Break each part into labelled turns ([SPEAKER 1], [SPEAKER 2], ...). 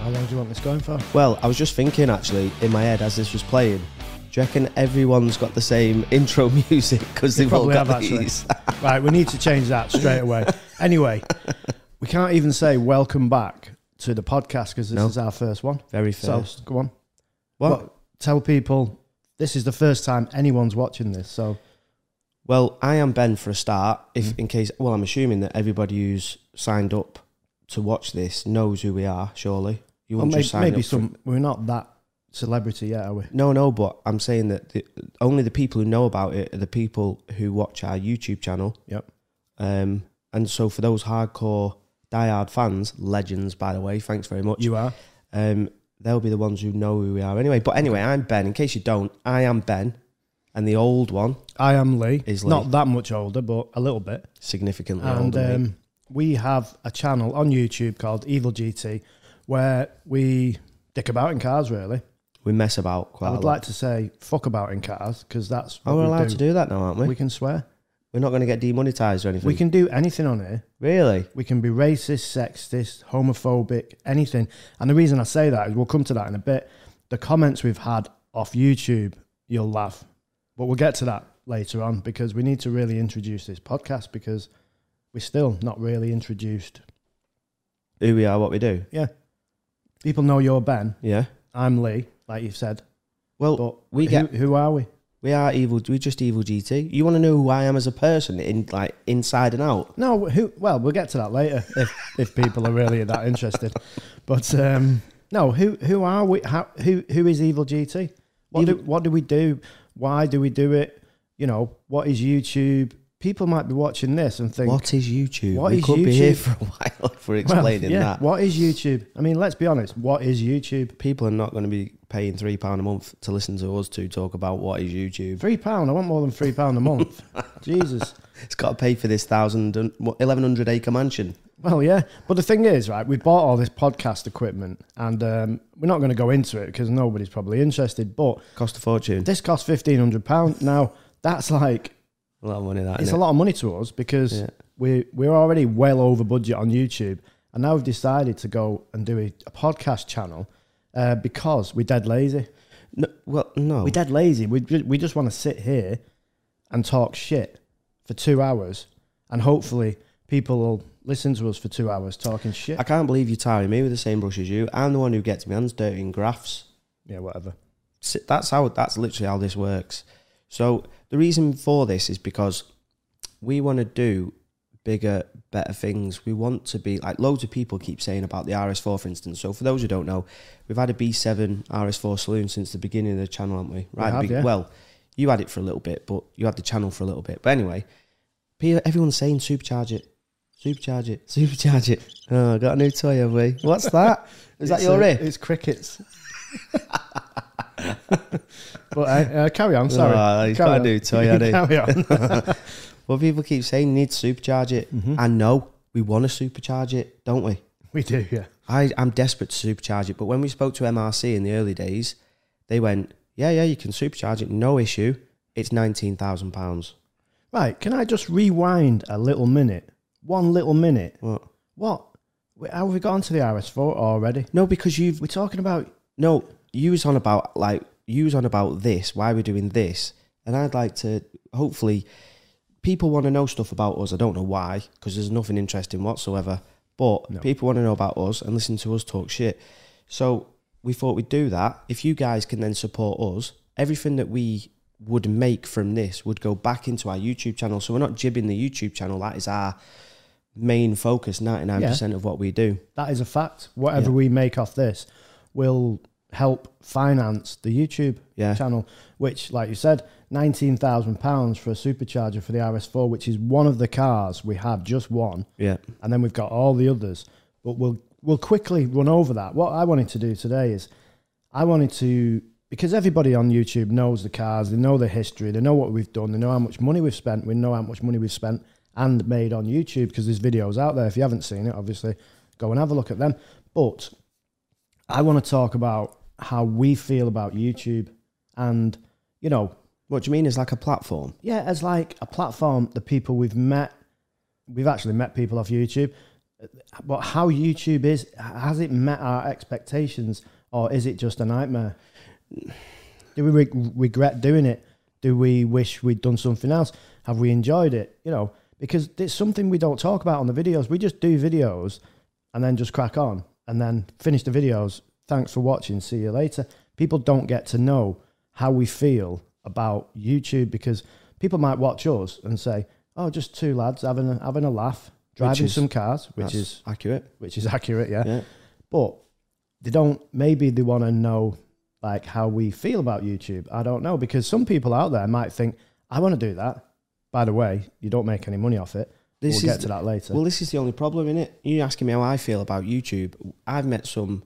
[SPEAKER 1] How long do you want this going for?
[SPEAKER 2] Well, I was just thinking actually in my head as this was playing. Do you reckon everyone's got the same intro music because
[SPEAKER 1] They
[SPEAKER 2] they've all
[SPEAKER 1] probably
[SPEAKER 2] got
[SPEAKER 1] have, actually.
[SPEAKER 2] these?
[SPEAKER 1] right, we need to change that straight away. Anyway, we can't even say welcome back to the podcast because this
[SPEAKER 2] No.
[SPEAKER 1] is our first one.
[SPEAKER 2] Very first.
[SPEAKER 1] So go on.
[SPEAKER 2] what?
[SPEAKER 1] What? Tell people this is the first time anyone's watching this. So
[SPEAKER 2] Well, I am Ben for a start. If
[SPEAKER 1] Mm-hmm.
[SPEAKER 2] in case, well, I'm assuming that everybody who's signed up to watch this knows who we are. Surely you
[SPEAKER 1] well,
[SPEAKER 2] wouldn't
[SPEAKER 1] maybe,
[SPEAKER 2] just sign
[SPEAKER 1] maybe
[SPEAKER 2] up.
[SPEAKER 1] some. We're not that celebrity yet, are we?
[SPEAKER 2] No, no, but I'm saying that the, only the people who know about it are the people who watch our YouTube channel.
[SPEAKER 1] Yep.
[SPEAKER 2] Um, and so for those hardcore diehard fans, legends, by the way, thanks very much.
[SPEAKER 1] You are.
[SPEAKER 2] um, they'll be the ones who know who we are anyway. But anyway, I'm Ben. In case you don't, I am Ben, and the old one,
[SPEAKER 1] I am Lee.
[SPEAKER 2] Is Lee.
[SPEAKER 1] Not that much older, but a little bit.
[SPEAKER 2] significantly
[SPEAKER 1] and
[SPEAKER 2] older. than me.
[SPEAKER 1] um, we have a channel on YouTube called Evil GT where we dick about in cars. Really,
[SPEAKER 2] we mess about quite
[SPEAKER 1] I
[SPEAKER 2] a
[SPEAKER 1] would
[SPEAKER 2] lot.
[SPEAKER 1] like to say fuck about in cars because that's what
[SPEAKER 2] oh, we're
[SPEAKER 1] we
[SPEAKER 2] allowed
[SPEAKER 1] do.
[SPEAKER 2] to do that now, aren't we?
[SPEAKER 1] We can swear.
[SPEAKER 2] We're not going to get demonetized or anything.
[SPEAKER 1] We can do anything on here.
[SPEAKER 2] really.
[SPEAKER 1] We can be racist, sexist, homophobic, anything. And the reason I say that is we'll come to that in a bit. The comments we've had off YouTube, you'll laugh. But we'll get to that later on because we need to really introduce this podcast because we're still not really introduced.
[SPEAKER 2] Who we are, what we do.
[SPEAKER 1] People know you're Ben.
[SPEAKER 2] Yeah.
[SPEAKER 1] I'm Lee, like you've said.
[SPEAKER 2] Well,
[SPEAKER 1] But
[SPEAKER 2] we
[SPEAKER 1] who,
[SPEAKER 2] get
[SPEAKER 1] who are we?
[SPEAKER 2] we are evil. We just evil GT. You want to know who I am as a person, in like inside and out.
[SPEAKER 1] No, who? Well, we'll get to that later if, if people are really that interested. But um, no, who who are we? How, who who is Evil GT? What do
[SPEAKER 2] Evil-
[SPEAKER 1] what do we do? Why do we do it? You know, what is YouTube? People might be watching this and think,
[SPEAKER 2] What is YouTube?
[SPEAKER 1] What
[SPEAKER 2] we
[SPEAKER 1] is
[SPEAKER 2] could be here
[SPEAKER 1] YouTube?
[SPEAKER 2] for a while if we're
[SPEAKER 1] well,
[SPEAKER 2] explaining
[SPEAKER 1] yeah,
[SPEAKER 2] that.
[SPEAKER 1] What is YouTube? I mean, let's be honest. What is YouTube?
[SPEAKER 2] People are not going to be paying three pound a month to listen to us two talk about what is YouTube.
[SPEAKER 1] Three pound. I want more than three pound a month. Jesus.
[SPEAKER 2] It's got to pay for this thousand and what, 1100 acre mansion.
[SPEAKER 1] Well, yeah. But the thing is, right, we bought all this podcast equipment and um, we're not going to go into it because nobody's probably interested. But
[SPEAKER 2] Cost a fortune.
[SPEAKER 1] this cost £1,500. Now, that's like,
[SPEAKER 2] A lot of money, that.
[SPEAKER 1] it's
[SPEAKER 2] innit?
[SPEAKER 1] a lot of money to us because
[SPEAKER 2] Yeah.
[SPEAKER 1] we, we're already well over budget on YouTube. And now we've decided to go and do a, a podcast channel uh, because we're dead lazy.
[SPEAKER 2] No, well, no.
[SPEAKER 1] We're dead lazy. We, ju- we just want to sit here and talk shit for two hours and hopefully people will listen to us for two hours talking shit.
[SPEAKER 2] I can't believe you're tiring me with the same brush as you. I'm the one who gets my hands dirty in graphs.
[SPEAKER 1] yeah, whatever.
[SPEAKER 2] S- That's how. That's literally how this works. So the reason for this is because we want to do bigger, better things. We want to be like loads of people keep saying about the RS4, for instance. So for those who don't know, we've had a B7 RS4 saloon since the beginning of the channel, haven't we? Right.
[SPEAKER 1] have, yeah.
[SPEAKER 2] Well, you had it for a little bit, but you had the channel for a little bit. But anyway, pe- everyone's saying supercharge it. Supercharge it, supercharge it. Oh, got a new toy, have we? What's that? Is that
[SPEAKER 1] It's,
[SPEAKER 2] your
[SPEAKER 1] uh,
[SPEAKER 2] ear?
[SPEAKER 1] It's crickets. but uh, uh, carry on, sorry.
[SPEAKER 2] Oh, he's
[SPEAKER 1] carry
[SPEAKER 2] got a
[SPEAKER 1] on.
[SPEAKER 2] new toy, hasn't he?
[SPEAKER 1] Carry on.
[SPEAKER 2] Well, people keep saying need to supercharge it. I know we want to supercharge it, don't we?
[SPEAKER 1] We do, yeah.
[SPEAKER 2] I, I'm desperate to supercharge it. But when we spoke to MRC in the early days, they went, yeah, yeah, you can supercharge it, no issue. It's £19,000.
[SPEAKER 1] Right, can I just rewind a little minute? One little minute.
[SPEAKER 2] What?
[SPEAKER 1] What? Wait, How have we got onto the RS4 already?
[SPEAKER 2] No, because you've,
[SPEAKER 1] We're talking about.
[SPEAKER 2] no, you was on about, like, you was on about this, why we're doing this. And I'd like to, hopefully, people want to know stuff about us. I don't know why, because there's nothing interesting whatsoever. But people want to know about us and listen to us talk shit. So we thought we'd do that. If you guys can then support us, everything that we would make from this would go back into our YouTube channel. So we're not jibbing the YouTube channel. That is our main focus, 99% of what we do.
[SPEAKER 1] That is a fact. Whatever we make off this will help finance the YouTube
[SPEAKER 2] Yeah.
[SPEAKER 1] channel, which, like you said, £19,000 for a supercharger for the RS4, which is one of the cars we have, just one.
[SPEAKER 2] Yeah.
[SPEAKER 1] and then we've got all the others. But we'll we'll quickly run over that. What I wanted to do today is I wanted to because everybody on YouTube knows the cars, they know the history, they know what we've done, they know how much money we've spent, we know how much money we've spent and made on YouTube because there's videos out there. If you haven't seen it, obviously go and have a look at them. But I want to talk about how we feel about YouTube and you know
[SPEAKER 2] What do you mean? It's like a platform.
[SPEAKER 1] yeah, as like a platform, the people we've met, we've actually met people off YouTube. But how YouTube is, has it met our expectations or is it just a nightmare? Do we re- regret doing it? Do we wish we'd done something else? Have we enjoyed it? You know, because it's something we don't talk about on the videos. We just do videos and then just crack on and then finish the videos. Thanks for watching. See you later. People don't get to know how we feel about YouTube because people might watch us and say, "Oh, just two lads having a, having a laugh, driving
[SPEAKER 2] is-
[SPEAKER 1] some cars," which
[SPEAKER 2] That's
[SPEAKER 1] is
[SPEAKER 2] accurate.
[SPEAKER 1] which is accurate, yeah.
[SPEAKER 2] Yeah.
[SPEAKER 1] But they don't. Maybe they want to know like how we feel about YouTube. I don't know because some people out there might think, "I want to do that." By the way, you don't make any money off it.
[SPEAKER 2] This
[SPEAKER 1] we'll
[SPEAKER 2] is
[SPEAKER 1] get to that later.
[SPEAKER 2] Well, this is the only problem, innit? You're asking me how I feel about YouTube. I've met some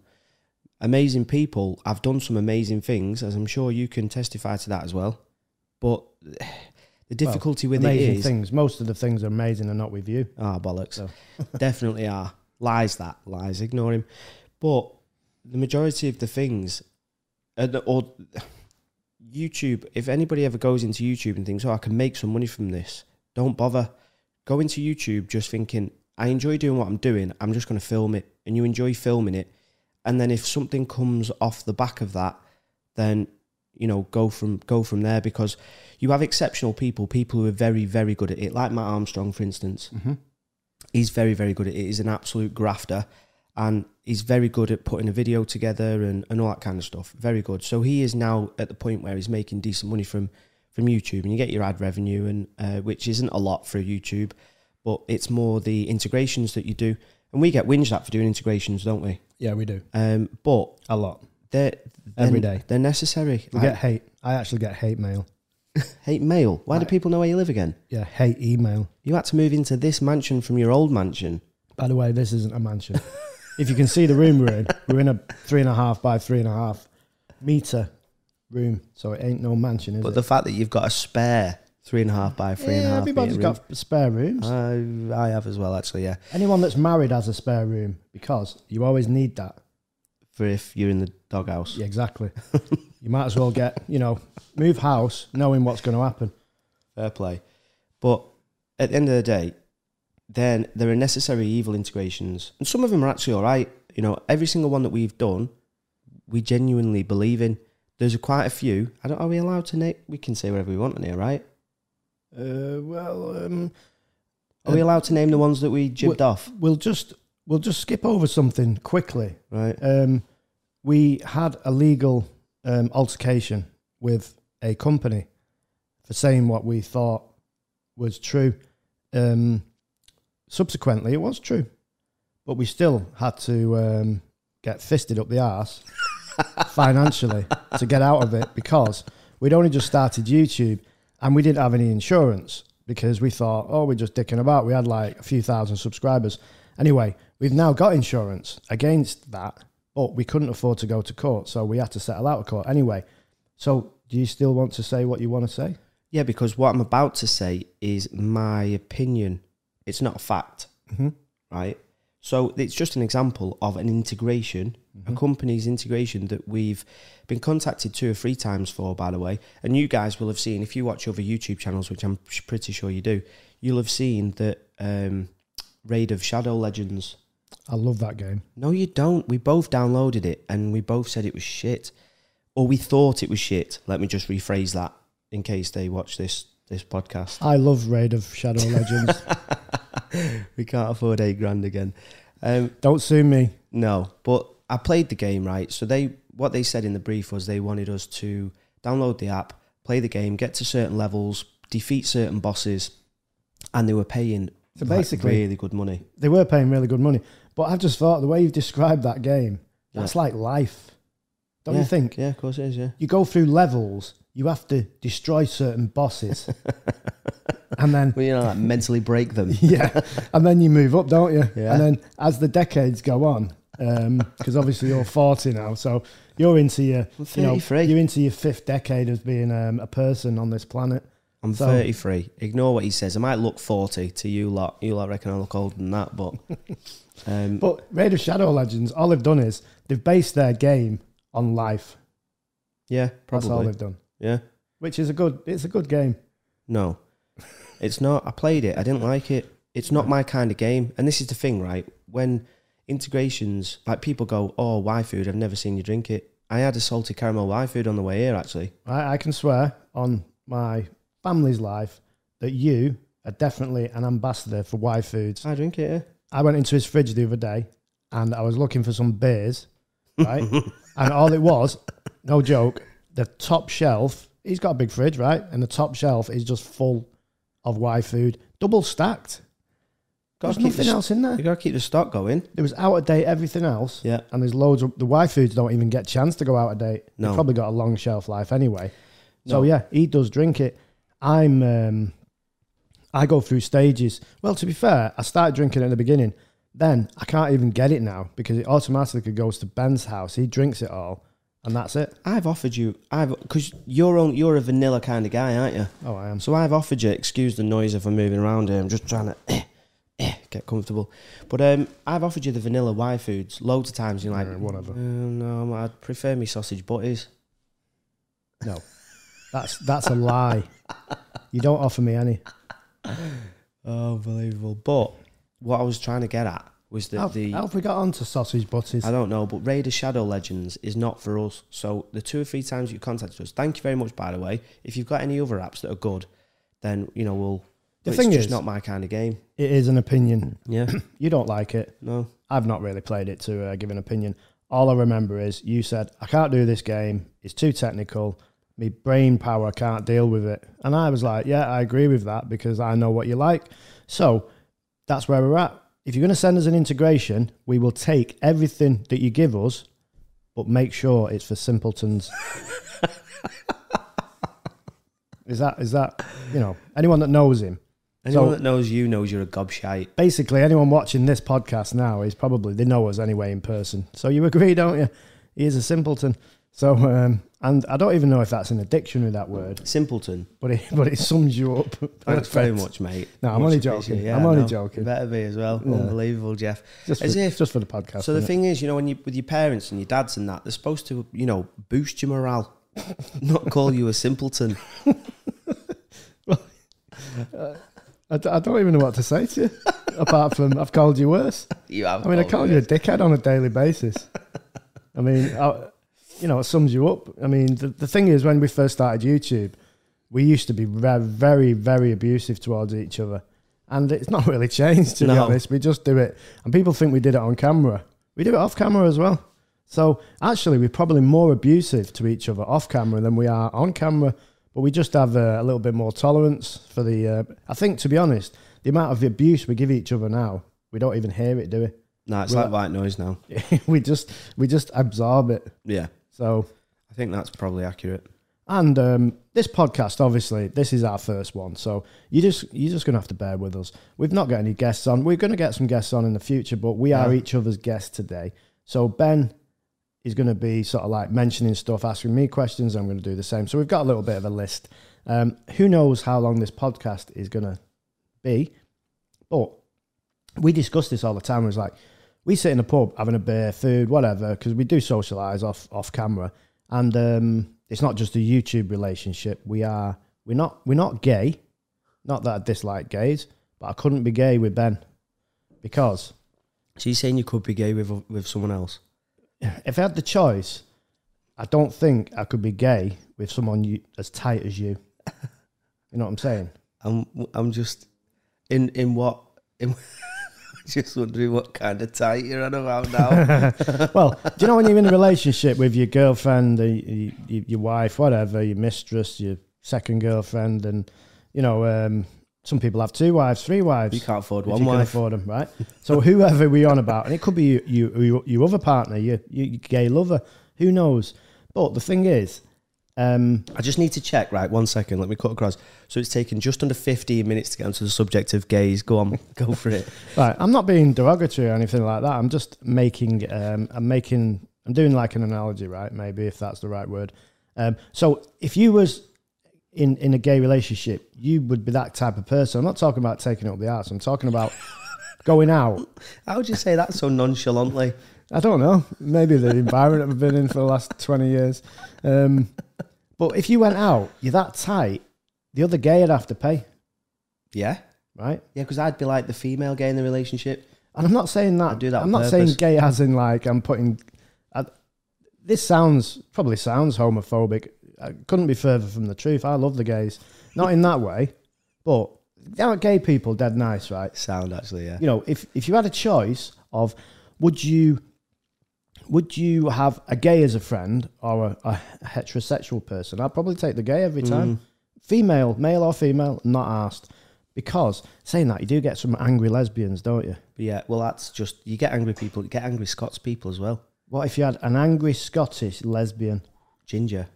[SPEAKER 2] amazing people. I've done some amazing things, as I'm sure you can testify to that as well. But the difficulty with it
[SPEAKER 1] amazing
[SPEAKER 2] is
[SPEAKER 1] things. Most of the things are amazing and not with you.
[SPEAKER 2] Ah, bollocks.
[SPEAKER 1] So-
[SPEAKER 2] Definitely are. Lies that. Lies. Ignore him. But the majority of the things, and- or YouTube, if anybody ever goes into YouTube and thinks, oh, I can make some money from this, don't bother. Go into YouTube just thinking, I enjoy doing what I'm doing. I'm just going to film it. And you enjoy filming it. And then if something comes off the back of that, then you know go from go from there because you have exceptional people people who are very very good at it like matt armstrong for instance he's very very good at it. He's an absolute grafter, and he's very good at putting a video together and, and all that kind of stuff. Very good. So he is now at the point where he's making decent money from from YouTube, and you get your ad revenue, and uh, which isn't a lot for YouTube, but it's more the integrations that you do. And we get whinged at for doing integrations, don't we?
[SPEAKER 3] Yeah, we do
[SPEAKER 2] Um, but
[SPEAKER 3] a lot.
[SPEAKER 2] they're, they're
[SPEAKER 3] Every day.
[SPEAKER 2] They're necessary.
[SPEAKER 1] We
[SPEAKER 2] I
[SPEAKER 1] get hate. I actually get hate mail.
[SPEAKER 2] hate mail. Why do people know where you live again?
[SPEAKER 1] Yeah, hate email.
[SPEAKER 2] You had to move into this mansion from your old mansion.
[SPEAKER 1] By the way, this isn't a mansion. if you can see the room we're in, we're in a three and a half by three and a half meter room, so it ain't no mansion, is
[SPEAKER 2] But
[SPEAKER 1] it?
[SPEAKER 2] the fact that you've got a spare three and a half by three and a
[SPEAKER 1] yeah,
[SPEAKER 2] half Uh.
[SPEAKER 1] everybody's
[SPEAKER 2] meter
[SPEAKER 1] got spare rooms.
[SPEAKER 2] room. I, I have as well, actually. Yeah,
[SPEAKER 1] Anyone that's married has a spare room because you always need that.
[SPEAKER 2] for if you're in the doghouse.
[SPEAKER 1] Yeah, exactly. you might as well get, you know, move house knowing what's going to happen.
[SPEAKER 2] Fair play. But at the end of the day, then there are necessary evil integrations, and some of them are actually all right. You know, every single one that we've done, we genuinely believe in. There's quite a few. I don't. Are we allowed to name? We can say whatever we want in here, right?
[SPEAKER 1] Uh, well, um,
[SPEAKER 2] Are we allowed to name the ones that we jibbed off?
[SPEAKER 1] we'll just we'll just skip over something quickly
[SPEAKER 2] Right.
[SPEAKER 1] um, we had a legal um, altercation with a company for saying what we thought was true. Um, subsequently, it was true, but we still had to um, get fisted up the arse financially to get out of it because we'd only just started YouTube and we didn't have any insurance because we thought, oh, we're just dicking about. We had like a few thousand subscribers. Anyway, we've now got insurance against that, but we couldn't afford to go to court, so we had to settle out of court anyway. So, do you still want to say what you want to say?
[SPEAKER 2] Yeah, because what I'm about to say is my opinion. It's not a fact, right? So it's just an example of an integration, a company's integration that we've been contacted two or three times for, by the way. And you guys will have seen, if you watch other YouTube channels, which I'm sh- pretty sure you do, you'll have seen that um, Raid of Shadow Legends.
[SPEAKER 1] I love that game.
[SPEAKER 2] No, you don't. We both downloaded it and we both said it was shit. Or we thought it was shit. Let me just rephrase that in case they watch this this podcast.
[SPEAKER 1] I love Raid of Shadow Legends.
[SPEAKER 2] we can't afford eight grand again. Um,
[SPEAKER 1] Don't sue me.
[SPEAKER 2] no, but I played the game right. So they what they said in the brief was they wanted us to download the app, play the game, get to certain levels, defeat certain bosses, and they were paying
[SPEAKER 1] So
[SPEAKER 2] like,
[SPEAKER 1] basically-
[SPEAKER 2] really good money.
[SPEAKER 1] They were paying really good money, but I just thought the way you've described that game, that's like life. Don't you
[SPEAKER 2] Yeah,
[SPEAKER 1] think?
[SPEAKER 2] Yeah, of course it is. Yeah,
[SPEAKER 1] You go through levels, you have to destroy certain bosses, and then
[SPEAKER 2] well, you know, like mentally break them.
[SPEAKER 1] yeah, and then you move up, don't you?
[SPEAKER 2] Yeah.
[SPEAKER 1] And then as the decades go on, because obviously you're 40 now, so you're into your,
[SPEAKER 2] I'm
[SPEAKER 1] you know,
[SPEAKER 2] 33.
[SPEAKER 1] you're into your fifth decade as being um, a person on this planet.
[SPEAKER 2] I'm
[SPEAKER 1] So-
[SPEAKER 2] 33. Ignore what he says. I might look 40 to you lot. You lot reckon I look older than that, but um,
[SPEAKER 1] But Raid of Shadow Legends, all they've done is they've based their game on life.
[SPEAKER 2] yeah,
[SPEAKER 1] That's all
[SPEAKER 2] probably.
[SPEAKER 1] they've done,
[SPEAKER 2] Yeah,
[SPEAKER 1] which is a good. It's a good game.
[SPEAKER 2] no, it's not. I played it. I didn't like it. It's not my kind of game. And this is the thing, right? when integrations like people go, oh, Y food, I've never seen you drink it. I had a salted caramel Y food on the way here actually.
[SPEAKER 1] I, I can swear on my family's life that you are definitely an ambassador for Y Foods.
[SPEAKER 2] I drink it. Yeah.
[SPEAKER 1] I went into his fridge the other day and I was looking for some beers, right? and all it was, no joke, the top shelf, he's got a big fridge, right? And the top shelf is just full of Y food, double stacked.
[SPEAKER 2] Gotta
[SPEAKER 1] There's
[SPEAKER 2] keep
[SPEAKER 1] nothing
[SPEAKER 2] the,
[SPEAKER 1] else in there.
[SPEAKER 2] You gotta keep the stock going.
[SPEAKER 1] It was out of date, everything else.
[SPEAKER 2] Yeah.
[SPEAKER 1] And there's loads of the Y foods don't even get chance to go out of date.
[SPEAKER 2] No.
[SPEAKER 1] They've probably got a long shelf life anyway.
[SPEAKER 2] No.
[SPEAKER 1] So yeah, he does drink it. I'm um I go through stages. Well, to be fair, I started drinking at the beginning. Then I can't even get it now because it automatically goes to Ben's house. He drinks it all and that's it.
[SPEAKER 2] I've offered you. I've because you're on. You're a vanilla kind of guy, aren't you?
[SPEAKER 1] Oh I am.
[SPEAKER 2] So I've offered you. Excuse the noise if I'm moving around here. I'm just trying to eh, get comfortable. But um, I've offered you the vanilla Y foods loads of times. You're like,
[SPEAKER 1] Yeah, whatever.
[SPEAKER 2] "Uh, no, I'd prefer me sausage butties.
[SPEAKER 1] No. That's that's a lie. You don't offer me any.
[SPEAKER 2] Oh, unbelievable. But what I was trying to get at was that
[SPEAKER 1] How,
[SPEAKER 2] the
[SPEAKER 1] how have we got onto sausage butties?
[SPEAKER 2] I don't know, but Raider Shadow Legends is not for us. So the two or three times you contacted us, thank you very much. By the way, if you've got any other apps that are good, then you know we'll.
[SPEAKER 1] The
[SPEAKER 2] it's
[SPEAKER 1] thing
[SPEAKER 2] just
[SPEAKER 1] is-
[SPEAKER 2] not my kind of game.
[SPEAKER 1] It is an opinion.
[SPEAKER 2] Yeah,
[SPEAKER 1] You don't like it.
[SPEAKER 2] no.
[SPEAKER 1] I've not really played it to uh, give an opinion. All I remember is you said, I can't do this game. It's too technical. My brain power can't deal with it. And I was like, yeah, I agree with that because I know what you like. So that's where we're at. If you're going to send us an integration, we will take everything that you give us, but make sure it's for simpletons. is that, is that, you know, anyone that knows him?
[SPEAKER 2] Anyone
[SPEAKER 1] So-
[SPEAKER 2] that knows you knows you're a gobshite.
[SPEAKER 1] basically anyone watching this podcast now is probably they know us anyway in person. So you agree, don't you? He is a simpleton. So um, and I don't even know if that's in a dictionary that word,
[SPEAKER 2] Simpleton.
[SPEAKER 1] but it but it sums you up.
[SPEAKER 2] Thanks very much, mate.
[SPEAKER 1] No, I'm
[SPEAKER 2] Much
[SPEAKER 1] only joking.
[SPEAKER 2] appreciated.
[SPEAKER 1] I'm only
[SPEAKER 2] no,
[SPEAKER 1] joking.
[SPEAKER 2] You better be as well.
[SPEAKER 1] Yeah.
[SPEAKER 2] Unbelievable, Jeff.
[SPEAKER 1] Just for,
[SPEAKER 2] As if-
[SPEAKER 1] just for the podcast.
[SPEAKER 2] So the
[SPEAKER 1] innit?
[SPEAKER 2] thing is, you know, when you with your parents and your dads and that, they're supposed to, you know, boost your morale, not call you a simpleton.
[SPEAKER 1] I, d- I don't even know what to say to you apart from I've called you worse.
[SPEAKER 2] You have.
[SPEAKER 1] I mean, I
[SPEAKER 2] called
[SPEAKER 1] call
[SPEAKER 2] me
[SPEAKER 1] you a dickhead on a daily basis. I mean, I, you know, it sums you up. I mean, the, the thing is, when we first started YouTube, we used to be re- very, very abusive towards each other. And it's not really changed, to be
[SPEAKER 2] No.
[SPEAKER 1] honest. We just do it. And people think we did it on camera. We do it off camera as well. So actually, we're probably more abusive to each other off camera than we are on camera. But we just have uh, a, a little bit more tolerance for the. Uh, I think, to be honest, the amount of abuse we give each other now, we don't even hear it, do we?
[SPEAKER 2] No, it's
[SPEAKER 1] Well,
[SPEAKER 2] like white noise now.
[SPEAKER 1] we just we just absorb it.
[SPEAKER 2] Yeah,
[SPEAKER 1] So
[SPEAKER 2] I think that's probably accurate.
[SPEAKER 1] and um, this podcast, obviously, this is our first one. So you just you're just gonna have to bear with us. We've not got any guests on. We're gonna get some guests on in the future, but we are
[SPEAKER 2] Yeah.
[SPEAKER 1] each other's guests today. So Ben is gonna be sort of like mentioning stuff, asking me questions. I'm gonna do the same. So we've got a little bit of a list. Um, who knows how long this podcast is gonna be? But we discuss this all the time. It was like we sit in a pub having a beer, food, whatever, because we do socialize off off camera, and um, it's not just a YouTube relationship. We are we're not we're not gay. Not that I dislike gays, but I couldn't be gay with Ben because
[SPEAKER 2] So you're saying you could be gay with with someone else?
[SPEAKER 1] if I had the choice, I don't think I could be gay with someone you, as tight as you. You know what I'm saying?
[SPEAKER 2] I'm I'm just in in what in just wondering what kind of tight you're on about now.
[SPEAKER 1] Well, do you know when you're in a relationship with your girlfriend, uh, y- y- your wife, whatever, your mistress, your second girlfriend, and you know, um, some people have two wives, three wives.
[SPEAKER 2] you can't afford
[SPEAKER 1] if
[SPEAKER 2] one
[SPEAKER 1] you can
[SPEAKER 2] wife.
[SPEAKER 1] afford them, right? So whoever we're on about, and it could be you, you, you your other partner, your, your your gay lover, who knows? But the thing is, um,
[SPEAKER 2] I just need to check. Right, one second. Let me cut across. So it's taken just under 15 minutes to get onto the subject of gays. Go on, go for it.
[SPEAKER 1] right, I'm not being derogatory or anything like that. I'm just making, um, I'm making, I'm doing like an analogy, right? Maybe if that's the right word. Um, so if you was in in a gay relationship, you would be that type of person. I'm not talking about taking up the arts. I'm talking about going out.
[SPEAKER 2] How would you say that so nonchalantly?
[SPEAKER 1] I don't know. Maybe the environment I've been in for the last 20 years. Um, but if you went out, you're that tight, the other gay would have to pay,
[SPEAKER 2] Yeah,
[SPEAKER 1] right?
[SPEAKER 2] yeah. Because I'd be like the female gay in the relationship.
[SPEAKER 1] And I'm not saying that.
[SPEAKER 2] I do that
[SPEAKER 1] I'm
[SPEAKER 2] on
[SPEAKER 1] not saying
[SPEAKER 2] purpose.
[SPEAKER 1] gay as in like I'm putting. I, this sounds probably sounds homophobic. I couldn't be further from the truth. I love the gays, not in that way, but aren't gay people dead nice, right?
[SPEAKER 2] Sound actually, yeah.
[SPEAKER 1] you know, if if you had a choice of would you would you have a gay as a friend or a, a heterosexual person, I'd probably take the gay every
[SPEAKER 2] Mm,
[SPEAKER 1] time. Female, male or female, not asked. Because saying that, you do get some angry lesbians, don't you?
[SPEAKER 2] But yeah, well, that's just you get angry people, you get angry Scots people as well.
[SPEAKER 1] What if you had an angry Scottish lesbian?
[SPEAKER 2] Ginger.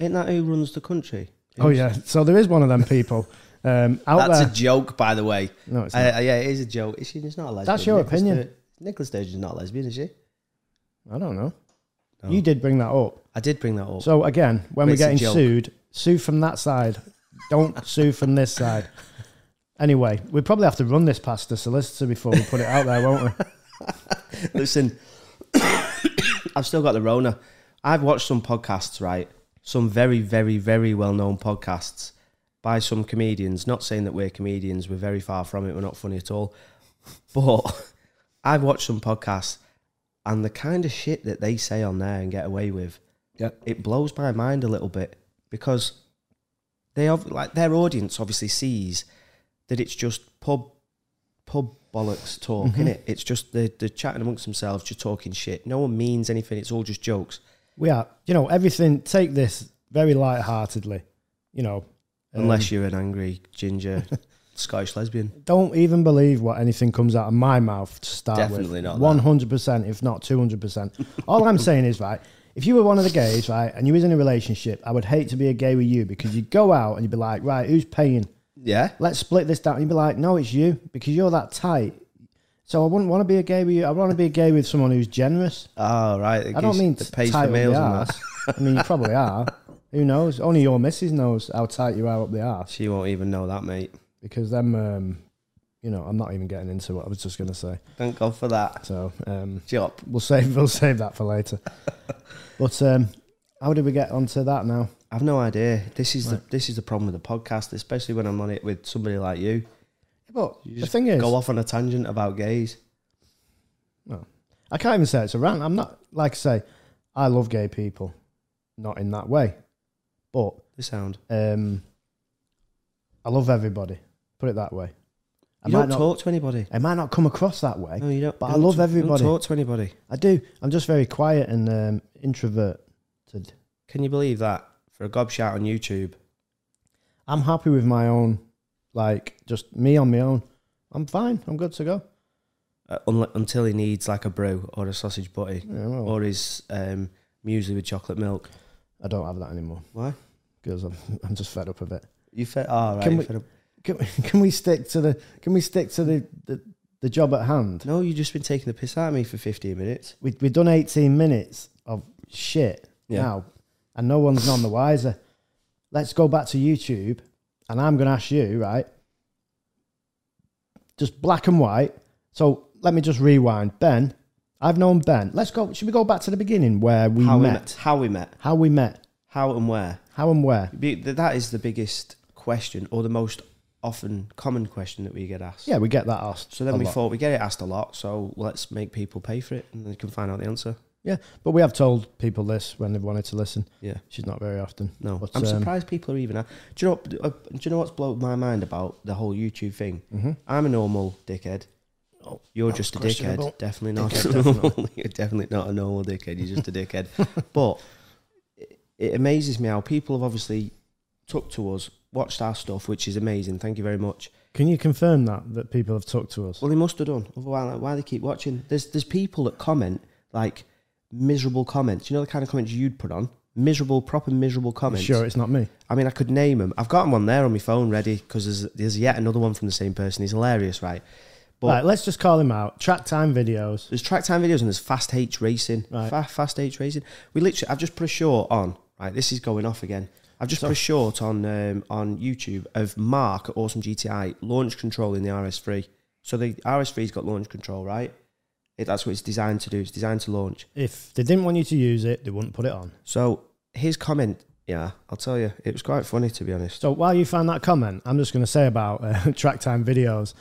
[SPEAKER 2] Ain't that who runs the country?
[SPEAKER 1] Oh yeah, so there is one of them people um, out
[SPEAKER 2] That's
[SPEAKER 1] there.
[SPEAKER 2] a joke, by the way.
[SPEAKER 1] no, it's
[SPEAKER 2] I,
[SPEAKER 1] not.
[SPEAKER 2] I- yeah, it is a joke. Is she? It's not a lesbian.
[SPEAKER 1] That's your opinion.
[SPEAKER 2] Nicholas Sturgeon's not a lesbian, is she?
[SPEAKER 1] I don't know.
[SPEAKER 2] No.
[SPEAKER 1] You did bring that up.
[SPEAKER 2] I did bring that up.
[SPEAKER 1] So again, when
[SPEAKER 2] It's a
[SPEAKER 1] we're getting
[SPEAKER 2] joke.
[SPEAKER 1] sued, sue from that side. Don't sue from this side. Anyway, we probably have to run this past the solicitor before we put it out there, won't we?
[SPEAKER 2] Listen, I've still got the Rona. I've watched some podcasts, right? Some very, very, very well known podcasts by some comedians. Not saying that we're comedians, we're very far from it, we're not funny at all. But I've watched some podcasts and the kind of shit that they say on there and get away with,
[SPEAKER 1] Yeah.
[SPEAKER 2] it blows my mind a little bit because they ob- like their audience obviously sees that it's just pub pub bollocks talk,
[SPEAKER 1] Mm-hmm.
[SPEAKER 2] innit? It's just they're, they're chatting amongst themselves, just talking shit. No one means anything. It's all just jokes.
[SPEAKER 1] We are, you know, everything. Take this very light-heartedly. You know, um,
[SPEAKER 2] Unless you're an angry ginger Scottish lesbian.
[SPEAKER 1] don't even believe what anything comes out of my mouth to start
[SPEAKER 2] Definitely
[SPEAKER 1] with.
[SPEAKER 2] not that.
[SPEAKER 1] One hundred percent, if not two hundred percent. All I'm saying is right. If you were one of the gays, right, and you was in a relationship, I would hate to be a gay with you because you'd go out and you'd be like, right, who's paying?
[SPEAKER 2] Yeah.
[SPEAKER 1] let's split this down. You'd be like, no, it's you because you're that tight. So I wouldn't want to be a gay with you. I want to be a gay with someone who's generous.
[SPEAKER 2] Oh, right.
[SPEAKER 1] I don't mean
[SPEAKER 2] that pays
[SPEAKER 1] tight
[SPEAKER 2] for
[SPEAKER 1] up the
[SPEAKER 2] meals and that.
[SPEAKER 1] arse. I mean, you probably are. Who knows? Only your missus knows how tight you are up the arse
[SPEAKER 2] She won't even know that, mate.
[SPEAKER 1] because them, um, you know, I'm not even getting into what I was just going to say.
[SPEAKER 2] Thank God for that.
[SPEAKER 1] So um,
[SPEAKER 2] Chop.
[SPEAKER 1] we'll save we'll save that for later. but um, how did we get onto that now?
[SPEAKER 2] I've no idea. This is the this is the problem with the podcast, especially when I'm on it with somebody like you.
[SPEAKER 1] But
[SPEAKER 2] You
[SPEAKER 1] the
[SPEAKER 2] just
[SPEAKER 1] thing is,
[SPEAKER 2] go off on a tangent about gays.
[SPEAKER 1] I can't even say it's a rant. I'm not like I say, I love gay people, not in that way, but
[SPEAKER 2] The sound.
[SPEAKER 1] Um, I love everybody. Put it that way. I
[SPEAKER 2] You
[SPEAKER 1] might
[SPEAKER 2] don't
[SPEAKER 1] not.
[SPEAKER 2] talk to anybody.
[SPEAKER 1] I might not come across that way.
[SPEAKER 2] No, you don't.
[SPEAKER 1] But I
[SPEAKER 2] don't
[SPEAKER 1] love
[SPEAKER 2] t- you
[SPEAKER 1] everybody.
[SPEAKER 2] Don't talk to anybody.
[SPEAKER 1] I do. I'm just very quiet and um, introverted.
[SPEAKER 2] Can you believe that for a gobshite on YouTube?
[SPEAKER 1] I'm happy with my own, like just me on my own. I'm fine. I'm good to go.
[SPEAKER 2] Uh, unle- until he needs like a brew or a sausage butty
[SPEAKER 1] Yeah, well,
[SPEAKER 2] or his um, muesli with chocolate milk.
[SPEAKER 1] I don't have that anymore
[SPEAKER 2] Why?
[SPEAKER 1] because I'm, I'm just fed up of it.
[SPEAKER 2] You fed? Oh, right.
[SPEAKER 1] Can
[SPEAKER 2] you
[SPEAKER 1] we-
[SPEAKER 2] fed up.
[SPEAKER 1] Can, we- can we stick to the? Can we stick to the the, the job at hand?
[SPEAKER 2] No, you've just been taking the piss out of me for 15 minutes.
[SPEAKER 1] We we've done 18 minutes of shit
[SPEAKER 2] Yeah.
[SPEAKER 1] now, and no one's none the wiser. Let's go back to YouTube, and I'm going to ask you, right? Just black and white. So let me just rewind. Ben, I've known Ben. Let's go. Should we go back to the beginning where we
[SPEAKER 2] how we
[SPEAKER 1] met?
[SPEAKER 2] met. How we met.
[SPEAKER 1] How we met?
[SPEAKER 2] How and where.
[SPEAKER 1] How and where?
[SPEAKER 2] Be- th- That is the biggest question or the most often common question that we get asked.
[SPEAKER 1] Yeah, we get that asked.
[SPEAKER 2] So then
[SPEAKER 1] a
[SPEAKER 2] we
[SPEAKER 1] lot.
[SPEAKER 2] thought we get it asked a lot, so let's make people pay for it and they can find out the answer.
[SPEAKER 1] Yeah, but we have told people this when they've wanted to listen.
[SPEAKER 2] Yeah.
[SPEAKER 1] She's not very often.
[SPEAKER 2] No,
[SPEAKER 1] But,
[SPEAKER 2] I'm
[SPEAKER 1] um,
[SPEAKER 2] surprised people are even. a- Do you know? uh, Do you know what's blown my mind about the whole YouTube thing? I'm a normal dickhead.
[SPEAKER 1] Mm-hmm. Oh,
[SPEAKER 2] You're
[SPEAKER 1] that's
[SPEAKER 2] just a
[SPEAKER 1] questionable.
[SPEAKER 2] dickhead. Definitely not.
[SPEAKER 1] Dickhead,
[SPEAKER 2] a normal- You're definitely not a normal dickhead. You're just a dickhead. But it, it amazes me how people have obviously took to us, watched our stuff, which is amazing. Thank you very much.
[SPEAKER 1] Can you confirm that that people have talked to us?
[SPEAKER 2] Well, they must have done. Otherwise, like, why they keep watching? There's there's people that comment like miserable comments. You know the kind of comments you'd put on miserable, proper miserable comments.
[SPEAKER 1] Sure, it's not me.
[SPEAKER 2] I mean, I could name them. I've got one there on my phone ready because there's, there's yet another one from the same person. He's hilarious, right? But
[SPEAKER 1] right, let's just call him out. Track time videos.
[SPEAKER 2] there's track time videos and there's fast H racing.
[SPEAKER 1] Right.
[SPEAKER 2] Fa- fast H racing. We literally, I've just put a short on. Right, this is going off again. I've just put a short on um, on YouTube of Mark at Awesome GTI launch control in the RS3. So the RS3's got launch control, right? It, that's what it's designed to do. It's designed to launch.
[SPEAKER 1] If they didn't want you to use it, they wouldn't put it on.
[SPEAKER 2] So his comment, yeah, I'll tell you, it was quite funny to be honest.
[SPEAKER 1] So while you find that comment, I'm just going to say about uh, track time videos.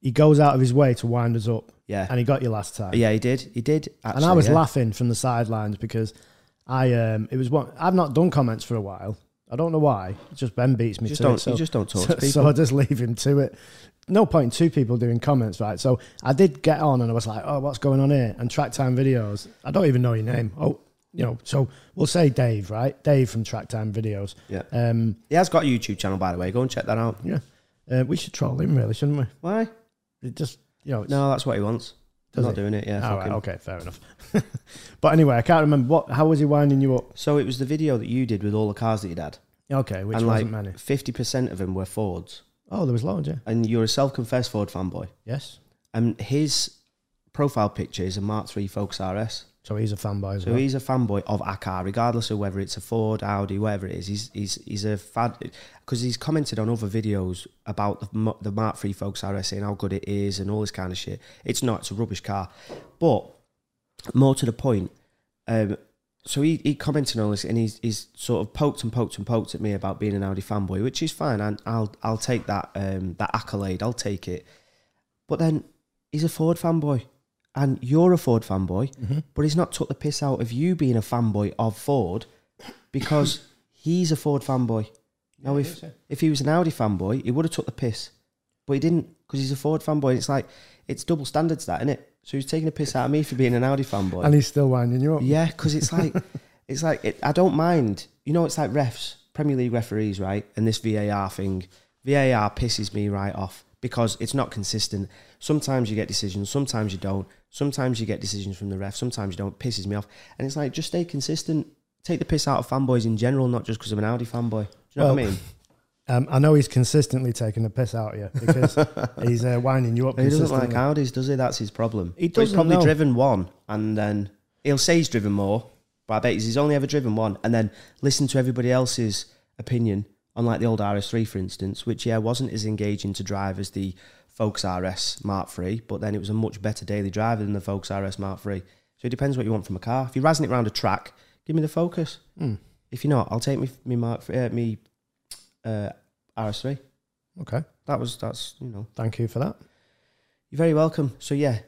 [SPEAKER 1] he goes out of his way to wind us up,
[SPEAKER 2] Yeah.
[SPEAKER 1] and he got you last time.
[SPEAKER 2] yeah, he did. He did. Actually,
[SPEAKER 1] and I was
[SPEAKER 2] yeah.
[SPEAKER 1] laughing from the sidelines because I um it was one I've not done comments for a while. I don't know why. It's just Ben beats me
[SPEAKER 2] You just
[SPEAKER 1] to
[SPEAKER 2] don't.
[SPEAKER 1] it. So,
[SPEAKER 2] you just don't talk
[SPEAKER 1] so-
[SPEAKER 2] to people.
[SPEAKER 1] so I just leave him to it. No point in two people doing comments, right? So I did get on and I was like, oh, what's going on here? And track time videos. I don't even know your name. Oh, you know, so we'll say Dave, right? Dave from track time videos.
[SPEAKER 2] yeah.
[SPEAKER 1] Um,
[SPEAKER 2] He has got a YouTube channel, by the way. Go and check that out.
[SPEAKER 1] yeah. Uh, we should troll him, really, shouldn't we?
[SPEAKER 2] Why?
[SPEAKER 1] It just, you know, it's,
[SPEAKER 2] No, that's what he wants.
[SPEAKER 1] Does
[SPEAKER 2] I'm not
[SPEAKER 1] he?
[SPEAKER 2] doing it. Yeah.
[SPEAKER 1] all
[SPEAKER 2] fuck
[SPEAKER 1] right,
[SPEAKER 2] him.
[SPEAKER 1] okay, fair enough. but anyway, I can't remember what. How was he winding you up?
[SPEAKER 2] So it was the video that you did with all the cars that you'd had,
[SPEAKER 1] Okay, which wasn't
[SPEAKER 2] and like
[SPEAKER 1] many.
[SPEAKER 2] fifty percent of them were Fords,
[SPEAKER 1] Oh, there was loads, yeah.
[SPEAKER 2] and you're a self-confessed Ford fanboy.
[SPEAKER 1] Yes.
[SPEAKER 2] And his profile picture is a Mark III Focus RS.
[SPEAKER 1] So he's a fanboy as
[SPEAKER 2] So
[SPEAKER 1] well.
[SPEAKER 2] he's a fanboy of our car, regardless of whether it's a Ford, Audi, whatever it is. He's he's he's a fan because he's commented on other videos about the, Mo- the Mark III folks RS saying how good it is and all this kind of shit. It's not. It's a rubbish car. But more to the point, um, so he, he commented on this and he's, he's sort of poked and poked and poked at me about being an Audi fanboy, which is fine. And I'll I'll take that um, that accolade. I'll take it. But then he's a Ford fanboy, and you're a Ford fanboy. But he's not took the piss out of you being a fanboy of Ford, because he's a Ford fanboy. Now, if if he was an Audi fanboy, he would have took the piss, but he didn't because he's a Ford fanboy. It's like it's double standards, that isn't it? So he's taking a piss out of me for being an Audi fanboy.
[SPEAKER 1] and he's still winding you up.
[SPEAKER 2] Yeah, because it's like, it's like it, I don't mind. You know, it's like refs, Premier League referees, right? And this VAR thing, VAR pisses me right off because it's not consistent. Sometimes you get decisions, sometimes you don't. Sometimes you get decisions from the ref, sometimes you don't. Pisses me off, and it's like just stay consistent. Take the piss out of fanboys in general, not just because I'm an Audi fanboy. Do you know what I
[SPEAKER 1] Well,
[SPEAKER 2] mean?
[SPEAKER 1] Um, I know he's consistently taking the piss out of you because he's uh, winding you up
[SPEAKER 2] He doesn't like
[SPEAKER 1] consistently.
[SPEAKER 2] Audis, does he? That's his problem.
[SPEAKER 1] He
[SPEAKER 2] But he's
[SPEAKER 1] doesn't
[SPEAKER 2] probably
[SPEAKER 1] know.
[SPEAKER 2] driven one, and then he'll say he's driven more, but I bet he's only ever driven one, and then listen to everybody else's opinion on like the old RS3, for instance, which yeah wasn't as engaging to drive as the Folks RS Mark III, but then it was a much better daily driver than the Folks RS Mark III. So it depends what you want from a car. If you're razzing it round a track, give me the Focus.
[SPEAKER 1] Hmm,
[SPEAKER 2] If you're not, I'll take me me Mark uh, me uh, RS3.
[SPEAKER 1] okay,
[SPEAKER 2] That was that's you know
[SPEAKER 1] thank you for that.
[SPEAKER 2] you're very welcome. So yeah,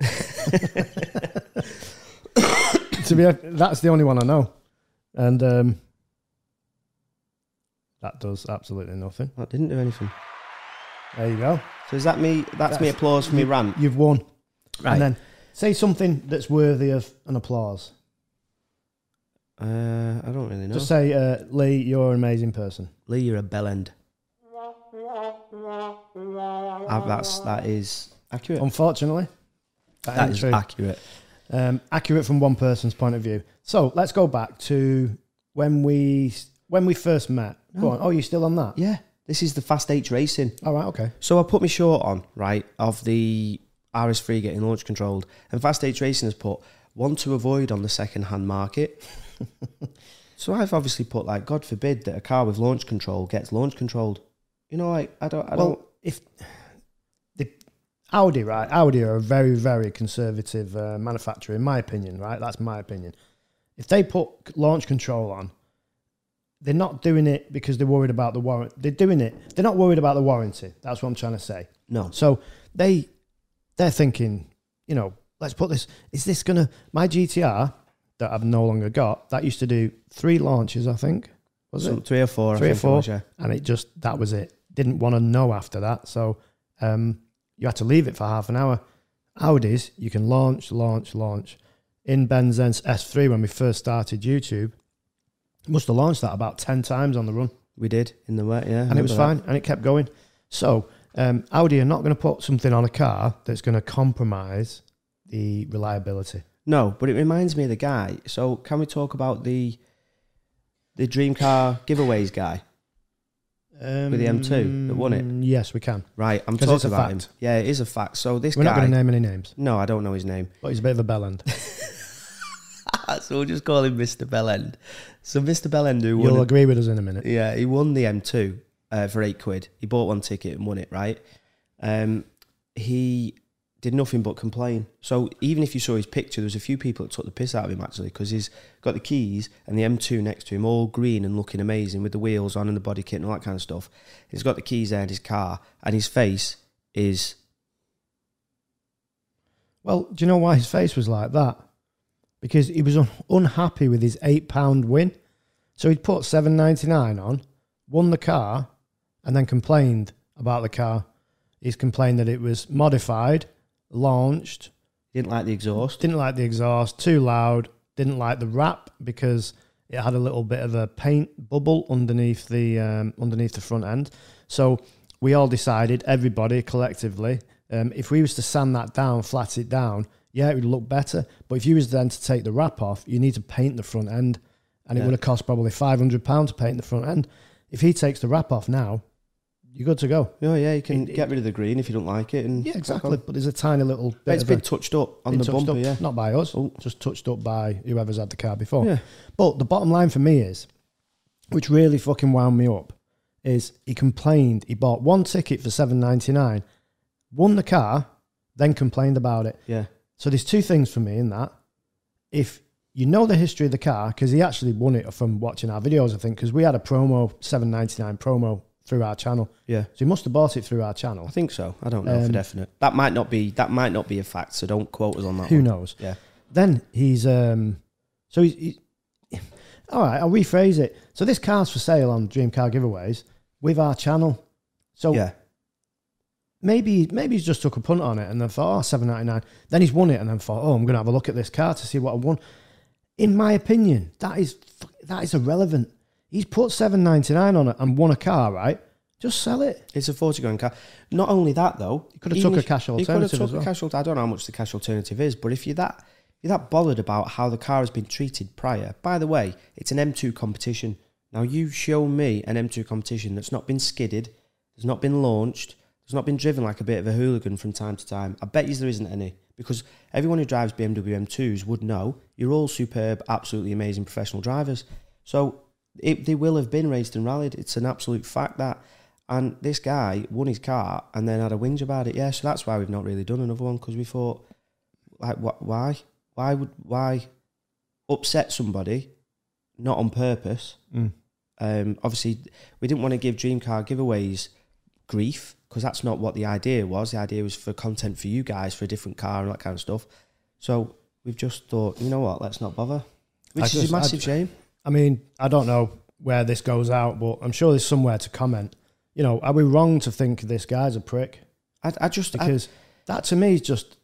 [SPEAKER 1] to be hon- that's the only one I know, and um, that does absolutely nothing.
[SPEAKER 2] That didn't do anything.
[SPEAKER 1] There you go.
[SPEAKER 2] So is that me? That's, me
[SPEAKER 1] That's-
[SPEAKER 2] applause for me rant.
[SPEAKER 1] You've won.
[SPEAKER 2] Right.
[SPEAKER 1] And then say something that's worthy of an applause.
[SPEAKER 2] Uh, I don't really know.
[SPEAKER 1] Just say, uh, Lee, you're an amazing person.
[SPEAKER 2] Lee, you're a bell end. Ah, that's that is accurate.
[SPEAKER 1] Unfortunately, that
[SPEAKER 2] Oh, that
[SPEAKER 1] ain't
[SPEAKER 2] is
[SPEAKER 1] true.
[SPEAKER 2] accurate.
[SPEAKER 1] um, accurate from one person's point of view. So let's go back to when we when we first met. Go on. Oh, you're still on that?
[SPEAKER 2] Yeah, this is the fast H racing.
[SPEAKER 1] All right. Okay.
[SPEAKER 2] So I put my shirt on, right, of the RS3 getting launch controlled, and Fast Age Racing has put one to avoid on the second hand market. so I've obviously put like, God forbid that a car with launch control gets launch controlled. You know, like I don't, I don't.
[SPEAKER 1] Well, if the Audi, right? Audi are a very, very conservative uh, manufacturer, in my opinion. Right? That's my opinion. If they put c- launch control on, they're not doing it because they're worried about the warrant. They're doing it. They're not worried about the warranty. That's what I'm trying to say.
[SPEAKER 2] No,
[SPEAKER 1] So they they're thinking, you know, let's put this. Is this gonna my GTR that I've no longer got that used to do three launches, I think, was
[SPEAKER 2] Some-
[SPEAKER 1] it
[SPEAKER 2] three or four. I
[SPEAKER 1] three or
[SPEAKER 2] think it
[SPEAKER 1] four?
[SPEAKER 2] was, yeah.
[SPEAKER 1] And it just that was it. Didn't want to know after that, so um, you had to leave it for half an hour. Audis, you can launch, launch, launch. In Benzen's S3, when we first started YouTube, must have launched that about ten times on the run
[SPEAKER 2] We did in the wet, yeah.
[SPEAKER 1] and it was
[SPEAKER 2] remember
[SPEAKER 1] fine, and it kept going. So um, Audi are not going to put something on a car that's going to compromise the reliability.
[SPEAKER 2] that. No, but it reminds me of the guy. So can we talk about the the dream car giveaways guy?
[SPEAKER 1] Um,
[SPEAKER 2] the M2 that won it?
[SPEAKER 1] Mm, Yes, we can.
[SPEAKER 2] Right, I'm
[SPEAKER 1] 'Cause it's
[SPEAKER 2] talking
[SPEAKER 1] a
[SPEAKER 2] about
[SPEAKER 1] fact.
[SPEAKER 2] him. Yeah, it is a fact. So this
[SPEAKER 1] We're not
[SPEAKER 2] guy.
[SPEAKER 1] going to name any names,
[SPEAKER 2] no, I don't know his name.
[SPEAKER 1] but he's a bit of a bell end.
[SPEAKER 2] so we'll just call him Mr. Bellend. So Mr. Bellend, who won
[SPEAKER 1] You'll agree with us in a minute.
[SPEAKER 2] Yeah, he won the M2 uh, for eight quid. He bought one ticket and won it, right? Um, he did nothing but complain. So even if you saw his picture, there was a few people that took the piss out of him actually because he's got the keys and the M2 next to him, all green and looking amazing with the wheels on and the body kit and all that kind of stuff. He's got the keys there in his car, and his face is
[SPEAKER 1] Well, do you know why his face was like that? Because he was un- unhappy with his eight pound win, so he'd put seven ninety nine on, won the car, and then complained about the car. He's complained that it was modified, launched,
[SPEAKER 2] didn't like the exhaust.
[SPEAKER 1] didn't like the exhaust, too loud, didn't like the wrap because it had a little bit of a paint bubble underneath the um, underneath the front end. So we all decided, everybody collectively, um, if we was to sand that down, flat it down, yeah, it would look better. But if you was then to take the wrap off, you need to paint the front end, and it
[SPEAKER 2] Yeah.
[SPEAKER 1] would have cost probably five hundred pounds to paint the front end. If he takes the wrap off now, you're good to go.
[SPEAKER 2] Oh yeah, you can
[SPEAKER 1] It- it-
[SPEAKER 2] get rid of the green if you don't like it, and
[SPEAKER 1] Yeah,
[SPEAKER 2] crack
[SPEAKER 1] exactly.
[SPEAKER 2] on.
[SPEAKER 1] But there's a tiny little bit.
[SPEAKER 2] But it's
[SPEAKER 1] of a-
[SPEAKER 2] been touched up Oh. on
[SPEAKER 1] been
[SPEAKER 2] the
[SPEAKER 1] touched
[SPEAKER 2] bumper,
[SPEAKER 1] up,
[SPEAKER 2] yeah.
[SPEAKER 1] Not by us,
[SPEAKER 2] Oh.
[SPEAKER 1] just touched up by whoever's had the car before.
[SPEAKER 2] Yeah.
[SPEAKER 1] But the bottom line for me is, which really fucking wound me up, is he complained he bought one ticket for seven ninety nine, won the car, then complained about it.
[SPEAKER 2] Yeah,
[SPEAKER 1] So there's two things for me in that. If you know the history of the car, because he actually won it from watching our videos, I think, because we had a promo seven ninety nine promo through our channel,
[SPEAKER 2] yeah.
[SPEAKER 1] so he must have bought it through our channel.
[SPEAKER 2] I think so. I don't know for
[SPEAKER 1] Um,
[SPEAKER 2] definite. That might not be that might not be a fact, so don't quote us on that
[SPEAKER 1] Who
[SPEAKER 2] one.
[SPEAKER 1] knows?
[SPEAKER 2] Yeah.
[SPEAKER 1] Then he's um, so he's, he's all right. I'll rephrase it. So this car's for sale on Dream Car Giveaways with our channel. So
[SPEAKER 2] Yeah.
[SPEAKER 1] maybe maybe he's just took a punt on it and then thought, oh, seven ninety nine. Then he's won it and then thought, oh, I'm going to have a look at this car to see what I won. In my opinion, that is f- that is irrelevant. He's put seven ninety nine on it and won a car, right? Just sell it.
[SPEAKER 2] It's a 40 grand car. Not only that though, you
[SPEAKER 1] could have took a cash
[SPEAKER 2] You could
[SPEAKER 1] alternative
[SPEAKER 2] have
[SPEAKER 1] as
[SPEAKER 2] took
[SPEAKER 1] well.
[SPEAKER 2] a cash alternative. I don't know how much the cash alternative is, but if you're that you're that bothered about how the car has been treated prior. By the way, it's an M2 competition. Now you show me an M2 competition that's not been skidded, has not been launched, has not been driven like a bit of a hooligan from time to time. I bet you there isn't any because everyone who drives BMW M2s would know you're all superb, absolutely amazing professional drivers. So it, they will have been raced and rallied. It's an absolute fact that. And this guy won his car and then had a whinge about it. Yeah, so that's why we've not really done another one because we thought, like, wh- why? Why would why upset somebody, not on purpose?
[SPEAKER 1] Mm.
[SPEAKER 2] Um, obviously, we didn't want to give dream car giveaways grief because that's not what the idea was. The idea was for content for you guys for a different car and that kind of stuff. So we've just thought, you know what? Let's not bother, which
[SPEAKER 1] I
[SPEAKER 2] is
[SPEAKER 1] just-
[SPEAKER 2] a
[SPEAKER 1] I-
[SPEAKER 2] massive shame.
[SPEAKER 1] I mean, I don't know where this goes out, but I'm sure there's somewhere to comment. You know, are we wrong to think this guy's a prick?
[SPEAKER 2] I, I just I-
[SPEAKER 1] because that to me is just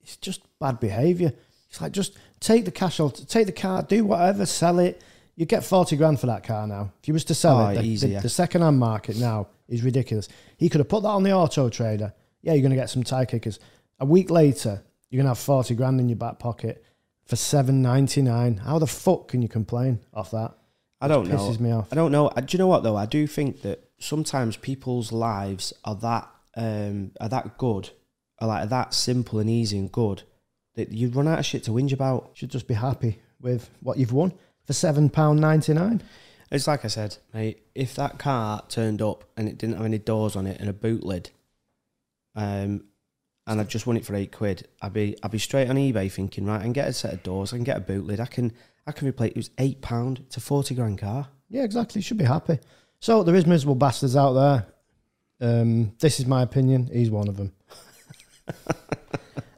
[SPEAKER 1] it's just bad behavior. It's like just take the cash or take the car, do whatever, sell it. You get forty grand for that car now. If you was to sell
[SPEAKER 2] Oh,
[SPEAKER 1] it, the,
[SPEAKER 2] easy,
[SPEAKER 1] the,
[SPEAKER 2] yeah.
[SPEAKER 1] the second hand market now is ridiculous. He could have put that on the auto trader. Yeah, you're gonna get some tie kickers. A week later, you're gonna have forty grand in your back pocket for seven ninety nine. How the fuck can you complain off that?
[SPEAKER 2] I don't know.
[SPEAKER 1] Pisses me off.
[SPEAKER 2] I don't know. Uh, Do you know what though? I do think that sometimes people's lives are that um, are that good, are like that simple and easy and good that you run out of shit to whinge about.
[SPEAKER 1] You should just be happy with what you've won for seven pound ninety nine.
[SPEAKER 2] It's like I said, mate. If that car turned up and it didn't have any doors on it and a boot lid, um, and I've just won it for eight quid, I'd be I'd be straight on eBay thinking right, I can get a set of doors, I can get a boot lid, I can I can replace it was eight pound to forty grand car.
[SPEAKER 1] Yeah, exactly. You should be happy. So there is miserable bastards out there. Um, this is my opinion. He's one of them.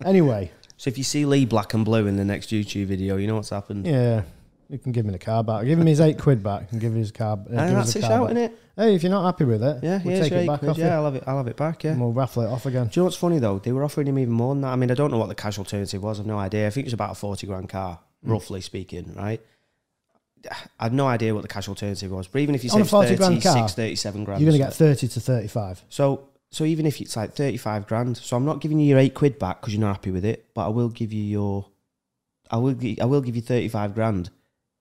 [SPEAKER 1] anyway,
[SPEAKER 2] So if you see Lee black and blue in the next YouTube video, you know what's happened.
[SPEAKER 1] yeah, you can give him the car back. Give him his eight quid back and give his car. Uh,
[SPEAKER 2] And
[SPEAKER 1] give us
[SPEAKER 2] that's
[SPEAKER 1] the
[SPEAKER 2] it
[SPEAKER 1] car
[SPEAKER 2] out,
[SPEAKER 1] back.
[SPEAKER 2] isn't it?
[SPEAKER 1] Hey, if you're not happy with it,
[SPEAKER 2] Yeah,
[SPEAKER 1] we'll
[SPEAKER 2] yeah,
[SPEAKER 1] take
[SPEAKER 2] sure,
[SPEAKER 1] it
[SPEAKER 2] you
[SPEAKER 1] back
[SPEAKER 2] could.
[SPEAKER 1] off you.
[SPEAKER 2] yeah, I'll have it. I'll have it back. Yeah.
[SPEAKER 1] And we'll raffle it off again.
[SPEAKER 2] Do you know what's funny though? They were offering him even more than that. I mean, I don't know what the cash alternative was. I've no idea. I think it was about a forty grand car,
[SPEAKER 1] Hmm.
[SPEAKER 2] roughly speaking, right? I had no idea what the cash alternative was. But even if you
[SPEAKER 1] On
[SPEAKER 2] say
[SPEAKER 1] a
[SPEAKER 2] it's
[SPEAKER 1] 40 grand
[SPEAKER 2] 36,
[SPEAKER 1] car,
[SPEAKER 2] 37 grand,
[SPEAKER 1] You're going to
[SPEAKER 2] or
[SPEAKER 1] get 30 to 35.
[SPEAKER 2] so so even if it's like 35 grand, so I'm not giving you your 8 quid back because you're not happy with it, but I will give you your I will gi- I will give you 35 grand.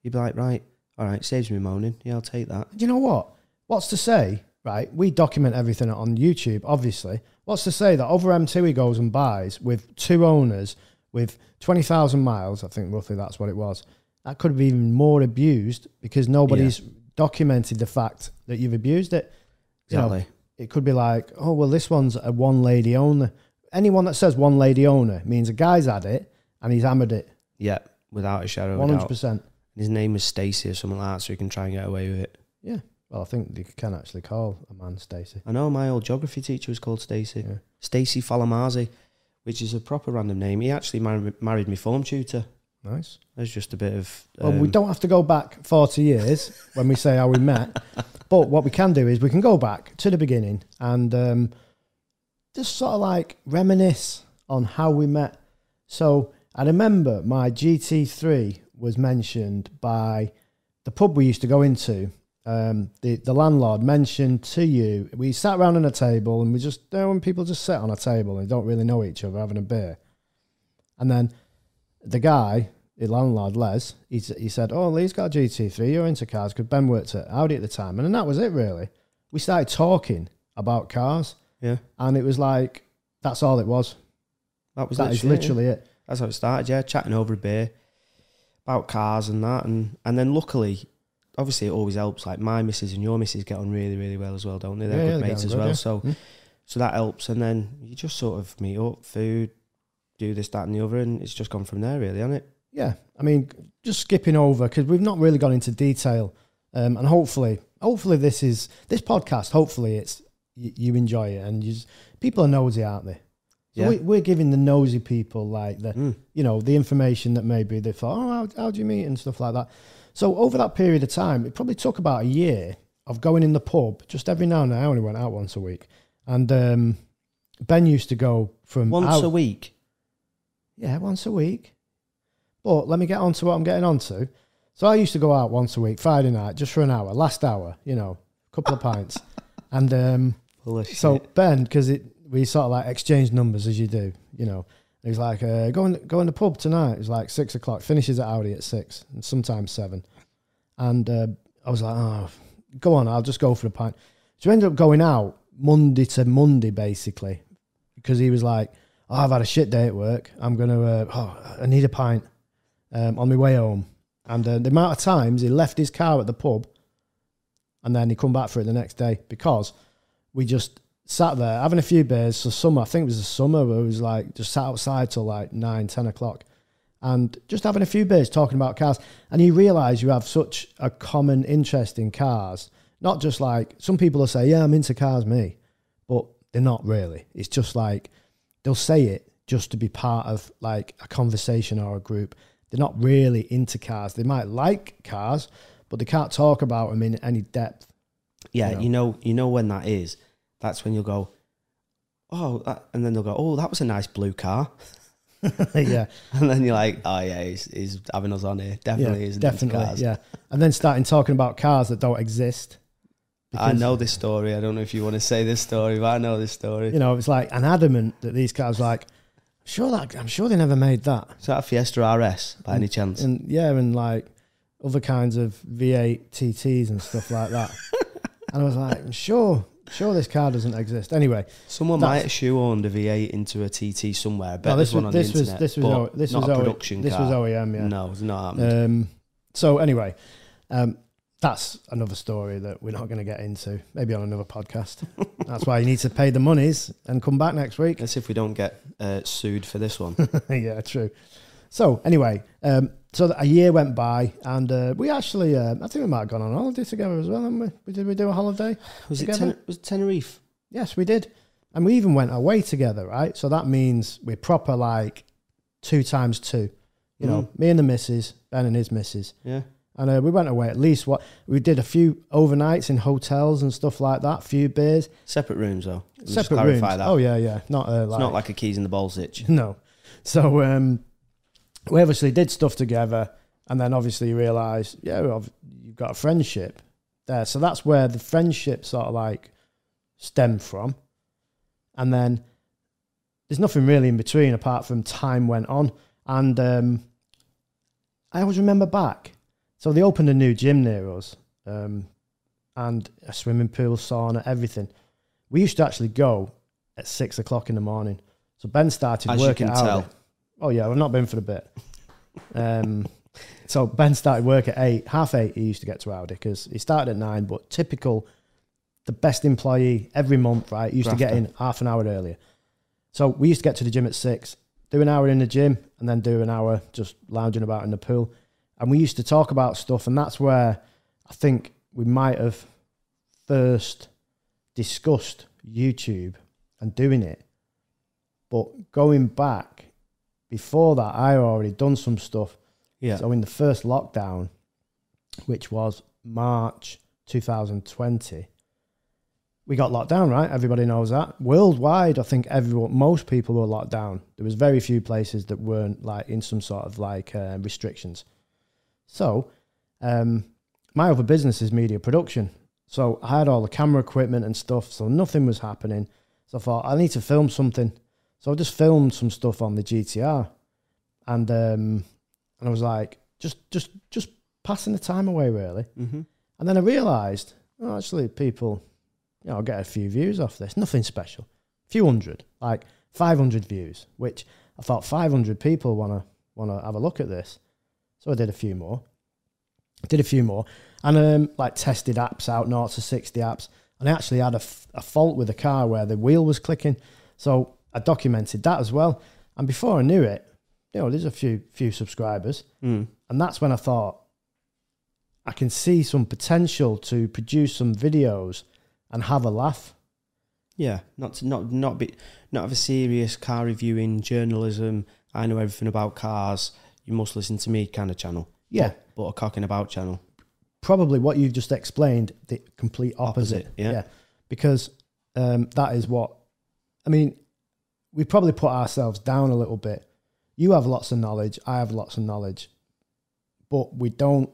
[SPEAKER 2] You'd be like, "Right. All right, saves me moaning. Yeah, I'll take that."
[SPEAKER 1] Do you know what? What's to say, right? We document everything on YouTube, obviously. What's to say that over M2 he goes and buys with two owners with 20,000 miles, I think roughly that's what it was. That could have been even more abused because nobody's documented the fact that you've abused it. You know,
[SPEAKER 2] Exactly.
[SPEAKER 1] it could be like, oh, well, this one's a one lady owner. Anyone that says one lady owner means a guy's had it and he's hammered it
[SPEAKER 2] Yeah, without a shadow of a doubt.
[SPEAKER 1] 100%.
[SPEAKER 2] His name was Stacy or something like that, so he can try and get away with it.
[SPEAKER 1] Yeah. Well, I think you can actually call a man Stacy.
[SPEAKER 2] I know my old geography teacher was called Stacy.
[SPEAKER 1] Yeah.
[SPEAKER 2] Stacy Falamazzi, which is a proper random name. He actually mar- married my form tutor.
[SPEAKER 1] Nice.
[SPEAKER 2] There's just a bit of.
[SPEAKER 1] Well, we
[SPEAKER 2] um,
[SPEAKER 1] don't have to go back 40 years when we say how we met. But what we can do is we can go back to the beginning and um, just sort of like reminisce on how we met. So I remember my GT3 was mentioned by the pub we used to go into. Um, the, the landlord mentioned to you, we sat around on a table and we just, you know, when people just sit on a table and don't really know each other having a beer. And then the guy, the landlord, Les, he, s- he said, Oh, Lee's got a GT3, you're into cars, because Ben worked at Audi at the time. And then that was it, really. We started talking about cars,
[SPEAKER 2] Yeah,
[SPEAKER 1] and it was like, that's all it was.
[SPEAKER 2] that was
[SPEAKER 1] That is
[SPEAKER 2] literally, it,
[SPEAKER 1] literally
[SPEAKER 2] yeah.
[SPEAKER 1] it.
[SPEAKER 2] That's how it started. Yeah, chatting over a beer about cars and that, and and then luckily, obviously, it always helps. Like my missus and your missus get on really, really well as well, don't they? They're
[SPEAKER 1] Yeah, yeah,
[SPEAKER 2] good
[SPEAKER 1] they get
[SPEAKER 2] mates
[SPEAKER 1] on
[SPEAKER 2] as
[SPEAKER 1] good,
[SPEAKER 2] well.
[SPEAKER 1] yeah.
[SPEAKER 2] So
[SPEAKER 1] Mm.
[SPEAKER 2] so that helps. And then you just sort of meet up, food, do this, that, and the other, and it's just gone from there, really, hasn't it?
[SPEAKER 1] Yeah. I mean, just skipping over, because we've not really gone into detail. Um, and hopefully, hopefully, this is this podcast, hopefully, it's you, you enjoy it. And you s- people are nosy, aren't they? So
[SPEAKER 2] Yeah.
[SPEAKER 1] we, we're giving the nosy people like the,
[SPEAKER 2] Mm.
[SPEAKER 1] you know, the information that maybe they thought, oh, how, how do you meet and stuff like that. So over that period of time, it probably took about a year of going in the pub just every now and then. I only went out once a week, and um, Ben used to go from
[SPEAKER 2] Once
[SPEAKER 1] out,
[SPEAKER 2] a week.
[SPEAKER 1] yeah, once a week. But let me get on to what I'm getting on to. So I used to go out once a week, Friday night, just for an hour, last hour, you know, a couple of pints, and um,
[SPEAKER 2] Full of
[SPEAKER 1] so
[SPEAKER 2] shit.
[SPEAKER 1] Ben, because it we sort of like exchanged numbers as you do, you know. He was like, uh, go in go in the pub tonight. It was like six o'clock. Finishes at Audi at six, and sometimes seven. And uh, I was like, oh, go on, I'll just go for a pint. So we ended up going out Monday to Monday basically, because he was like, oh, I've had a shit day at work. I'm gonna, uh, oh, I need a pint um, on my way home. And uh, the amount of times he left his car at the pub, and then he come back for it the next day because we just sat there having a few beers. So summer, I think it was the summer where it was like just sat outside till like nine, ten o'clock, and just having a few beers talking about cars. And you realise you have such a common interest in cars. Not just like some people will say, "Yeah, I'm into cars, me," but they're not really. It's just like they'll say it just to be part of like a conversation or a group. They're not really into cars. They might like cars, but they can't talk about them in any depth.
[SPEAKER 2] Yeah,
[SPEAKER 1] you
[SPEAKER 2] you know, you know when that is. That's when you'll go, oh, that, and then they'll go, oh, that was a nice blue car,
[SPEAKER 1] yeah.
[SPEAKER 2] and then you're like, oh yeah, he's, he's having us on here. Definitely
[SPEAKER 1] yeah,
[SPEAKER 2] is
[SPEAKER 1] definitely, yeah. And then starting talking about cars that don't exist.
[SPEAKER 2] I know this story. I don't know if you want to say this story, but I know this story.
[SPEAKER 1] You know, it's like an adamant that these cars, like, sure, that I'm sure they never made that.
[SPEAKER 2] Is that a Fiesta RS
[SPEAKER 1] Mm.
[SPEAKER 2] by any chance?
[SPEAKER 1] And yeah, and like other kinds of V8 TTs and stuff like that. and I was like, I'm sure, sure, this car doesn't exist. Anyway,
[SPEAKER 2] Someone
[SPEAKER 1] that's-
[SPEAKER 2] might have shoehorned a V8 into a TT somewhere. I bet
[SPEAKER 1] no,
[SPEAKER 2] this
[SPEAKER 1] this
[SPEAKER 2] one
[SPEAKER 1] was
[SPEAKER 2] on
[SPEAKER 1] this
[SPEAKER 2] the
[SPEAKER 1] was
[SPEAKER 2] internet.
[SPEAKER 1] this was
[SPEAKER 2] but
[SPEAKER 1] O- this
[SPEAKER 2] not
[SPEAKER 1] was
[SPEAKER 2] a
[SPEAKER 1] O-
[SPEAKER 2] production
[SPEAKER 1] this
[SPEAKER 2] car.
[SPEAKER 1] was OEM, yeah.
[SPEAKER 2] No, it's not happening.
[SPEAKER 1] Um, so anyway, um, that's another story that we're not going to get into. Maybe on another podcast. that's why you need to pay the monies and come back next week.
[SPEAKER 2] Let's see if we don't get uh, sued for this one.
[SPEAKER 1] yeah, true. So anyway, um, so a year went by, and uh, we actually, uh, I think we might have gone on holiday together as well. Didn't we? We- Did we do a holiday?
[SPEAKER 2] was it
[SPEAKER 1] Together?
[SPEAKER 2] ten- was it Tenerife?
[SPEAKER 1] Yes, we did, and we even went away together, right? So that means we're proper like two times two. You know, me and the missus, Ben and his missus.
[SPEAKER 2] Yeah.
[SPEAKER 1] And uh, we went away at least what we did a few overnights in hotels and stuff like that, few beers,
[SPEAKER 2] Separate rooms though. Let's just
[SPEAKER 1] separate rooms.
[SPEAKER 2] Clarify that.
[SPEAKER 1] Oh yeah, yeah, not uh,
[SPEAKER 2] It's not like a keys in the balls itch.
[SPEAKER 1] no. So um, we obviously did stuff together, and then obviously you realise, yeah, well, I've- you've got a friendship there. So that's where the friendship sort of like stemmed from. And then there's nothing really in between apart from time went on. And um, I always remember back. So they opened a new gym near us, um, and a swimming pool, sauna, everything. We used to actually go at six o'clock in the morning. So Ben started
[SPEAKER 2] As you
[SPEAKER 1] working
[SPEAKER 2] can
[SPEAKER 1] out.
[SPEAKER 2] tell.
[SPEAKER 1] Oh yeah, I've not been for a bit. Um, so Ben started work at eight, half eight. He used to get to Audi because he started at nine. But typical, the best employee every month, right? Used to get
[SPEAKER 2] Grafter.
[SPEAKER 1] in half an hour earlier. So we used to get to the gym at six, do an hour in the gym, and then do an hour just lounging about in the pool. And we used to talk about stuff, and that's where I think we might have first discussed YouTube and doing it. But going back before that, I had already done some stuff.
[SPEAKER 2] Yeah.
[SPEAKER 1] So in the first lockdown, which was March 2020, we got locked down, right? Everybody knows that. Worldwide, I think everyone, most people were locked down. There was very few places that weren't like in some sort of like uh, restrictions. So, um, my other business is media production. So I had all the camera equipment and stuff. So nothing was happening. So I thought I need to film something. So I just filmed some stuff on the GTR, and um, and I was like, just just just passing the time away really.
[SPEAKER 2] Mm-hmm.
[SPEAKER 1] And then I realised, oh, actually, people, you know, I'll get a few views off this. Nothing special. A few hundred, like 500 views, which I thought 500 people want to want to have a look at this. So I did a few more. Did a few more. And um, like tested apps out, 0 to 60 apps. And I actually had a, f- a fault with the car where the wheel was clicking. So I documented that as well. And before I knew it, you know, there's a few few subscribers.
[SPEAKER 2] Mm.
[SPEAKER 1] And that's when I thought, I can see some potential to produce some videos and have a laugh.
[SPEAKER 2] Yeah, not to, not not be not have a serious car reviewing journalism. I know everything about cars. You must listen to me kind of channel,
[SPEAKER 1] Yeah.
[SPEAKER 2] but a cock and about channel.
[SPEAKER 1] Probably what you've just explained, the complete opposite.
[SPEAKER 2] Opposite, yeah.
[SPEAKER 1] Because um, that is what, I mean, we probably put ourselves down a little bit. You have lots of knowledge. I have lots of knowledge. But we don't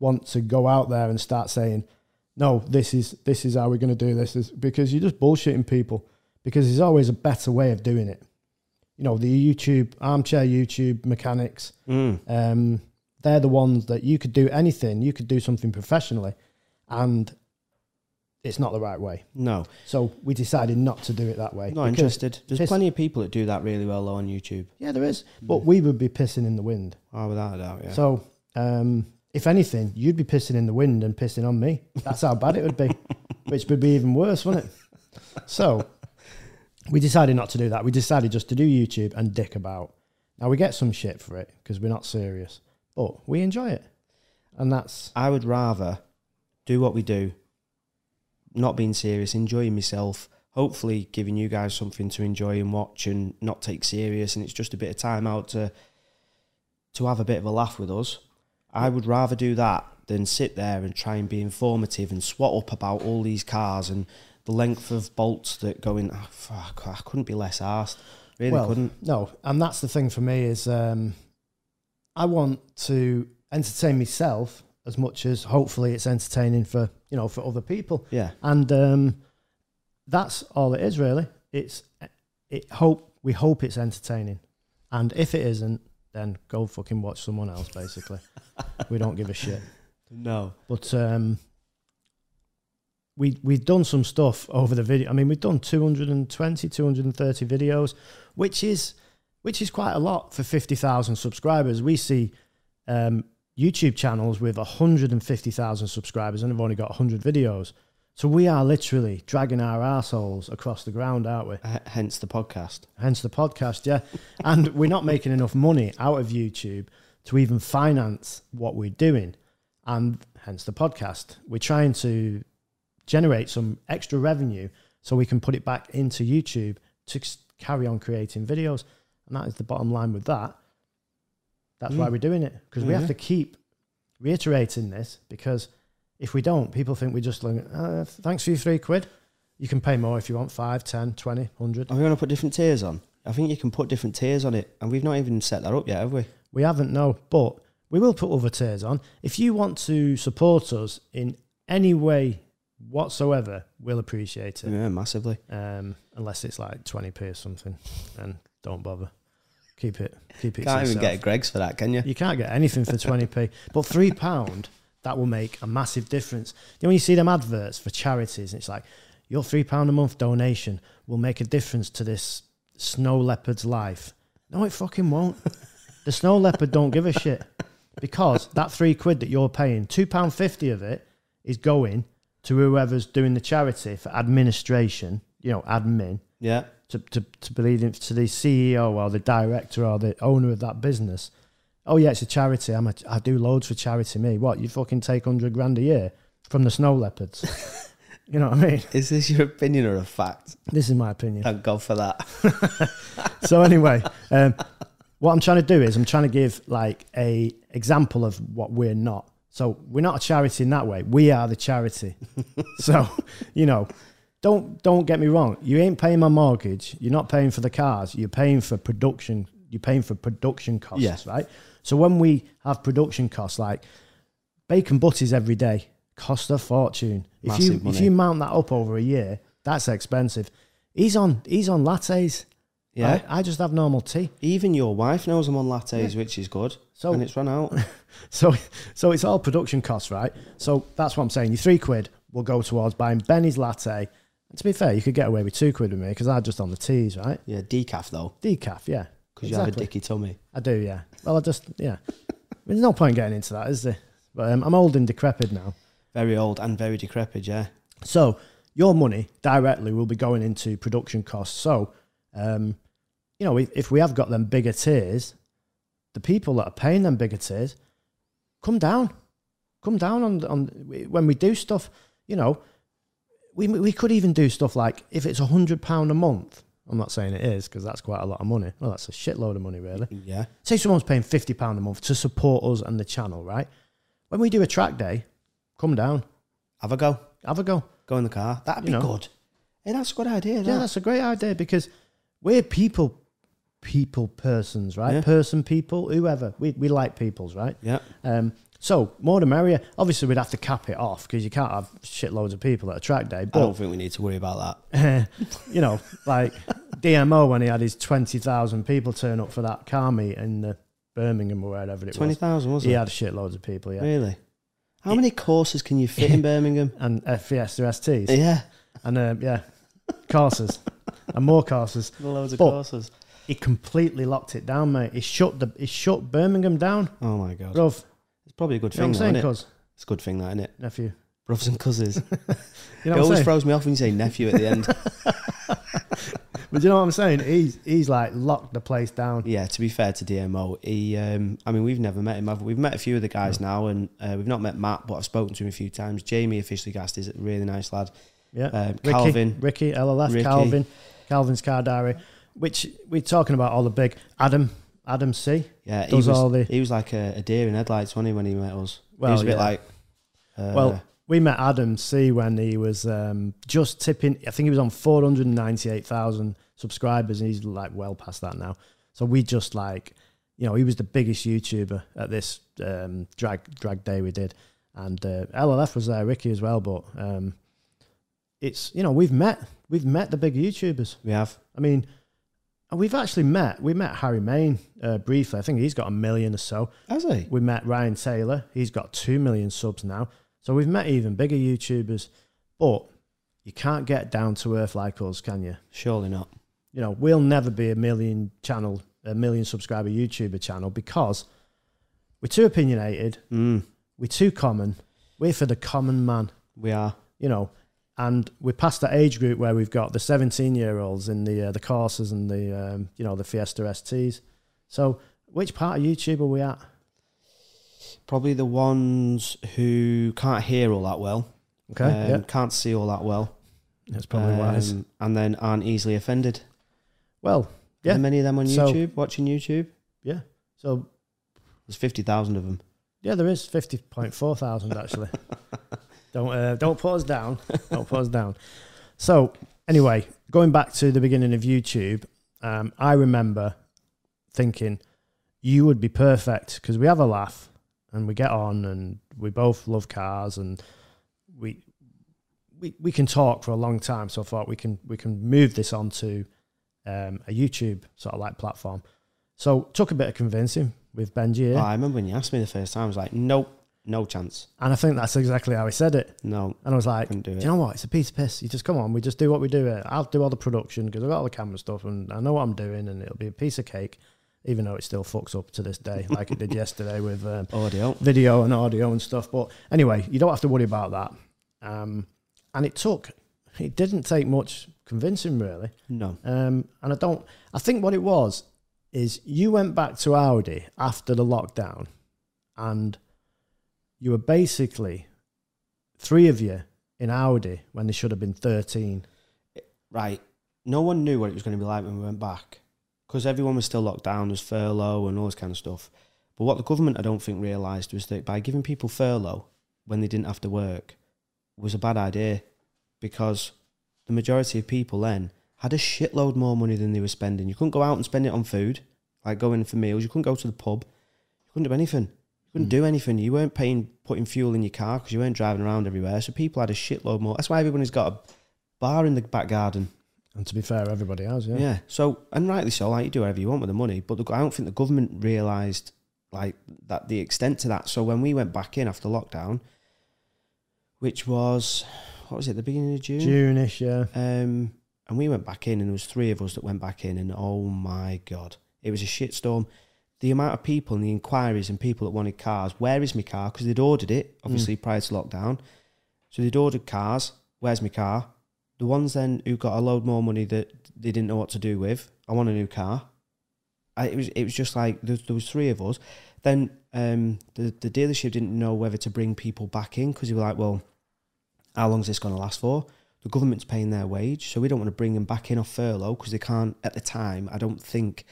[SPEAKER 1] want to go out there and start saying, no, this is this is how we're going to do this, this because you're just bullshitting people. Because there's always a better way of doing it. You know, the YouTube armchair YouTube mechanics,
[SPEAKER 2] Mm.
[SPEAKER 1] um, they're the ones that you could do anything, you could do something professionally, and it's not the right way.
[SPEAKER 2] No,
[SPEAKER 1] So we decided not to do it that way.
[SPEAKER 2] not
[SPEAKER 1] because-
[SPEAKER 2] interested. There's
[SPEAKER 1] piss-
[SPEAKER 2] plenty of people that do that really well though on YouTube.
[SPEAKER 1] Yeah, there is, but we would be pissing in the wind.
[SPEAKER 2] Oh, without a doubt, Hmm. yeah.
[SPEAKER 1] So um, if anything, you'd be pissing in the wind and pissing on me. That's how bad it would be, which would be even worse, wouldn't it? So we decided not to do that. We decided just to do YouTube and dick about. Now we get some shit for it because we're not serious, but we enjoy it, and that's
[SPEAKER 2] I would rather do what we do, not being serious, enjoying myself, hopefully giving you guys something to enjoy and watch and not take serious. And it's just a bit of time out to to have a bit of a laugh with us. I would rather do that than sit there and try and be informative and swat up about all these cars and the length of bolts that go in. Oh, fuck, I couldn't be less arsed. Really
[SPEAKER 1] Well,
[SPEAKER 2] couldn't.
[SPEAKER 1] No, and that's the thing for me is um, I want to entertain myself as much as hopefully it's entertaining for you know for other people,
[SPEAKER 2] Yeah.
[SPEAKER 1] and um, that's all it is really. It's it hope we hope it's entertaining, and if it isn't, then go fucking watch someone else. Basically, we don't give a shit.
[SPEAKER 2] No.
[SPEAKER 1] But um, we we've done some stuff over the video. I mean, we've done 220, 230 videos, which is which is quite a lot for fifty thousand subscribers. We see um, YouTube channels with hundred and fifty thousand subscribers, and they've only got hundred videos. So we are literally dragging our arseholes across the ground, aren't we?
[SPEAKER 2] H- hence the podcast.
[SPEAKER 1] hence the podcast yeah and we're not making enough money out of youtube to even finance what we're doing and hence the podcast we're trying to generate some extra revenue so we can put it back into youtube to s- carry on creating videos and that is the bottom line with that that's why
[SPEAKER 2] Mm.
[SPEAKER 1] we're doing it because we have
[SPEAKER 2] Mhm.
[SPEAKER 1] to keep reiterating this because if we don't people think we're just like uh, thanks for your three quid you can pay more if you want five ten twenty hundred
[SPEAKER 2] Are we going to put different tiers on? I think you can put different tiers on it, and we've not even set that up yet, have we?
[SPEAKER 1] We haven't, no, but we will put other tiers on. If you want to support us in any way whatsoever, we'll appreciate it.
[SPEAKER 2] Yeah, massively.
[SPEAKER 1] Um, unless it's like 20p or something, then don't bother. Keep it, keep it. to
[SPEAKER 2] Can't even
[SPEAKER 1] yourself.
[SPEAKER 2] get Greg's for that, can you?
[SPEAKER 1] You can't get anything for 20p, but three pound that will make a massive difference. You know, when you see them adverts for charities, and it's like your three pound a month donation will make a difference to this snow leopard's life. No, it fucking won't. The snow leopard don't give a shit because that three quid that you're paying, two pound fifty of it is going to whoever's doing the charity for administration. You know, admin
[SPEAKER 2] Yeah,
[SPEAKER 1] to, to, to believe in to the CEO or the director or the owner of that business. Oh yeah, it's a charity. I'm a, I do loads for charity. Me, what you fucking take hundred grand a year from the snow leopards? You know what I mean?
[SPEAKER 2] Is this your opinion or a fact?
[SPEAKER 1] This is my opinion.
[SPEAKER 2] Thank God for that.
[SPEAKER 1] so anyway, um, what I'm trying to do is I'm trying to give like a example of what we're not. So we're not a charity in that way. We are the charity. so, you know, don't don't get me wrong. You ain't paying my mortgage. You're not paying for the cars. You're paying for production. You're paying for production costs,
[SPEAKER 2] Yeah.
[SPEAKER 1] right? So when we have production costs like bacon butties every day cost a fortune. If you
[SPEAKER 2] Massive money.
[SPEAKER 1] if you mount that up over a year, that's expensive. He's on he's on lattes.
[SPEAKER 2] Yeah.
[SPEAKER 1] I, I just have normal tea.
[SPEAKER 2] Even your wife knows I'm on lattes, which is good.
[SPEAKER 1] So-
[SPEAKER 2] So and it's run out.
[SPEAKER 1] So, so it's all production costs, right? So that's what I'm saying. Your three quid will go towards buying Benny's latte. And to be fair, you could get away with two quid with me because I'm just on the teas, right?
[SPEAKER 2] yeah, decaf though,
[SPEAKER 1] Decaf, yeah.
[SPEAKER 2] because you have a dicky tummy.
[SPEAKER 1] I do, yeah. Well, I just, yeah. There's no point getting into that, is there? But um, I'm old and decrepit now.
[SPEAKER 2] Very old and very decrepit. Yeah.
[SPEAKER 1] So your money directly will be going into production costs. So, um, you know, if, if we have got them bigger tiers, the people that are paying them bigger tiers, come down, come down on on when we do stuff. You know, we we could even do stuff like if it's a hundred pound a month. I'm not saying it is because that's quite a lot of money. Well, that's a shitload of money, really
[SPEAKER 2] Yeah.
[SPEAKER 1] say someone's paying fifty pound a month to support us and the channel, right? When we do a track day, come down,
[SPEAKER 2] Have a go.
[SPEAKER 1] have a go.
[SPEAKER 2] Go in the car. That'd
[SPEAKER 1] You
[SPEAKER 2] be
[SPEAKER 1] know.
[SPEAKER 2] good. Hey, that's a good idea.
[SPEAKER 1] Yeah,
[SPEAKER 2] that.
[SPEAKER 1] that's a great idea because we're people, people persons, right?
[SPEAKER 2] Yeah.
[SPEAKER 1] Person people, whoever we we like peoples, right?
[SPEAKER 2] Yeah.
[SPEAKER 1] Um, so more the merrier. Obviously, we'd have to cap it off because you can't have shitloads of people at a track day.
[SPEAKER 2] I don't
[SPEAKER 1] But
[SPEAKER 2] think we need to worry about that.
[SPEAKER 1] you know, like DMO when he had his twenty thousand people turn up for that car meet in uh, Birmingham or wherever it
[SPEAKER 2] Twenty
[SPEAKER 1] was.
[SPEAKER 2] thousand, was
[SPEAKER 1] He
[SPEAKER 2] it?
[SPEAKER 1] had shitloads of people, yeah.
[SPEAKER 2] Really? How many courses can you fit in Birmingham?
[SPEAKER 1] and uh, Fiesta STs
[SPEAKER 2] Yeah.
[SPEAKER 1] and uh, yeah, courses and more courses.
[SPEAKER 2] Loads of
[SPEAKER 1] But-
[SPEAKER 2] courses.
[SPEAKER 1] He completely locked it down, mate. He shut the he shut Birmingham down,
[SPEAKER 2] Oh my god.
[SPEAKER 1] bruv.
[SPEAKER 2] It's probably a good
[SPEAKER 1] You know
[SPEAKER 2] thing,
[SPEAKER 1] what I'm
[SPEAKER 2] though,
[SPEAKER 1] saying,
[SPEAKER 2] isn't it?
[SPEAKER 1] cuz
[SPEAKER 2] It's a good thing, that isn't it?
[SPEAKER 1] nephew.
[SPEAKER 2] Brothers and cousins.
[SPEAKER 1] You
[SPEAKER 2] it
[SPEAKER 1] know what
[SPEAKER 2] always
[SPEAKER 1] I'm saying?
[SPEAKER 2] throws me off when you say nephew at the end.
[SPEAKER 1] But you know what I'm saying? He's he's like locked the place down.
[SPEAKER 2] yeah. To be fair to DMO, he. Um, I mean, we've never met him. Have we? We've met a few of the guys now, and uh, we've not met Matt, but I've spoken to him a few times. Jamie officially gassed is a really nice lad.
[SPEAKER 1] Yeah,
[SPEAKER 2] Um,
[SPEAKER 1] Ricky,
[SPEAKER 2] Calvin.
[SPEAKER 1] Ricky, LLF,
[SPEAKER 2] Ricky.
[SPEAKER 1] Calvin, Calvin's car diary, which we're talking about all the big Adam, Adam C.
[SPEAKER 2] Yeah, he
[SPEAKER 1] Does
[SPEAKER 2] was,
[SPEAKER 1] all the-
[SPEAKER 2] he was like a, a deer in headlights, wasn't he, when he met us?
[SPEAKER 1] Well,
[SPEAKER 2] he was a bit
[SPEAKER 1] yeah.
[SPEAKER 2] like, uh,
[SPEAKER 1] Well, we met Adam C when he was um, just tipping. I think he was on four hundred ninety-eight thousand subscribers, and he's like well past that now. So we just like, you know, he was the biggest YouTuber at this um, drag drag day we did, and uh, LLF was there, Ricky as well. But um, it's you know we've met we've met the big YouTubers.
[SPEAKER 2] we have.
[SPEAKER 1] I mean, and we've actually met we met Harry Main uh, briefly. I think he's got a million or so.
[SPEAKER 2] Has he?
[SPEAKER 1] We met Ryan Taylor. He's got 2 million subs now. So we've met even bigger YouTubers. But you can't get down to earth like us, can you?
[SPEAKER 2] Surely not.
[SPEAKER 1] You know, we'll never be a million channel, a million subscriber YouTuber channel because we're too opinionated.
[SPEAKER 2] Mm,
[SPEAKER 1] We're too common. We're for the common man,
[SPEAKER 2] we are.
[SPEAKER 1] you know. And we're past that age group where we've got the 17 year olds in the uh, the courses and the, um, you know, the Fiesta STs. So which part of YouTube are we at?
[SPEAKER 2] Probably the ones who can't hear all that well,
[SPEAKER 1] Okay.
[SPEAKER 2] um,
[SPEAKER 1] yeah.
[SPEAKER 2] can't see all that well,
[SPEAKER 1] That's probably
[SPEAKER 2] um,
[SPEAKER 1] wise.
[SPEAKER 2] and then aren't easily offended.
[SPEAKER 1] Well,
[SPEAKER 2] Yeah.
[SPEAKER 1] Yeah.
[SPEAKER 2] many of them on
[SPEAKER 1] So-
[SPEAKER 2] YouTube, watching YouTube?
[SPEAKER 1] So
[SPEAKER 2] There's 50,000 of them.
[SPEAKER 1] yeah, there is fifty point four thousand actually. don't uh, don't put us down. Don't put us down. So anyway, going back to the beginning of YouTube, um, I remember thinking you would be perfect because we have a laugh and we get on and we both love cars and we. We, we can talk for a long time, so I thought we can we can move this onto um, a YouTube sort of like platform. So took a bit of convincing with Benji here.
[SPEAKER 2] Oh, I remember when you asked me the first time, I was like, nope, no chance.
[SPEAKER 1] And I think that's exactly how he said it.
[SPEAKER 2] No,
[SPEAKER 1] And I was like, do
[SPEAKER 2] couldn't do
[SPEAKER 1] you
[SPEAKER 2] it.
[SPEAKER 1] know what? It's a piece of piss. You just come on, we just do what we do. Here. I'll do all the production because I've got all the camera stuff and I know what I'm doing and it'll be a piece of cake, even though it still fucks up to this day, like it did yesterday with um,
[SPEAKER 2] Audio.
[SPEAKER 1] video and audio and stuff. But anyway, you don't have to worry about that. Um, and it took, it didn't take much convincing really.
[SPEAKER 2] No.
[SPEAKER 1] Um, and I don't, I think what it was is you went back to Audi after the lockdown and you were basically three of you in Audi when they should have been 13.
[SPEAKER 2] right, no one knew what it was going to be like when we went back because everyone was still locked down, there's furlough and all this kind of stuff. But what the government, I don't think, realised was that by giving people furlough when they didn't have to work was a bad idea because the majority of people then had a shitload more money than they were spending. You couldn't go out and spend it on food, like going for meals. You couldn't go to the pub. You couldn't do anything. You couldn't do anything. You weren't paying, putting fuel in your car because you weren't driving around everywhere. So people had a shitload more. That's why everybody's got a bar in the back garden.
[SPEAKER 1] And to be fair, everybody has, yeah.
[SPEAKER 2] Yeah. So, and rightly so, like you do whatever you want with the money, but the, I don't think the government realised like that the extent to that. So when we went back in after lockdown, which was what was it the beginning of June,
[SPEAKER 1] June-ish, yeah.
[SPEAKER 2] um, and we went back in, and there was three of us that went back in, and oh my god, it was a shitstorm. The amount of people and the inquiries and people that wanted cars. Where is my car? Because they'd ordered it obviously prior to lockdown, so they'd ordered cars. Where's my car? The ones then who got a load more money that they didn't know what to do with. I want a new car. I, it was it was just like there, there was three of us. Then um, the the dealership didn't know whether to bring people back in because they were like, well, how long's this going to last for? The government's paying their wage, so we don't want to bring them back in off furlough because they can't at the time. I don't think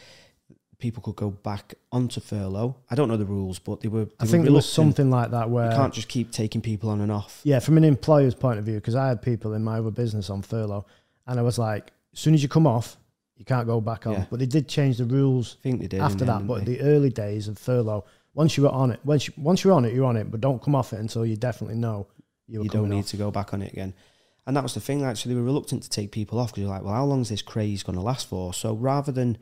[SPEAKER 2] people could go back onto furlough. I don't know the rules, but they were. They
[SPEAKER 1] I think
[SPEAKER 2] were
[SPEAKER 1] there was
[SPEAKER 2] reluctant.
[SPEAKER 1] something uh, like that where
[SPEAKER 2] You can't just keep taking people on and off.
[SPEAKER 1] Yeah, from an employer's point of view, because I had people in my other business on furlough, and I was like, as soon as you come off, you can't go back on.
[SPEAKER 2] Yeah.
[SPEAKER 1] But they did change the rules
[SPEAKER 2] I think they did in
[SPEAKER 1] after
[SPEAKER 2] the
[SPEAKER 1] that.
[SPEAKER 2] end,
[SPEAKER 1] But
[SPEAKER 2] didn't they?
[SPEAKER 1] the early days of furlough, once you were on it, once you, once you're on it, you're on it. But don't come off it until you definitely know you were
[SPEAKER 2] you
[SPEAKER 1] coming
[SPEAKER 2] don't need
[SPEAKER 1] off.
[SPEAKER 2] to go back on it again. And that was the thing. Like, so they were reluctant to take people off because you're like, well, how long is this craze going to last for? So rather than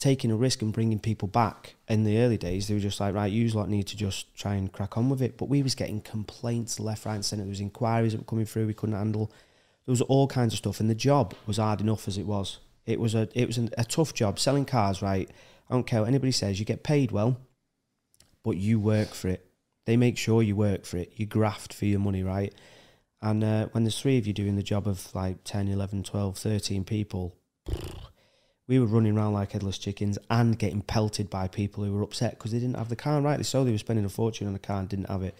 [SPEAKER 2] taking a risk and bringing people back in the early days, they were just like, right, you lot need to just try and crack on with it. But we was getting complaints left, right, and centre. There was inquiries that were coming through. We couldn't handle. There was all kinds of stuff, and the job was hard enough as it was. It was a it was an, a tough job selling cars. Right, I don't care what anybody says. You get paid well, but you work for it. They make sure you work for it. You graft for your money, right? And uh, when there's three of you doing the job of like 10, 11, 12, 13 people, we were running around like headless chickens and getting pelted by people who were upset because they didn't have the car. And rightly so, they were spending a fortune on a car and didn't have it.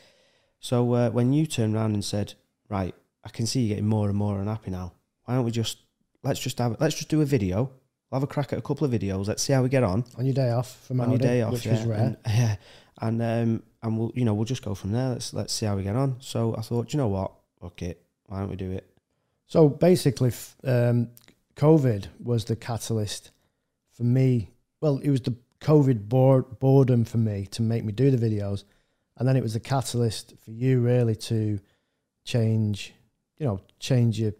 [SPEAKER 2] So uh, when you turned around and said, right, I can see you getting more and more unhappy now. Why don't we just, let's just have, let's just do a video. We'll have a crack at a couple of videos. Let's see how we get on
[SPEAKER 1] On your day off from
[SPEAKER 2] on your
[SPEAKER 1] Audi,
[SPEAKER 2] day off,
[SPEAKER 1] which
[SPEAKER 2] yeah,
[SPEAKER 1] was rare.
[SPEAKER 2] And, yeah, and um, and we'll you know we'll just go from there. Let's let's see how we get on. So I thought, "Do you know what, fuck it, why don't we do it?
[SPEAKER 1] So basically, f- um, COVID was the catalyst for me. Well, it was the COVID bore- boredom for me to make me do the videos, and then it was the catalyst for you really to change, you know, change your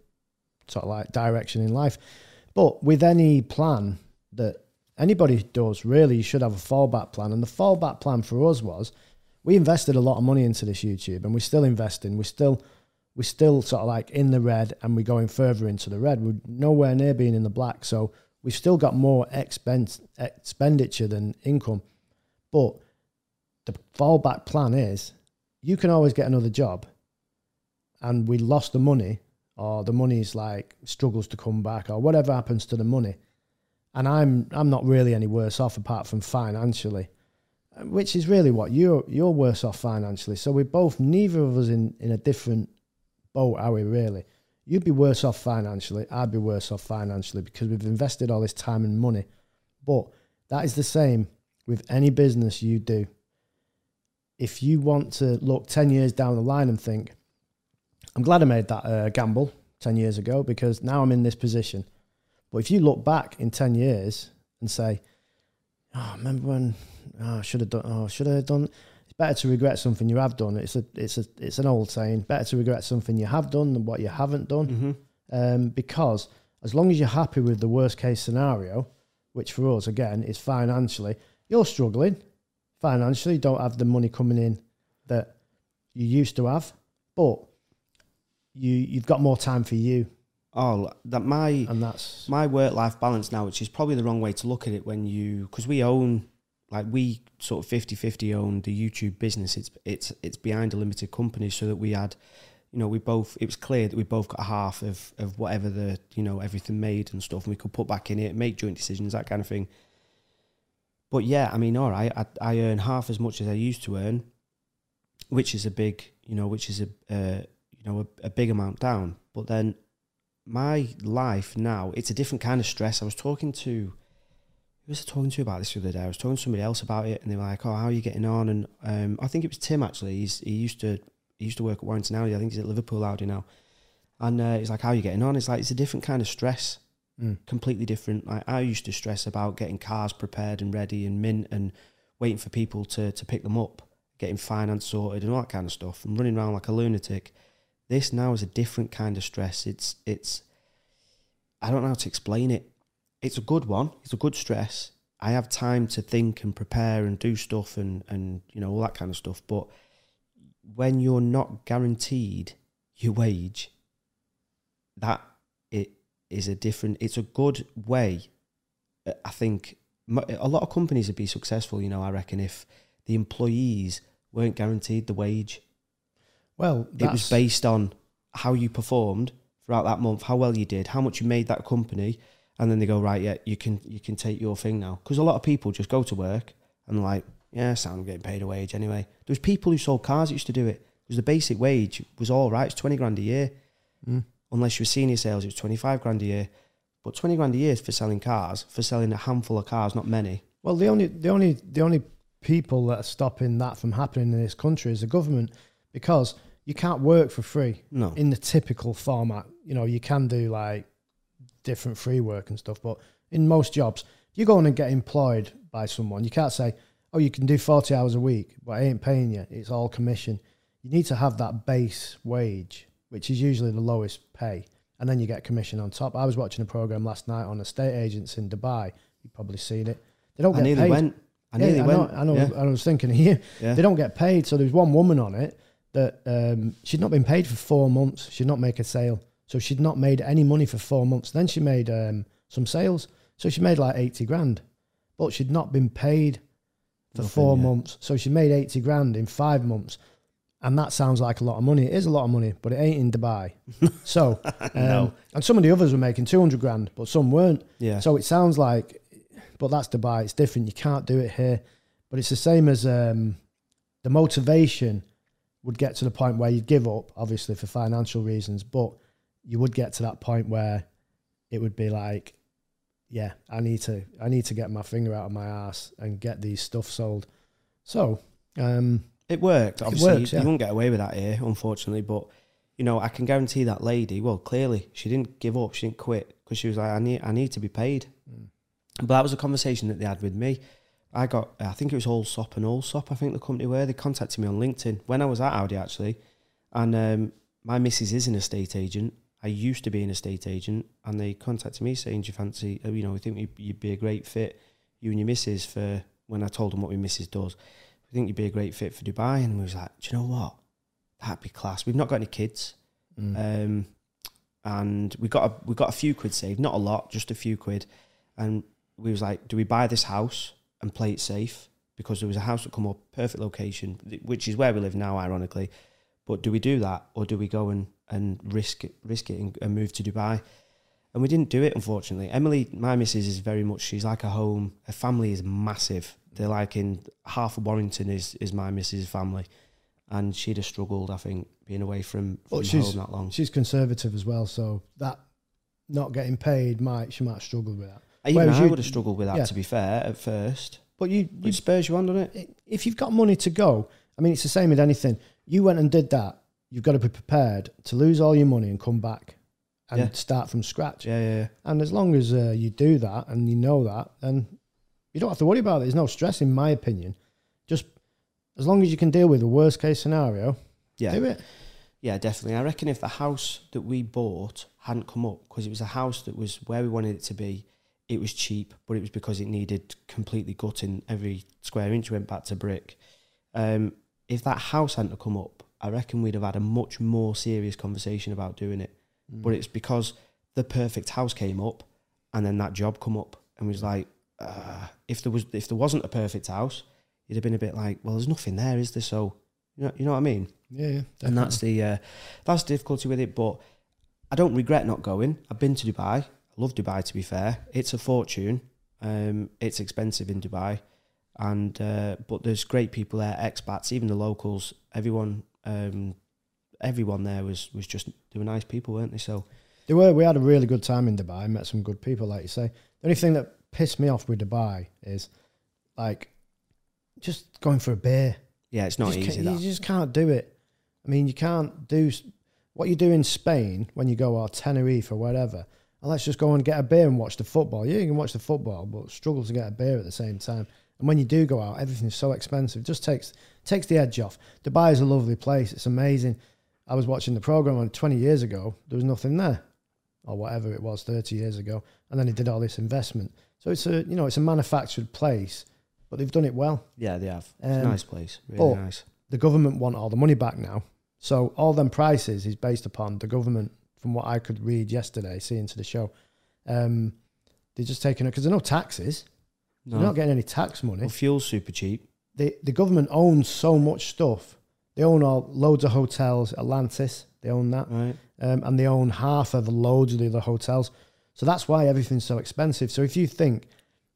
[SPEAKER 1] sort of like direction in life. But with any plan that anybody does, really, you should have a fallback plan. And the fallback plan for us was we invested a lot of money into this YouTube, and we're still investing. We're still we're still sort of like in the red and we're going further into the red. We're nowhere near being in the black. So we've still got more expense expenditure than income. But the fallback plan is you can always get another job and we lost the money or the money's like struggles to come back or whatever happens to the money. And I'm I'm not really any worse off apart from financially which is really what you're you're worse off financially. So we're both neither of us in in a different boat, Oh, are we really? You'd be worse off financially. I'd be worse off financially because we've invested all this time and money. But that is the same with any business you do. If you want to look 10 years down the line and think, I'm glad I made that uh, gamble 10 years ago because now I'm in this position. But if you look back in 10 years and say, oh, remember when oh, I should have done. Oh, should I have done. It's better to regret something you have done. It's a, it's a, it's an old saying. Better to regret something you have done than what you haven't done.
[SPEAKER 2] Mm-hmm.
[SPEAKER 1] Um, because as long as you're happy with the worst case scenario, which for us again is financially, you're struggling financially. Don't have the money coming in that you used to have, but you you've got more time for you,
[SPEAKER 2] Oh, that my
[SPEAKER 1] and that's
[SPEAKER 2] my work life balance now, which is probably the wrong way to look at it when you because we own like we sort of 50-50 own the YouTube business. It's it's it's behind a limited company so that we had you know, we both it was clear that we both got half of of whatever the you know, everything made and stuff and we could put back in it, make joint decisions, that kind of thing. But yeah, I mean, all right, I, I earn half as much as I used to earn, which is a big, you know, which is a uh, you you know, a, a big amount down. But then my life now, it's a different kind of stress. I was talking to, who was I talking to about this the other day? I was talking to somebody else about it, and they were like, "Oh, how are you getting on?" And um, I think it was Tim actually. He's he used to he used to work at Warrington Alley. I think he's at Liverpool Audi now. And uh, he's like, "How are you getting on?" It's like it's a different kind of stress,
[SPEAKER 1] Mm.
[SPEAKER 2] completely different. Like I used to stress about getting cars prepared and ready and mint and waiting for people to to pick them up, getting finance sorted and all that kind of stuff, and running around like a lunatic. This now is a different kind of stress. It's it's I don't know how to explain it. It's a good one. It's a good stress. I have time to think and prepare and do stuff and and you know all that kind of stuff. But when you're not guaranteed your wage, that it is a different. It's a good way. uh, I think mo- a lot of companies would be successful. You know, I reckon if the employees weren't guaranteed the wage,
[SPEAKER 1] Well,
[SPEAKER 2] it was
[SPEAKER 1] that's,
[SPEAKER 2] based on how you performed throughout that month, how well you did, how much you made that company, and then they go right, yeah, you can you can take your thing now. Because a lot of people just go to work and they're like, yeah, so I'm getting paid a wage anyway. There was people who sold cars that used to do it because the basic wage was all right, it's twenty grand a year,
[SPEAKER 1] Mm.
[SPEAKER 2] unless you were senior sales, it was twenty five grand a year. But twenty grand a year is for selling cars, for selling a handful of cars, not many.
[SPEAKER 1] Well, the only the only the only people that are stopping that from happening in this country is the government, because you can't work for free
[SPEAKER 2] No,
[SPEAKER 1] in the typical format. You know, you can do like different free work and stuff, but in most jobs, you go in and get employed by someone. You can't say, "Oh, you can do forty hours a week, but I ain't paying you. It's all commission." You need to have that base wage, which is usually the lowest pay, and then you get commission on top. I was watching a program last night on estate agents in Dubai. You've probably seen it. They don't
[SPEAKER 2] I
[SPEAKER 1] get
[SPEAKER 2] nearly
[SPEAKER 1] paid.
[SPEAKER 2] went. I
[SPEAKER 1] Yeah,
[SPEAKER 2] nearly
[SPEAKER 1] I know,
[SPEAKER 2] went.
[SPEAKER 1] I know.
[SPEAKER 2] Yeah,
[SPEAKER 1] I was thinking of you.
[SPEAKER 2] yeah.
[SPEAKER 1] They don't get paid. So there's one woman on it that um, she'd not been paid for four months. She'd not make a sale. So she'd not made any money for four months. Then she made um, some sales. So she made like 80 grand, but she'd not been paid for
[SPEAKER 2] Nothing,
[SPEAKER 1] four
[SPEAKER 2] yeah.
[SPEAKER 1] months. So she made 80 grand in five months. And that sounds like a lot of money. It is a lot of money, but it ain't in Dubai. so, um,
[SPEAKER 2] No.
[SPEAKER 1] and some of the others were making 200 grand, but some weren't.
[SPEAKER 2] yeah.
[SPEAKER 1] So it sounds like, but that's Dubai. It's different. You can't do it here. But it's the same as um, the motivation would get to the point where you'd give up, obviously for financial reasons. But you would get to that point where it would be like, yeah, I need to, I need to get my finger out of my ass and get these stuff sold. So, um,
[SPEAKER 2] It worked. Obviously,
[SPEAKER 1] works,
[SPEAKER 2] you,
[SPEAKER 1] yeah.
[SPEAKER 2] you won't get away with that here, unfortunately. But you know, I can guarantee that lady. Well, clearly, she didn't give up. She didn't quit because she was like, "I need, I need to be paid."
[SPEAKER 1] Mm.
[SPEAKER 2] But that was a conversation that they had with me. I got, I think it was Allsop and Allsop. I think the company were. They contacted me on LinkedIn when I was at Audi actually, and um, my missus is an estate agent. I used to be an estate agent, and they contacted me saying, "Do you fancy? oh, You know, we think you'd, you'd be a great fit, you and your missus." For when I told them what my missus does, we think you'd be a great fit for Dubai, and we was like, "Do you know what? That'd be class." We've not got any kids,
[SPEAKER 1] mm,
[SPEAKER 2] um, and we got a, we got a few quid saved, not a lot, just a few quid, and we was like, "Do we buy this house and play it safe?" Because there was a house that come up, perfect location, which is where we live now, ironically. But do we do that, or do we go and and risk it, risk it, and, and move to Dubai? And we didn't do it, unfortunately. Emily, my missus, is very much she's like a home. Her family is massive. They're like in half of Warrington is is my missus' family, and she'd have struggled, I think, being away from,
[SPEAKER 1] Well,
[SPEAKER 2] from
[SPEAKER 1] she's-
[SPEAKER 2] home that long.
[SPEAKER 1] she's conservative as well, so that not getting paid might she might struggle with that.
[SPEAKER 2] Even
[SPEAKER 1] Whereas
[SPEAKER 2] I
[SPEAKER 1] you-
[SPEAKER 2] would have struggled with that,
[SPEAKER 1] yeah.
[SPEAKER 2] to be fair, at first.
[SPEAKER 1] But you, you
[SPEAKER 2] It spurs you on, doesn't it?
[SPEAKER 1] if you've got money to go, I mean, it's the same with anything. You went and did that. You've got to be prepared to lose all your money and come back and
[SPEAKER 2] Yeah.
[SPEAKER 1] start from scratch.
[SPEAKER 2] Yeah, yeah, yeah.
[SPEAKER 1] And as long as uh, you do that and you know that, then you don't have to worry about it. There's no stress, in my opinion. Just as long as you can deal with the worst case scenario,
[SPEAKER 2] yeah.
[SPEAKER 1] do it.
[SPEAKER 2] Yeah, definitely. I reckon if the house that we bought hadn't come up, because it was a house that was where we wanted it to be, it was cheap, but it was because it needed completely gutting. Every square inch went back to brick. Um, if that house hadn't have come up, I reckon we'd have had a much more serious conversation about doing it.
[SPEAKER 1] Mm. Hmm.
[SPEAKER 2] But it's because the perfect house came up, and then that job come up, and was like, uh, if there was if there wasn't a perfect house, you'd have been a bit like, well, there's nothing there, is there? So, you know, you know what I mean
[SPEAKER 1] Yeah, yeah.
[SPEAKER 2] and
[SPEAKER 1] definitely.
[SPEAKER 2] that's the uh, that's the difficulty with it. But I don't regret not going. I've been to Dubai. I love Dubai. To be fair, it's a fortune. Um, it's expensive in Dubai, and uh, but there's great people there, expats, even the locals. Everyone, um, everyone there was was just they were nice people, weren't they? So
[SPEAKER 1] They were. We had a really good time in Dubai. Met some good people, like you say. The only thing that pissed me off with Dubai is like just going for a beer.
[SPEAKER 2] yeah, it's not
[SPEAKER 1] just
[SPEAKER 2] easy.
[SPEAKER 1] Can't,
[SPEAKER 2] That
[SPEAKER 1] You just can't do it. I mean, you can't do s- what you do in Spain when you go or Tenerife or wherever. And let's just go and get a beer and watch the football. Yeah, you can watch the football, but struggle to get a beer at the same time. And when you do go out, everything's so expensive. It just takes takes the edge off. Dubai is a lovely place. It's amazing. I was watching the program on 20 years ago. There was nothing there, or whatever it was, 30 years ago. And then he did all this investment. So it's a you know it's a manufactured place, but they've done it well.
[SPEAKER 2] yeah, they have. It's a
[SPEAKER 1] Um,
[SPEAKER 2] nice place, really
[SPEAKER 1] but-
[SPEAKER 2] nice.
[SPEAKER 1] the government want all the money back now. So all them prices is based upon the government, from what I could read yesterday, seeing to the show. Um, they're just taking it because there are no taxes.
[SPEAKER 2] No,
[SPEAKER 1] They're not getting any tax money.
[SPEAKER 2] well, fuel's super cheap.
[SPEAKER 1] The the government owns so much stuff. They own all loads of hotels. Atlantis, they own that,
[SPEAKER 2] Right.
[SPEAKER 1] um, and they own half of loads of the other hotels. So that's why everything's so expensive. So if you think,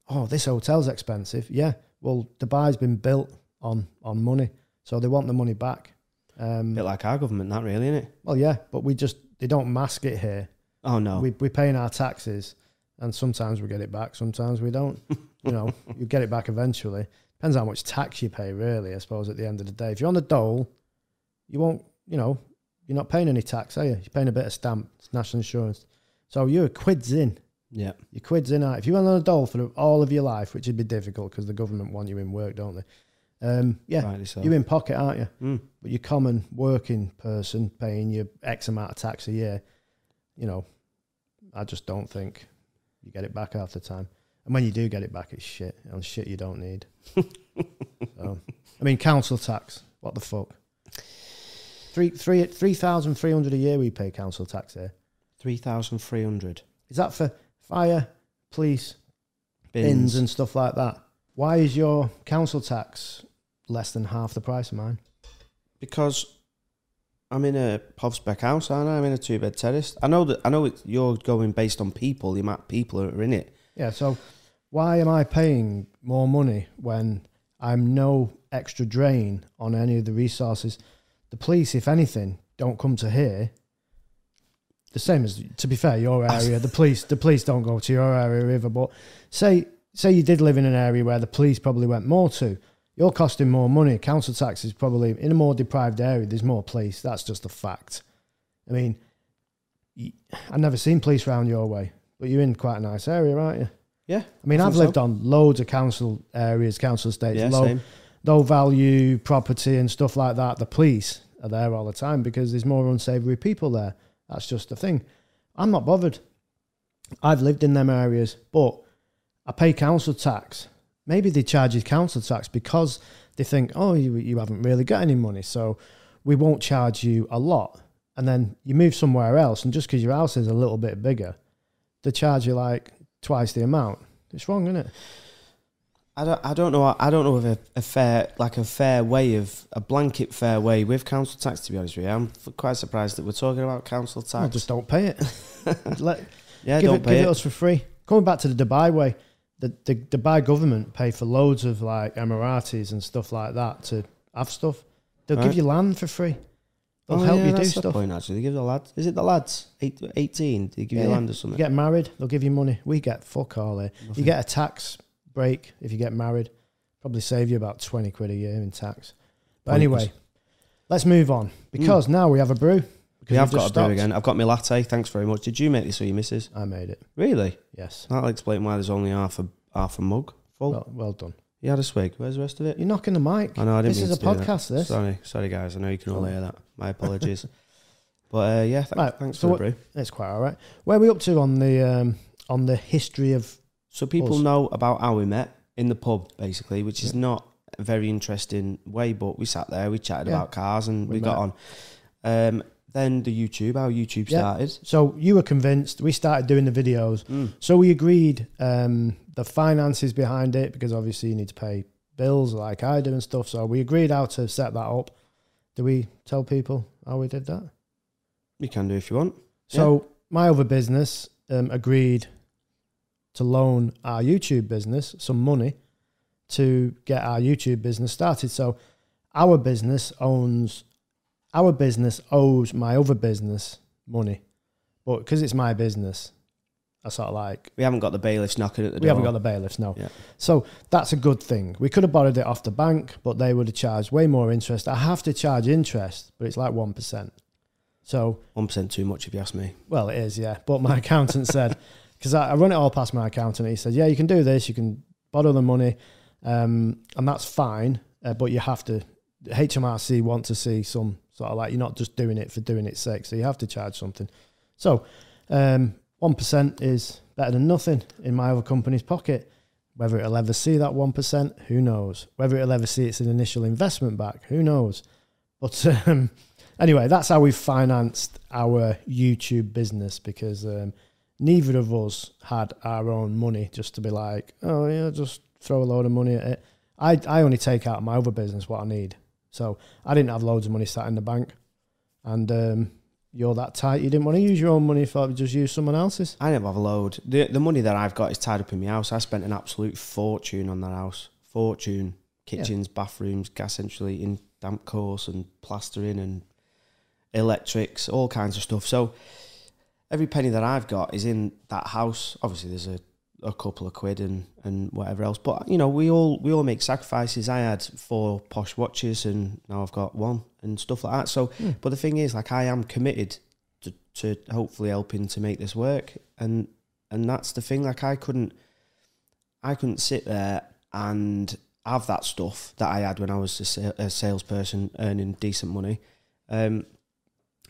[SPEAKER 1] oh, this hotel's expensive, yeah, well, Dubai's been built on on money, so they want the money back. Um,
[SPEAKER 2] bit like our government, that really, isn't it?
[SPEAKER 1] Well, yeah, but we just they don't mask it here.
[SPEAKER 2] Oh no.
[SPEAKER 1] We we're paying our taxes, and sometimes we get it back, sometimes we don't. you know, you get it back eventually. Depends how much tax you pay, really. I suppose at the end of the day, if you're on the dole, you won't. You know, you're not paying any tax, are you? You're paying a bit of stamp, it's national insurance. So you're quids in.
[SPEAKER 2] yeah.
[SPEAKER 1] Your quids in. aren't you? If you went on a dole for all of your life, which would be difficult because the government want you in work, don't they? Um, yeah,
[SPEAKER 2] Rightly so.
[SPEAKER 1] you're in pocket, aren't you?
[SPEAKER 2] Mm.
[SPEAKER 1] but your common working person paying you X amount of tax a year, you know, I just don't think you get it back half the time. And when you do get it back, it's shit and shit you don't need. so, I mean, council tax. What the fuck? Three, three, three thousand three hundred a year we pay council tax here.
[SPEAKER 2] Three thousand three hundred
[SPEAKER 1] Is that for fire, police,
[SPEAKER 2] bins.
[SPEAKER 1] bins. and stuff like that? Why is your council tax less than half the price of mine?
[SPEAKER 2] because I'm in a pub spec house, aren't I? I'm in a two bed terrace. I know that I know it, you're going based on people, the amount of people that are in it.
[SPEAKER 1] Yeah, so why am I paying more money when I'm no extra drain on any of the resources? The police, if anything, don't come to here. The same as to be fair, your area. The police, the police don't go to your area either. But say say you did live in an area where the police probably went more to. You're costing more money. Council tax is probably in a more deprived area. There's more police. That's just a fact. I mean, y- I've never seen police round your way, but you're in quite a nice area, aren't you?
[SPEAKER 2] Yeah.
[SPEAKER 1] I mean,
[SPEAKER 2] I think
[SPEAKER 1] I've lived on loads of council areas, council estates,
[SPEAKER 2] Yeah,
[SPEAKER 1] low,
[SPEAKER 2] same.
[SPEAKER 1] low value property and stuff like that. The police are there all the time because there's more unsavory people there. That's just the thing. I'm not bothered. I've lived in them areas, but I pay council tax. Maybe they charge you council tax because they think, oh, you, you haven't really got any money, so we won't charge you a lot. And then you move somewhere else, and just because your house is a little bit bigger, they charge you like twice the amount. It's wrong, isn't it?
[SPEAKER 2] I don't, I don't know. I don't know of a, a fair, like a fair way of a blanket fair way with council tax. To be honest with you, I'm f- quite surprised that we're talking about council tax.
[SPEAKER 1] Well, just don't pay it. Let,
[SPEAKER 2] yeah,
[SPEAKER 1] give
[SPEAKER 2] don't
[SPEAKER 1] it,
[SPEAKER 2] pay
[SPEAKER 1] give
[SPEAKER 2] it.
[SPEAKER 1] it us for free. Coming back to the Dubai way, the, the Dubai government pay for loads of like Emiratis and stuff like that to have stuff. They'll give
[SPEAKER 2] Right.
[SPEAKER 1] you land for free. They'll
[SPEAKER 2] Oh,
[SPEAKER 1] help
[SPEAKER 2] yeah,
[SPEAKER 1] you do
[SPEAKER 2] that's the
[SPEAKER 1] stuff.
[SPEAKER 2] Point, actually, they give the lads. Is it the lads? Eight, 18? They give
[SPEAKER 1] Yeah,
[SPEAKER 2] you
[SPEAKER 1] yeah.
[SPEAKER 2] land or
[SPEAKER 1] You
[SPEAKER 2] something.
[SPEAKER 1] get married, they'll give you money. We get fuck all here. You
[SPEAKER 2] Nothing.
[SPEAKER 1] get a tax break if you get married. Probably save you about 20 quid a year in tax. But
[SPEAKER 2] Pointless.
[SPEAKER 1] anyway, let's move on because now we have a brew. Because
[SPEAKER 2] Hmm. we
[SPEAKER 1] we've
[SPEAKER 2] have
[SPEAKER 1] just
[SPEAKER 2] got a
[SPEAKER 1] stopped.
[SPEAKER 2] beer again. I've got my latte. Thanks very much. Did you make this or your missus?
[SPEAKER 1] I made it.
[SPEAKER 2] Really?
[SPEAKER 1] Yes.
[SPEAKER 2] That'll explain why there's only half a half a mug full.
[SPEAKER 1] Well, well done.
[SPEAKER 2] You had a swig. Where's the rest of it?
[SPEAKER 1] You're knocking the mic.
[SPEAKER 2] Oh. I know. I didn't
[SPEAKER 1] This
[SPEAKER 2] mean
[SPEAKER 1] is a
[SPEAKER 2] to do that.
[SPEAKER 1] podcast, this.
[SPEAKER 2] Sorry, sorry guys. I know you can all hear that. My apologies. but uh, yeah, th-
[SPEAKER 1] Right,
[SPEAKER 2] thanks
[SPEAKER 1] so
[SPEAKER 2] for
[SPEAKER 1] what-
[SPEAKER 2] the brew.
[SPEAKER 1] It's quite all right. Where are we up to on the um, on the history of?
[SPEAKER 2] So people
[SPEAKER 1] Us.
[SPEAKER 2] know about how we met in the pub, basically, which is not a very interesting way. But we sat there, we chatted
[SPEAKER 1] Yeah.
[SPEAKER 2] about cars, and
[SPEAKER 1] We
[SPEAKER 2] we, got on. Um, then the YouTube, how YouTube
[SPEAKER 1] Yeah.
[SPEAKER 2] started.
[SPEAKER 1] So you were convinced. We started doing the videos.
[SPEAKER 2] Mm.
[SPEAKER 1] So we agreed um, the finances behind it because obviously you need to pay bills like I do and stuff. So we agreed how to set that up. Do we tell people how we did that?
[SPEAKER 2] You can do if you want.
[SPEAKER 1] So my other business um, agreed to loan our YouTube business some money to get our YouTube business started. So our business owns our business owes my other business money, but because it's my business, I sort of like
[SPEAKER 2] We haven't got the bailiffs knocking at the door.
[SPEAKER 1] we haven't got the bailiffs now.
[SPEAKER 2] Yeah.
[SPEAKER 1] So that's a good thing. We could have borrowed it off the bank, but they would have charged way more interest. I have to charge interest, but it's like one percent. So
[SPEAKER 2] one percent too much, if you ask me.
[SPEAKER 1] well, it is, yeah. But my accountant said, because I, I run it all past my accountant, he said, yeah, you can do this, you can borrow the money, um, and that's fine, uh, but you have to, HMRC want to see some sort of like, you're not just doing it for doing its sake, so you have to charge something. So um, 1% is better than nothing in my other company's pocket. Whether it'll ever see that 1%, who knows? Whether it'll ever see its initial investment back, who knows? But um, anyway, that's how we financed our YouTube business because um, neither of us had our own money just to be like, oh yeah, just throw a load of money at it. I I only take out of my other business what I need, so I didn't have loads of money sat in the bank, and um, you're that tight. You didn't want to use your own money, you thought you'd just use someone else's.
[SPEAKER 2] I never have a load. The the money that I've got is tied up in my house. I spent an absolute fortune on that house. Fortune. Kitchens, bathrooms, gas insulating, damp course and plastering and electrics, all kinds of stuff. So every penny that I've got is in that house. Obviously there's a, a couple of quid and, and whatever else. But you know, we all we all make sacrifices. I had four posh watches and now I've got one and stuff like that. So
[SPEAKER 1] Yeah.
[SPEAKER 2] but the thing is like I am committed to, to hopefully helping to make this work and and that's the thing like i couldn't i couldn't sit there and have that stuff that i had when i was a, sa- a salesperson earning decent money um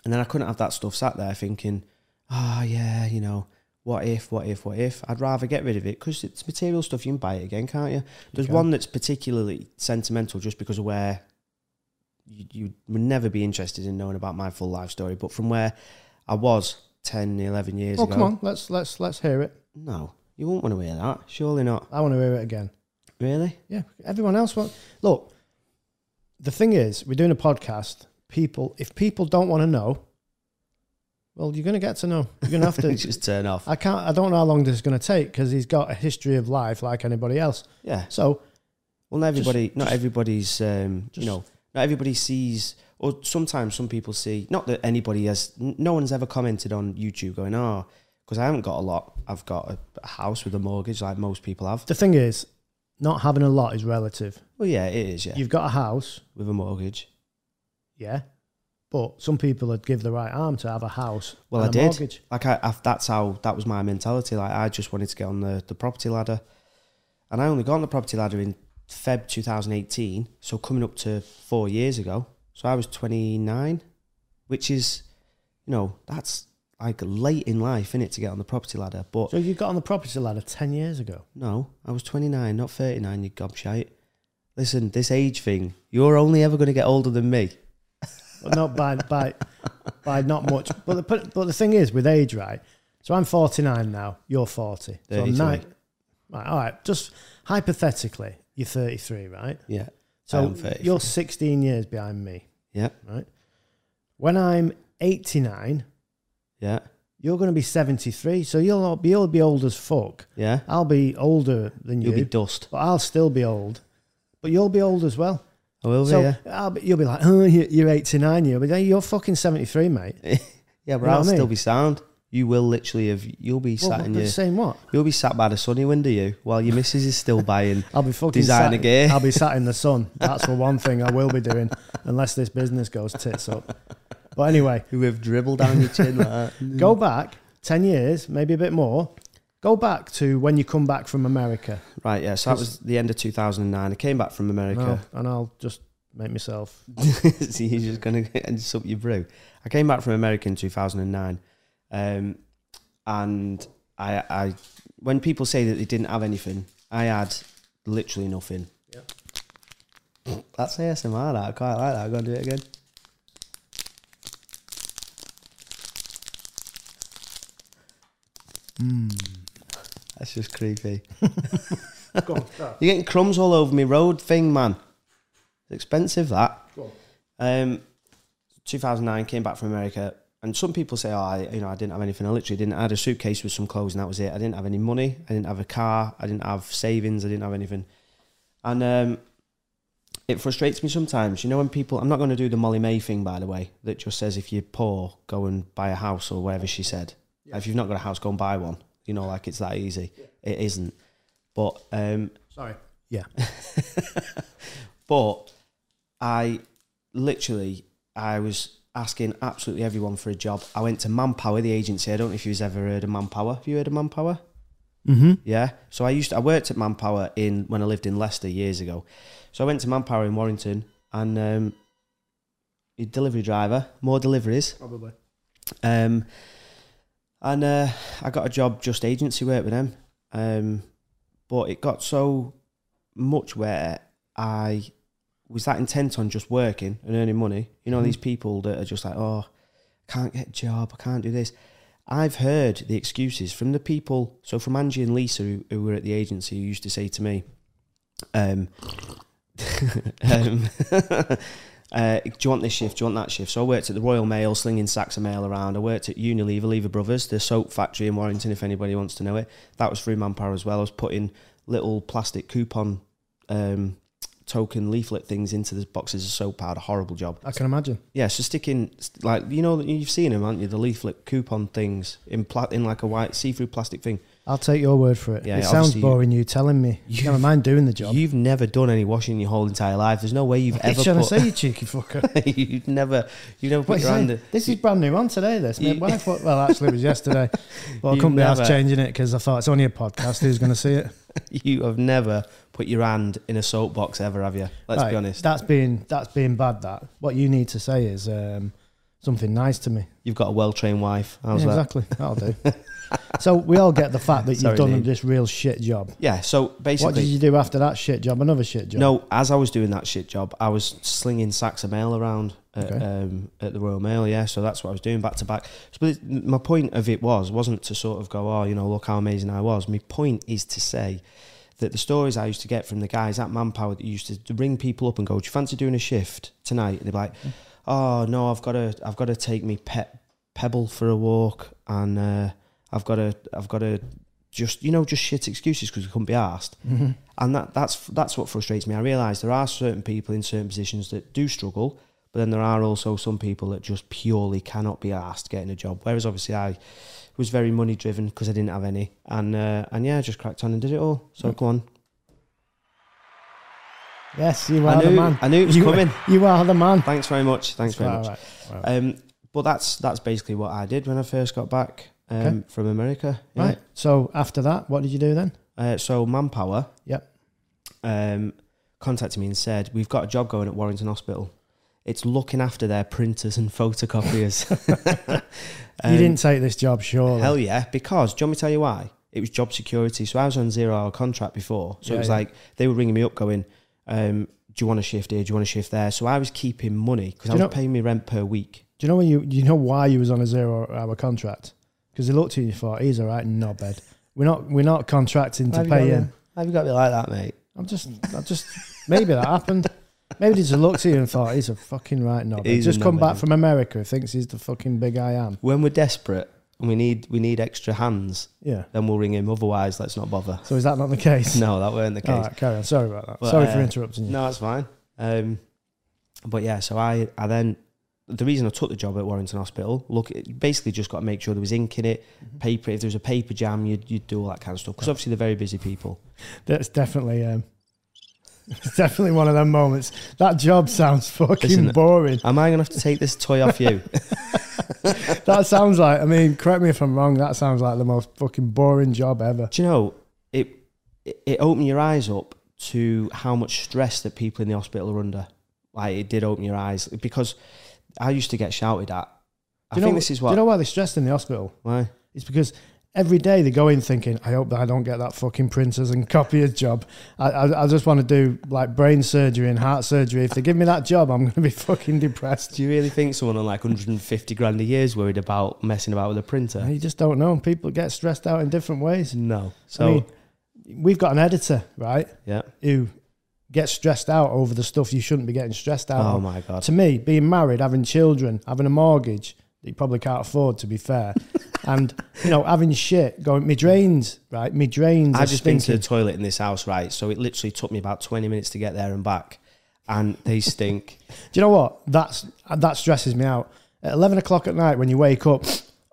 [SPEAKER 2] and then i couldn't have that stuff sat there thinking oh yeah you know what if what if what if i'd rather get rid of it because it's material stuff you can buy it again can't you there's
[SPEAKER 1] can.
[SPEAKER 2] one that's particularly sentimental just because of where you, you would never be interested in knowing about my full life story but from where i was 10 11 years
[SPEAKER 1] Oh
[SPEAKER 2] ago
[SPEAKER 1] come on, let's let's let's hear it.
[SPEAKER 2] no, you won't want to hear that. Surely not.
[SPEAKER 1] I want to hear it again.
[SPEAKER 2] Really?
[SPEAKER 1] Yeah, everyone else wants. Look, the thing is, we're doing a podcast. People, if people don't want to know, well, you're going to get to know. You're going to have to.
[SPEAKER 2] just turn off.
[SPEAKER 1] I can't. I don't know how long this is going to take because he's got a history of life like anybody else.
[SPEAKER 2] Yeah.
[SPEAKER 1] So
[SPEAKER 2] Well, not everybody. not
[SPEAKER 1] just-
[SPEAKER 2] everybody's. Um,
[SPEAKER 1] just-
[SPEAKER 2] you know, not everybody sees. Or sometimes some people see. Not that anybody has. n- No one's ever commented on YouTube going, "Oh," because I haven't got a lot. I've got a, a house with a mortgage, like most people have.
[SPEAKER 1] the thing is, not having a lot is relative.
[SPEAKER 2] Well, yeah, it is. Yeah,
[SPEAKER 1] You've got a house,
[SPEAKER 2] with a mortgage.
[SPEAKER 1] yeah, but some people would give the right arm to have a house.
[SPEAKER 2] Well,
[SPEAKER 1] and
[SPEAKER 2] I
[SPEAKER 1] a
[SPEAKER 2] did.
[SPEAKER 1] Mortgage.
[SPEAKER 2] Like I, I, that's how that was my mentality. Like I just wanted to get on the, the property ladder, and I only got on the property ladder in Feb 2018. So coming up to four years ago. So I was 29, which is, you know, that's like late in life, innit, to get on the property ladder. But
[SPEAKER 1] So you got on the property ladder ten years ago.
[SPEAKER 2] no, I was 29, not 39. You gobshite. Listen, this age thing. You're only ever going to get older than me.
[SPEAKER 1] but not by by by not much. But the, but, but the thing is with age, right? So I'm 49 now. You're 40. So I'm
[SPEAKER 2] 33.
[SPEAKER 1] nine. Right, all right. Just hypothetically, you're 33, right?
[SPEAKER 2] Yeah.
[SPEAKER 1] So
[SPEAKER 2] I'm 33.
[SPEAKER 1] you're 16 years behind me,
[SPEAKER 2] Yeah.
[SPEAKER 1] right? When I'm 89,
[SPEAKER 2] Yeah.
[SPEAKER 1] you're going to be 73. So you'll be you'll be old as fuck.
[SPEAKER 2] Yeah.
[SPEAKER 1] I'll be older than you,
[SPEAKER 2] You'll be dust.
[SPEAKER 1] but I'll still be old. But you'll be old as well.
[SPEAKER 2] I will be.
[SPEAKER 1] So
[SPEAKER 2] yeah.
[SPEAKER 1] I'll be, you'll be like, oh, you- you're 89, you'll be, you're fucking 73, mate.
[SPEAKER 2] Yeah, but
[SPEAKER 1] know what
[SPEAKER 2] I'll
[SPEAKER 1] I
[SPEAKER 2] still
[SPEAKER 1] mean?
[SPEAKER 2] be sound. You will literally have you'll be
[SPEAKER 1] Well,
[SPEAKER 2] sat in
[SPEAKER 1] but
[SPEAKER 2] your
[SPEAKER 1] saying what?
[SPEAKER 2] you'll be sat by the sunny window you while your missus is still buying
[SPEAKER 1] I'll be fucking
[SPEAKER 2] Design
[SPEAKER 1] sat,
[SPEAKER 2] again.
[SPEAKER 1] I'll be sat in the sun. That's the one thing I will be doing, unless this business goes tits up. But anyway,
[SPEAKER 2] who have dribbled down your chin like that.
[SPEAKER 1] go back ten years, maybe a bit more. Go back to when you come back from America,
[SPEAKER 2] Right, yeah, so that was the end of two thousand and nine. I came back from
[SPEAKER 1] and
[SPEAKER 2] America.
[SPEAKER 1] I'll, and I'll just make myself.
[SPEAKER 2] so you're just gonna get- and sup your brew. I came back from America in 2009, um, and I, I, when people say that they didn't have anything, I had literally nothing.
[SPEAKER 1] Yeah.
[SPEAKER 2] That's ASMR. That I quite like that. I'm gonna do it again. That's just creepy.
[SPEAKER 1] go on,
[SPEAKER 2] You're getting crumbs all over me road thing, man. It's expensive that.
[SPEAKER 1] go
[SPEAKER 2] Um, 2009 came back from America, and some people say, "Oh, I, you know, I didn't have anything. I literally didn't. I had a suitcase with some clothes, and that was it. I didn't have any money. I didn't have a car. I didn't have savings. I didn't have anything." And um, it frustrates me sometimes. You know, when people, I'm not going to do the Molly May thing, by the way, that just says if you're poor, go and buy a house or whatever she said. If you've not got a house, go and buy one. You know, like it's that easy. It isn't. But um,
[SPEAKER 1] Sorry. Yeah.
[SPEAKER 2] But I literally, I was asking absolutely everyone for a job. I went to Manpower, the agency. I don't know if you've ever heard of Manpower. Have you heard of Manpower?
[SPEAKER 1] Mm-hmm.
[SPEAKER 2] Yeah. So I used I worked at Manpower in when I lived in Leicester years ago. So I went to Manpower in Warrington and um, a delivery driver, more deliveries.
[SPEAKER 1] Probably.
[SPEAKER 2] Um, and uh, I got a job just agency work with them. Um, but it got so much where I was that intent on just working and earning money. You know, these people that are just like, oh, I can't get a job, I can't do this. I've heard the excuses from the people. So from Angie and Lisa, who, who were at the agency, who used to say to me, um, um, uh, do you want this shift? Do you want that shift? So I worked at the Royal Mail, slinging sacks of mail around. I worked at Unilever, Lever Brothers, the soap factory in Warrington, if anybody wants to know it. That was through Manpower as well. I was putting little plastic coupon um, token leaflet things into the boxes of soap powder. Horrible job.
[SPEAKER 1] I can imagine.
[SPEAKER 2] Yeah, so sticking like you know you've seen them, haven't you? The leaflet coupon things in pla- in like a white see-through plastic thing.
[SPEAKER 1] I'll take your word for it.
[SPEAKER 2] Yeah,
[SPEAKER 1] it sounds
[SPEAKER 2] obviously you-
[SPEAKER 1] boring. You, telling me?
[SPEAKER 2] You-
[SPEAKER 1] Never mind doing the job.
[SPEAKER 2] You've never done any washing your whole entire life. There's no way you've
[SPEAKER 1] What
[SPEAKER 2] ever
[SPEAKER 1] you trying to
[SPEAKER 2] put.
[SPEAKER 1] say, you cheeky fucker?
[SPEAKER 2] you've never you've never
[SPEAKER 1] What
[SPEAKER 2] put
[SPEAKER 1] you
[SPEAKER 2] your hand.
[SPEAKER 1] saying? This is brand new on today. This
[SPEAKER 2] You-
[SPEAKER 1] my wife. Well, actually, it was yesterday, but I
[SPEAKER 2] You've
[SPEAKER 1] couldn't be asked
[SPEAKER 2] never-
[SPEAKER 1] changing it because I thought it's only a podcast. Who's going to see it?
[SPEAKER 2] You have never put your hand in a soapbox ever, have you? Let's
[SPEAKER 1] Right,
[SPEAKER 2] be honest.
[SPEAKER 1] That's being that's being bad. That what you need to say is um, something nice to me.
[SPEAKER 2] You've got a well trained wife. How's
[SPEAKER 1] Yeah,
[SPEAKER 2] that?
[SPEAKER 1] exactly. That'll do. so we all get the fact that you've
[SPEAKER 2] Sorry,
[SPEAKER 1] done
[SPEAKER 2] Dean.
[SPEAKER 1] this real shit job.
[SPEAKER 2] Yeah, so
[SPEAKER 1] What did
[SPEAKER 2] basically,
[SPEAKER 1] you do after that shit job? Another shit job.
[SPEAKER 2] no, as I was doing that shit job, I was slinging sacks of mail around at,
[SPEAKER 1] Okay.
[SPEAKER 2] um, at the Royal Mail, yeah, so that's what I was doing back to back. So, But it- my point of it was, wasn't to sort of go, oh, you know, look how amazing I was. My point is to say that the stories I used to get from the guys at Manpower that used to ring people up and go, do you fancy doing a shift tonight? And they'd be like,
[SPEAKER 1] Mm.
[SPEAKER 2] oh no, I've got to, I've got to take me pet pebble for a walk, and uh, I've got to, I've got to just, you know, just shit excuses because we couldn't be asked.
[SPEAKER 1] Mm-hmm.
[SPEAKER 2] And that, that's that's what frustrates me. I realise there are certain people in certain positions that do struggle, but then there are also some people that just purely cannot be asked getting a job. Whereas obviously I was very money driven because I didn't have any, and uh, and yeah, I just cracked on and did it all. So go on.
[SPEAKER 1] Yes, you
[SPEAKER 2] I
[SPEAKER 1] are the
[SPEAKER 2] knew-
[SPEAKER 1] man.
[SPEAKER 2] I knew it was
[SPEAKER 1] you,
[SPEAKER 2] coming.
[SPEAKER 1] You are the man.
[SPEAKER 2] Thanks very much. Thanks very
[SPEAKER 1] All
[SPEAKER 2] much.
[SPEAKER 1] right, all right.
[SPEAKER 2] Um, but that's that's basically what I did when I first got back um,
[SPEAKER 1] Okay.
[SPEAKER 2] from America. yeah.
[SPEAKER 1] Right. So after that, what did you do then?
[SPEAKER 2] Uh, so Manpower.
[SPEAKER 1] Yep.
[SPEAKER 2] Um, contacted me and said we've got a job going at Warrington Hospital. It's looking after their printers and photocopiers.
[SPEAKER 1] you
[SPEAKER 2] Um,
[SPEAKER 1] didn't take this job, surely.
[SPEAKER 2] Hell yeah, because do you want me to tell you why? It was job security. So I was on zero hour contract before. So
[SPEAKER 1] Yeah,
[SPEAKER 2] it was
[SPEAKER 1] yeah.
[SPEAKER 2] like they were ringing me up going, um, do you want a shift here? Do you want a shift there? So I was keeping money because
[SPEAKER 1] Do
[SPEAKER 2] I was
[SPEAKER 1] you know-
[SPEAKER 2] paying me rent per week.
[SPEAKER 1] Do you know when you do you know why you was on a zero hour contract? Because they looked at you and thought, he's all right, knobhead. We're not we're not contracting to pay him.
[SPEAKER 2] Have you got me like that, mate?
[SPEAKER 1] I'm just I just maybe that happened. Maybe they just looked at you and thought, he's a fucking right knobhead.
[SPEAKER 2] He's a
[SPEAKER 1] just come back
[SPEAKER 2] knobhead.
[SPEAKER 1] from America, thinks he's the fucking big I am.
[SPEAKER 2] When we're desperate and we need we need extra hands,
[SPEAKER 1] Yeah.
[SPEAKER 2] then we'll ring him. Otherwise, let's not bother.
[SPEAKER 1] So is that not the case?
[SPEAKER 2] No, that weren't the case.
[SPEAKER 1] All right, carry on. Sorry about that.
[SPEAKER 2] But,
[SPEAKER 1] Sorry for
[SPEAKER 2] uh,
[SPEAKER 1] interrupting you.
[SPEAKER 2] No, it's fine. Um, but yeah, so I, I then the reason I took the job at Warrington Hospital, look, it basically just got to make sure there was ink in it,
[SPEAKER 1] Mm-hmm.
[SPEAKER 2] paper. If there was a paper jam, you'd you'd do all that kind of stuff because obviously they're very busy people.
[SPEAKER 1] That's definitely um, it's definitely one of them moments. That job sounds fucking
[SPEAKER 2] Listen,
[SPEAKER 1] boring.
[SPEAKER 2] Am I gonna have to take this toy off you?
[SPEAKER 1] That sounds like I mean, correct me if I'm wrong. That sounds like the most fucking boring job ever.
[SPEAKER 2] do you know it? It, it opened your eyes up to how much stress that people in the hospital are under. Like it did open your eyes because I used to get shouted at. I
[SPEAKER 1] Do you
[SPEAKER 2] think
[SPEAKER 1] know,
[SPEAKER 2] this is
[SPEAKER 1] Do
[SPEAKER 2] what
[SPEAKER 1] you know why they're stressed in the hospital?
[SPEAKER 2] why
[SPEAKER 1] It's because every day they go in thinking, I hope that I don't get that fucking printers and copiers job. I, I, I just want to do like brain surgery and heart surgery. If they give me that job, I'm going to be fucking depressed.
[SPEAKER 2] Do you really think someone on like 150 grand a year is worried about messing about with a printer?
[SPEAKER 1] You just don't know. People get stressed out in different ways.
[SPEAKER 2] No. So,
[SPEAKER 1] I mean, we've got an editor, right?
[SPEAKER 2] yeah.
[SPEAKER 1] who gets stressed out over the stuff you shouldn't be getting stressed out
[SPEAKER 2] Oh
[SPEAKER 1] on.
[SPEAKER 2] my God.
[SPEAKER 1] To me, being married, having children, having a mortgage that you probably can't afford, to be fair, and you know having shit going me drains right, me drains.
[SPEAKER 2] I've
[SPEAKER 1] are
[SPEAKER 2] just been to
[SPEAKER 1] stinking.
[SPEAKER 2] the toilet in this house, right? So it literally took me about 20 minutes to get there and back. and they stink.
[SPEAKER 1] Do you know what? That's that stresses me out. At eleven o'clock at night, when you wake up,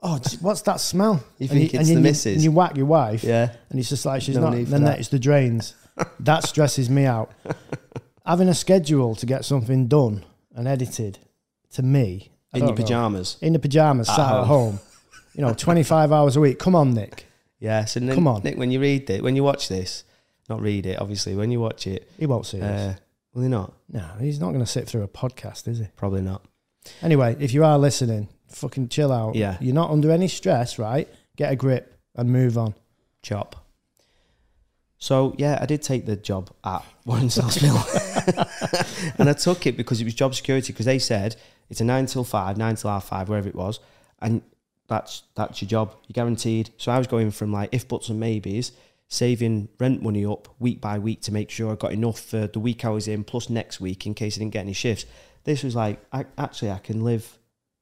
[SPEAKER 1] oh, gee, what's that smell?
[SPEAKER 2] You
[SPEAKER 1] And
[SPEAKER 2] think it's
[SPEAKER 1] and
[SPEAKER 2] the
[SPEAKER 1] you,
[SPEAKER 2] missus.
[SPEAKER 1] And you whack your wife,
[SPEAKER 2] Yeah.
[SPEAKER 1] and it's just like she's
[SPEAKER 2] No
[SPEAKER 1] not.
[SPEAKER 2] need for
[SPEAKER 1] Then
[SPEAKER 2] that.
[SPEAKER 1] it's the drains. that stresses me out. Having a schedule to get something done and edited, to me, I
[SPEAKER 2] In your
[SPEAKER 1] don't know.
[SPEAKER 2] pajamas.
[SPEAKER 1] in the pajamas,
[SPEAKER 2] At
[SPEAKER 1] sat at home. You know, twenty-five hours a week. Come on, Nick.
[SPEAKER 2] Yeah. So Nick,
[SPEAKER 1] Come on.
[SPEAKER 2] Nick, when you read it, when you watch this, not read it, obviously, when you watch it,
[SPEAKER 1] He won't see us.
[SPEAKER 2] uh, will they not?
[SPEAKER 1] No, he's not going to sit through a podcast, is he?
[SPEAKER 2] Probably not.
[SPEAKER 1] Anyway, if you are listening, fucking chill out.
[SPEAKER 2] Yeah.
[SPEAKER 1] You're not under any stress, right? Get a grip and move on.
[SPEAKER 2] Chop. So yeah, I did take the job at Warren Sales Mill, and I took it because it was job security. Because they said it's a nine till five, nine till half five, wherever it was, and that's that's your job. You're guaranteed. So I was going from like if buts and maybes, saving rent money up week by week to make sure I got enough for the week I was in plus next week in case I didn't get any shifts. This was like I, actually I can live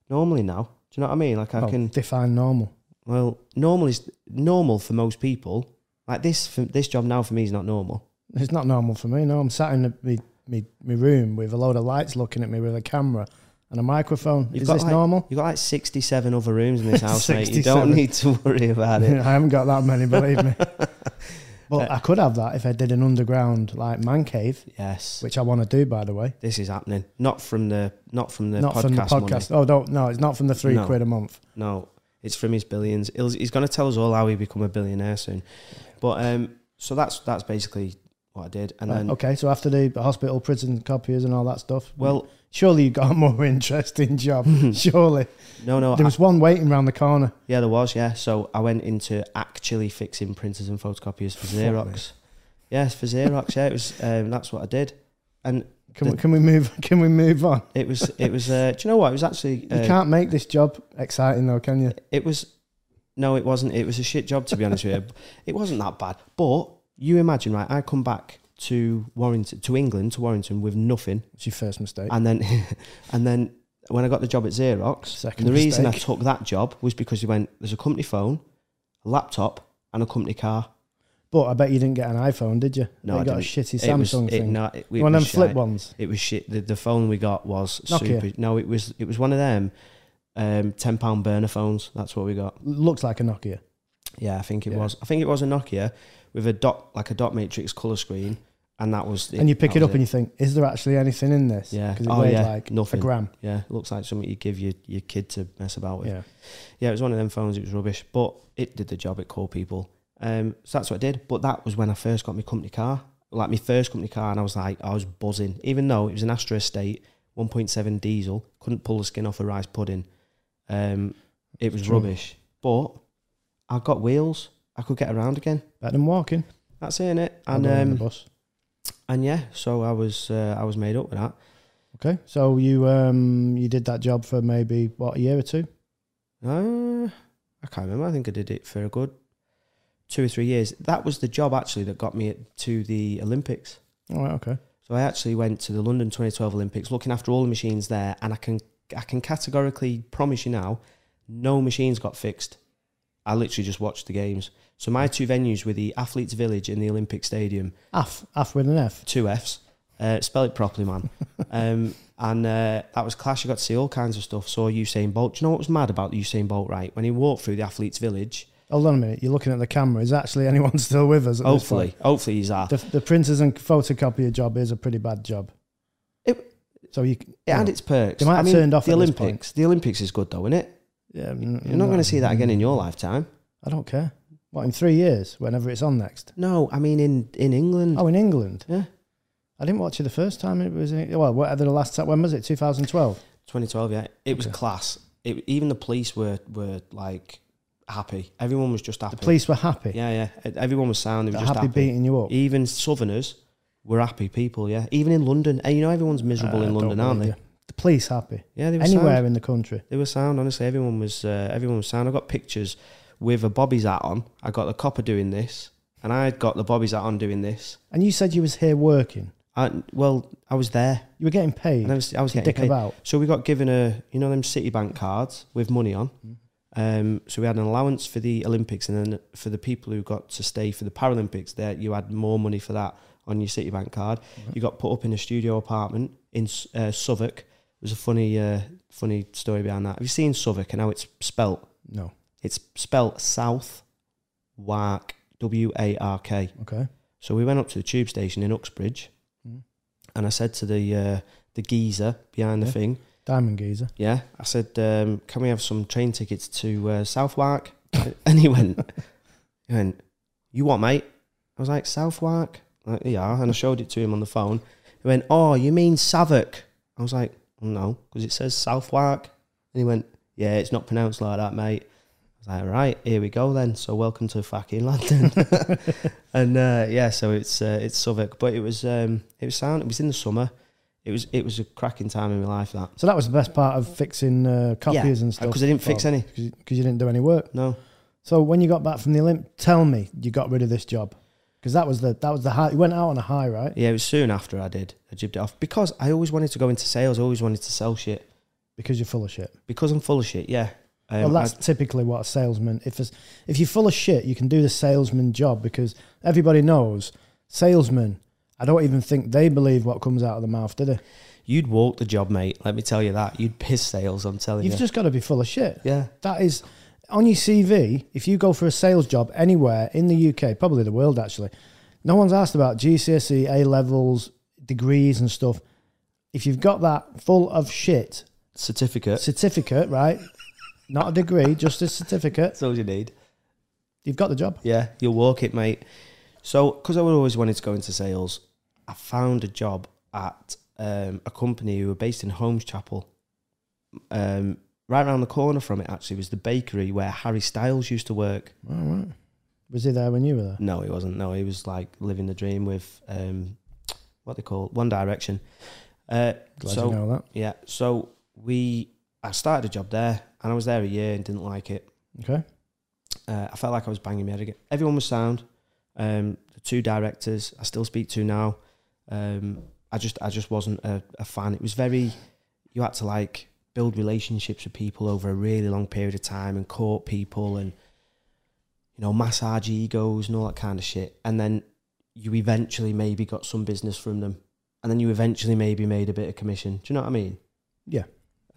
[SPEAKER 2] normally now. Do you know what I mean? Like I
[SPEAKER 1] Well,
[SPEAKER 2] can
[SPEAKER 1] define normal.
[SPEAKER 2] well, normal is normal for most people. Like this, for, this job now for me is not normal.
[SPEAKER 1] It's not normal for me. No, I'm sat in the, me, me, me room with a load of lights looking at me with a camera and a microphone.
[SPEAKER 2] You've
[SPEAKER 1] Is
[SPEAKER 2] got
[SPEAKER 1] this
[SPEAKER 2] like-
[SPEAKER 1] normal?
[SPEAKER 2] You've got like sixty-seven other rooms in this house, mate. You don't
[SPEAKER 1] 67.
[SPEAKER 2] need to worry about it.
[SPEAKER 1] I haven't got that many, believe me. But I could have that if I did an underground like man cave,
[SPEAKER 2] Yes,
[SPEAKER 1] which I want to do, by the way.
[SPEAKER 2] this is happening. Not from the, not from the
[SPEAKER 1] not
[SPEAKER 2] podcast.
[SPEAKER 1] from the
[SPEAKER 2] Money.
[SPEAKER 1] podcast. Oh, don't, no, it's not from the three
[SPEAKER 2] No.
[SPEAKER 1] quid a month.
[SPEAKER 2] No, it's from his billions. He'll, he's going to tell us all how he become a billionaire soon. But um, so that's that's basically what I did, and
[SPEAKER 1] Right,
[SPEAKER 2] then
[SPEAKER 1] okay, so after the hospital, prison copiers, and all that stuff,
[SPEAKER 2] well,
[SPEAKER 1] surely you got a more interesting job. surely
[SPEAKER 2] no, no,
[SPEAKER 1] there was one waiting round the corner.
[SPEAKER 2] yeah, there was, yeah. So I went into actually fixing printers and photocopiers for
[SPEAKER 1] Fuck me.
[SPEAKER 2] Xerox. Yes, for Xerox. yeah, it was. Um, that's what I did.
[SPEAKER 1] Can we, can we move? Can we move on?
[SPEAKER 2] It was. It was. Uh, do you know what? It was actually.
[SPEAKER 1] you
[SPEAKER 2] Uh,
[SPEAKER 1] can't make this job exciting though, can you?
[SPEAKER 2] it was. No, it wasn't. It was a shit job to be honest with you. It wasn't that bad. But you imagine, right? I come back to Warrington, to England, to Warrington with nothing,
[SPEAKER 1] It's your first mistake.
[SPEAKER 2] and then, and then when I got the job at Xerox,
[SPEAKER 1] Second
[SPEAKER 2] the reason I
[SPEAKER 1] mistake.
[SPEAKER 2] took that job was because you went. There's a company phone, a laptop, and a company car.
[SPEAKER 1] But I bet you didn't get an iPhone, did you?
[SPEAKER 2] No,
[SPEAKER 1] you
[SPEAKER 2] I
[SPEAKER 1] got
[SPEAKER 2] didn't.
[SPEAKER 1] a shitty
[SPEAKER 2] It was-
[SPEAKER 1] Samsung
[SPEAKER 2] it-
[SPEAKER 1] thing.
[SPEAKER 2] no, it- it
[SPEAKER 1] one of them
[SPEAKER 2] was
[SPEAKER 1] flip
[SPEAKER 2] shite.
[SPEAKER 1] ones.
[SPEAKER 2] It was shit. The, the phone we got was
[SPEAKER 1] Nokia.
[SPEAKER 2] super. No, it was it was one of them, um, ten pound burner phones. That's what we got.
[SPEAKER 1] Looks like a Nokia.
[SPEAKER 2] Yeah, I think it
[SPEAKER 1] Yeah.
[SPEAKER 2] was. I think it was a Nokia with a dot like a dot matrix color screen, and that was.
[SPEAKER 1] and you pick
[SPEAKER 2] that
[SPEAKER 1] it
[SPEAKER 2] was
[SPEAKER 1] up and you think, is there actually anything in this?
[SPEAKER 2] Yeah.
[SPEAKER 1] Because it
[SPEAKER 2] Oh,
[SPEAKER 1] weighed
[SPEAKER 2] yeah.
[SPEAKER 1] like
[SPEAKER 2] Nothing.
[SPEAKER 1] a gram.
[SPEAKER 2] yeah, it looks like something you give your, your kid to mess about with. Yeah.
[SPEAKER 1] Yeah.
[SPEAKER 2] it was one of them phones. It was rubbish, but it did the job. It called people. Um, so that's what I did. But that was when I first got my company car, like my first company car, and I was like, I was buzzing, even though it was an Astra Estate, 1.7 diesel, couldn't pull the skin off a rice pudding. Um, it was
[SPEAKER 1] True.
[SPEAKER 2] rubbish, but I got wheels. I could get around again.
[SPEAKER 1] Better than walking.
[SPEAKER 2] That's it, innit?
[SPEAKER 1] or
[SPEAKER 2] And
[SPEAKER 1] going on the
[SPEAKER 2] um,
[SPEAKER 1] bus.
[SPEAKER 2] and yeah, so I was uh, I was made up with that.
[SPEAKER 1] Okay. So you um you did that job for maybe what a year or two?
[SPEAKER 2] Uh, I can't remember. I think I did it for a good two or three years. That was the job actually that got me to the Olympics.
[SPEAKER 1] All right. Okay.
[SPEAKER 2] So I actually went to the London 2012 Olympics, looking after all the machines there, and I can I can categorically promise you now, no machines got fixed. I literally just watched the games. So my two venues were the Athletes Village and the Olympic Stadium.
[SPEAKER 1] Af, af with an F.
[SPEAKER 2] two Fs. Uh, spell it properly, man. um, and uh, that was clash. You got to see all kinds of stuff. Saw Usain Bolt. Do you know what was mad about Usain Bolt? Right when he walked through the athletes' village.
[SPEAKER 1] Hold on a minute. You're looking at the camera. Is actually anyone still with us? At
[SPEAKER 2] Hopefully, hopefully he's that.
[SPEAKER 1] this point? the, the printers and photocopier job is a pretty bad job.
[SPEAKER 2] It-
[SPEAKER 1] so you c-
[SPEAKER 2] It had its perks.
[SPEAKER 1] They might have turned off
[SPEAKER 2] the
[SPEAKER 1] at this
[SPEAKER 2] Olympics. The Olympics is good though, isn't it?
[SPEAKER 1] yeah, n-
[SPEAKER 2] You're
[SPEAKER 1] no.
[SPEAKER 2] not going to see that again in your lifetime.
[SPEAKER 1] I don't care. What in three years? Whenever it's on next.
[SPEAKER 2] No, I mean in in England.
[SPEAKER 1] Oh, in England.
[SPEAKER 2] Mm. Yeah,
[SPEAKER 1] I didn't watch it the first time. It was in, well, whatever the last time. When was it? 2012.
[SPEAKER 2] 2012. Yeah, it was
[SPEAKER 1] Okay.
[SPEAKER 2] class. It, even the police were were like happy. Everyone was just happy.
[SPEAKER 1] The police were happy.
[SPEAKER 2] Yeah, yeah. Everyone was sound. They were
[SPEAKER 1] They're
[SPEAKER 2] just
[SPEAKER 1] happy, beating you up.
[SPEAKER 2] Even Southerners were happy people, yeah. Even in London, and you know everyone's miserable
[SPEAKER 1] Uh,
[SPEAKER 2] in
[SPEAKER 1] don't
[SPEAKER 2] London, aren't they?
[SPEAKER 1] believe you. The police happy.
[SPEAKER 2] Yeah, they were
[SPEAKER 1] Anywhere
[SPEAKER 2] sound.
[SPEAKER 1] in the country.
[SPEAKER 2] They were sound. Honestly, everyone was uh, everyone was sound. I got pictures with a Bobby's hat on. I got the copper doing this, and I got the Bobby's hat on doing this.
[SPEAKER 1] And you said you was here working.
[SPEAKER 2] I, well, I was there.
[SPEAKER 1] You were getting paid.
[SPEAKER 2] And I was, I was
[SPEAKER 1] to
[SPEAKER 2] getting
[SPEAKER 1] dick
[SPEAKER 2] paid.
[SPEAKER 1] about.
[SPEAKER 2] So we got given a, you know, them Citibank cards with money on.
[SPEAKER 1] Mm.
[SPEAKER 2] Um, so we had an allowance for the Olympics, and then for the people who got to stay for the Paralympics, there you had more money for that. on your Citibank card. You got put up in a studio apartment in S- uh, Southwark. There's a funny, uh, funny story behind that. Have you seen Southwark and how it's spelt?
[SPEAKER 1] No.
[SPEAKER 2] It's spelt South Wark, W A R K.
[SPEAKER 1] Okay.
[SPEAKER 2] So we went up to the tube station in Uxbridge,
[SPEAKER 1] Mm.
[SPEAKER 2] and I said to the uh, the geezer behind the
[SPEAKER 1] Yeah.
[SPEAKER 2] thing,
[SPEAKER 1] Diamond geezer.
[SPEAKER 2] yeah, I said, um, "Can we have some train tickets to uh, Southwark?" and he went, "He went, you what, mate?" I was like, "Southwark." Like, yeah, and I showed it to him on the phone. He went, "Oh, you mean Southwark?" I was like, "No, because it says Southwark." And he went, "Yeah, it's not pronounced like that, mate." I was like, "Right, here we go then." So welcome to fucking London. and uh, yeah, so it's uh, it's Southwark, but it was um, it was sound. It was in the summer. It was it was a cracking time in my life. That
[SPEAKER 1] So that was the best part of fixing uh, copiers and stuff.
[SPEAKER 2] because I didn't fix any.
[SPEAKER 1] Because you didn't do any work.
[SPEAKER 2] No,
[SPEAKER 1] So when you got back from the Olymp, tell me you got rid of this job. Because that was the that was the high. You went out on a high, right?
[SPEAKER 2] yeah, it was soon after I did. I jibbed it off because I always wanted to go into sales. I always wanted to sell shit
[SPEAKER 1] Because you're full of shit.
[SPEAKER 2] because I'm full of shit. Yeah, um,
[SPEAKER 1] well, that's typically what a salesman. If it's, if you're full of shit, you can do the salesman job because everybody knows salesmen. I don't even think they believe what comes out of the mouth, do they?
[SPEAKER 2] I- you'd walk the job, mate. Let me tell you that you'd piss sales. I'm telling
[SPEAKER 1] You've
[SPEAKER 2] you.
[SPEAKER 1] just got to be full of shit.
[SPEAKER 2] yeah,
[SPEAKER 1] That is on your CV. If you go for a sales job anywhere in the UK, probably the world actually, no one's asked about GCSE, A levels, E, degrees, and stuff. If you've got that full of shit
[SPEAKER 2] certificate.
[SPEAKER 1] certificate, right? Not a degree, just a certificate.
[SPEAKER 2] That's all you need.
[SPEAKER 1] You've got the job.
[SPEAKER 2] Yeah, you'll walk it, mate. So, because I would always wanted to go into sales, I found a job at um, a company who were based in Holmes Chapel. Um, right around the corner from it, actually, was the bakery where Harry Styles used to work.
[SPEAKER 1] All right. Was he there when you were there?
[SPEAKER 2] No, he wasn't. No, he was like living the dream with um, what they call One Direction. Uh,
[SPEAKER 1] Glad
[SPEAKER 2] so
[SPEAKER 1] you know that.
[SPEAKER 2] yeah, so we I started a job there, and I was there a year and didn't like it.
[SPEAKER 1] Okay.
[SPEAKER 2] Uh, I felt like I was banging my head again. Everyone was sound. Um, the two directors I still speak to now. Um, I just I just wasn't a, a fan. It was very you had to like build relationships with people over a really long period of time and court people and you know massage egos and all that kind of shit. And then you eventually maybe got some business from them, and then you eventually maybe made a bit of commission. Do you know what I mean?
[SPEAKER 1] Yeah.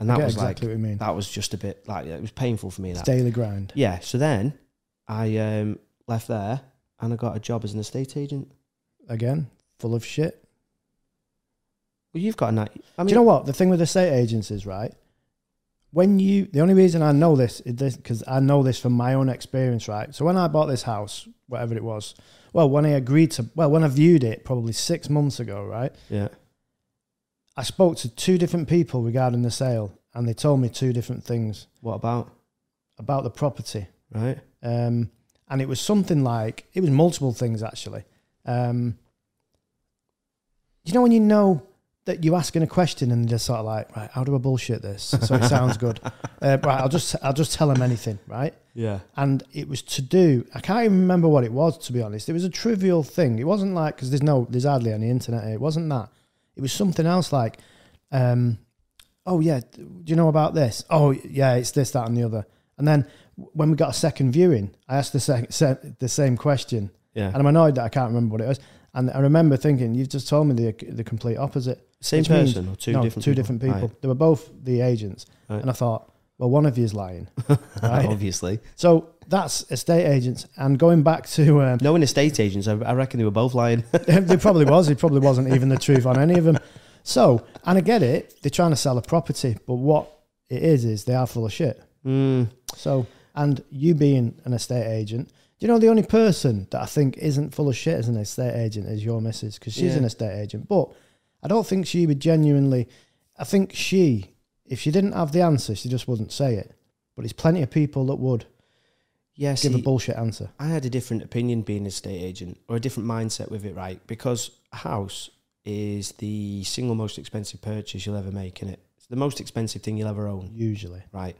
[SPEAKER 2] And that
[SPEAKER 1] I get
[SPEAKER 2] was
[SPEAKER 1] exactly what you mean.
[SPEAKER 2] like that was just a bit like it was painful for me.
[SPEAKER 1] It's
[SPEAKER 2] That
[SPEAKER 1] daily grind.
[SPEAKER 2] yeah. So then I um, left there and I got a job as an estate agent.
[SPEAKER 1] Again, full of shit.
[SPEAKER 2] Well, you've got a night. I mean,
[SPEAKER 1] Do you know what? The thing with estate agents is, right? When you, the only reason I know this is because I know this from my own experience, right? So when I bought this house, whatever it was, well, when I agreed to, well, when I viewed it probably six months ago, right?
[SPEAKER 2] yeah,
[SPEAKER 1] I spoke to two different people regarding the sale and they told me two different things
[SPEAKER 2] what about
[SPEAKER 1] about the property.
[SPEAKER 2] right?
[SPEAKER 1] Um, and it was something like it was multiple things actually. Um, you know when you know that you're asking a question and they're sort of like, right, how do I bullshit this so it sounds good? Uh, right, I'll just I'll just tell them anything, right?
[SPEAKER 2] Yeah,
[SPEAKER 1] And it was to do. I can't even remember what it was to be honest. It was a trivial thing. It wasn't like because there's no there's hardly any internet. Here. It wasn't that. It was something else like, um, oh yeah, do you know about this? Oh yeah, it's this, that, and the other. And then when we got a second viewing, I asked the sec- se- the same question,
[SPEAKER 2] yeah.
[SPEAKER 1] and I'm annoyed that I can't remember what it was. And I remember thinking, you've just told me the the complete opposite
[SPEAKER 2] Same
[SPEAKER 1] which means-
[SPEAKER 2] person or two
[SPEAKER 1] no,
[SPEAKER 2] different
[SPEAKER 1] two
[SPEAKER 2] people?
[SPEAKER 1] different people.
[SPEAKER 2] Right,
[SPEAKER 1] They were both the agents,
[SPEAKER 2] Right.
[SPEAKER 1] and I thought, well, one of you is lying. Right.
[SPEAKER 2] Obviously,
[SPEAKER 1] So that's estate agents. And going back to, um,
[SPEAKER 2] knowing estate agents, I, I reckon they were both lying.
[SPEAKER 1] there probably was, it probably wasn't even the truth on any of them. So, and I get it, they're trying to sell a property, but what it is, is they are full of shit.
[SPEAKER 2] mm,
[SPEAKER 1] So, and you being an estate agent, do you know the only person that I think isn't full of shit as an estate agent is your missus because she's
[SPEAKER 2] Yeah.
[SPEAKER 1] an estate agent. But I don't think she would genuinely. I think she, if she didn't have the answer, she just wouldn't say it. But there's plenty of people that would
[SPEAKER 2] yeah,
[SPEAKER 1] give
[SPEAKER 2] see,
[SPEAKER 1] a bullshit answer.
[SPEAKER 2] I had a different opinion being an estate agent or a different mindset with it, right? Because a house is the single most expensive purchase you'll ever make, in it? It's the most expensive thing you'll ever own,
[SPEAKER 1] Usually,
[SPEAKER 2] right?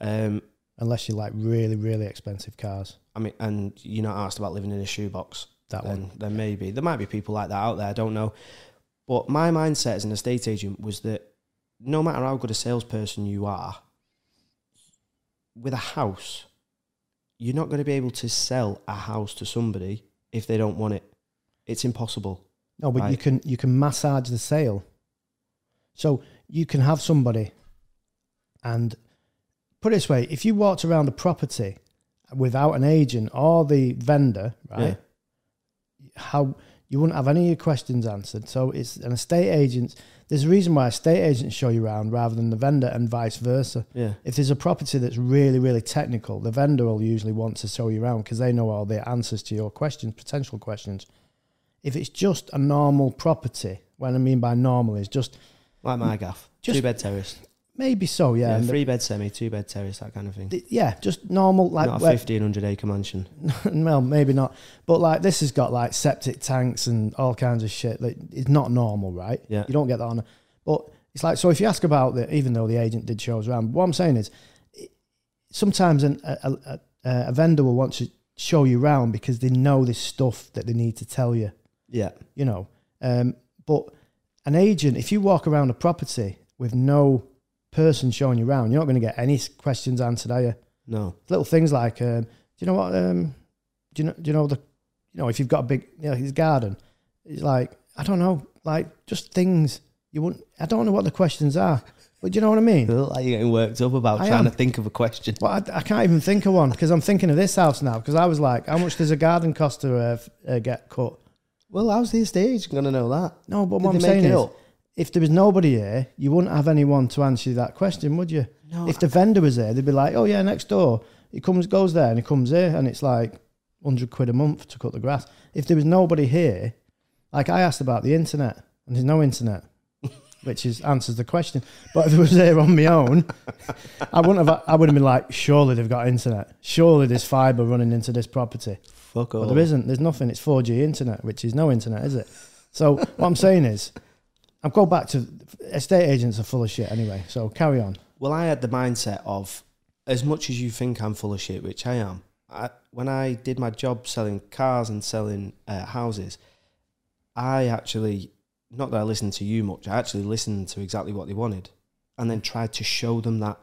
[SPEAKER 2] Um,
[SPEAKER 1] unless you like really, really expensive cars.
[SPEAKER 2] I mean, and you're not asked about living in a shoebox.
[SPEAKER 1] That one.
[SPEAKER 2] then, then maybe there might be people like that out there. I don't know, but my mindset as an estate agent was that no matter how good a salesperson you are, with a house, you're not going to be able to sell a house to somebody if they don't want it. It's impossible.
[SPEAKER 1] No, but you
[SPEAKER 2] Right.
[SPEAKER 1] can you can massage the sale. So you can have somebody and put it this way, if you walked around a property without an agent or the vendor, right? How you wouldn't have any of your questions answered. So it's an estate agent. There's a reason why estate agents show you around rather than the vendor and vice versa.
[SPEAKER 2] Yeah.
[SPEAKER 1] If there's a property that's really, really technical, the vendor will usually want to show you around because they know all the answers to your questions, potential questions. If it's just a normal property, what I mean by normal is just
[SPEAKER 2] Like my gaff.
[SPEAKER 1] Just-
[SPEAKER 2] two bed terrace.
[SPEAKER 1] maybe so, yeah,
[SPEAKER 2] Yeah.
[SPEAKER 1] and
[SPEAKER 2] three bed semi, two bed terrace, that kind of thing.
[SPEAKER 1] th- yeah, just normal like
[SPEAKER 2] Not a
[SPEAKER 1] where-
[SPEAKER 2] 1500 acre mansion.
[SPEAKER 1] well, maybe not, but like this has got like septic tanks and all kinds of shit. Like it's not normal, right?
[SPEAKER 2] Yeah.
[SPEAKER 1] you don't get that on. a- But it's like so. If you ask about the, even though the agent did shows around, what I'm saying is, it- sometimes an, a, a, a a vendor will want to show you around because they know this stuff that they need to tell you.
[SPEAKER 2] Yeah.
[SPEAKER 1] You know, um, but an agent, if you walk around a property with no person showing you around, you're not going to get any s- questions answered, are you?
[SPEAKER 2] No.
[SPEAKER 1] little things like um, do you know what um, do you know do you know the you know if you've got a big you know his garden it's like I don't know like just things you wouldn't I don't know what the questions are but do you know what I mean
[SPEAKER 2] Like you're getting worked up about
[SPEAKER 1] I
[SPEAKER 2] trying
[SPEAKER 1] am.
[SPEAKER 2] to think of a question.
[SPEAKER 1] well I, I can't even think of one because I'm thinking of this house now because I was like how much does a garden cost to uh, f- uh, get cut
[SPEAKER 2] Well, how's the estate agent going to know that?
[SPEAKER 1] no but
[SPEAKER 2] Did
[SPEAKER 1] what
[SPEAKER 2] they
[SPEAKER 1] I'm
[SPEAKER 2] make
[SPEAKER 1] saying
[SPEAKER 2] it
[SPEAKER 1] is
[SPEAKER 2] up?
[SPEAKER 1] if there was nobody here you wouldn't have anyone to answer that question would you
[SPEAKER 2] No,
[SPEAKER 1] if the vendor was there they'd be like oh yeah next door he comes goes there and he comes here and it's like 100 quid a month to cut the grass if there was nobody here like i asked about the internet and there's no internet which is answers the question but if it was there on my own i wouldn't have i would have been like surely they've got internet surely there's fiber running into this property
[SPEAKER 2] Fuck
[SPEAKER 1] but
[SPEAKER 2] off.
[SPEAKER 1] there isn't. There's nothing. It's 4G internet, which is no internet, is it? So what I'm saying is, I'm going back to estate agents are full of shit anyway. So carry on.
[SPEAKER 2] Well, I had the mindset of as much as you think I'm full of shit, which I am. I, when I did my job selling cars and selling uh, houses, I actually not that I listened to you much. I actually listened to exactly what they wanted, and then tried to show them that.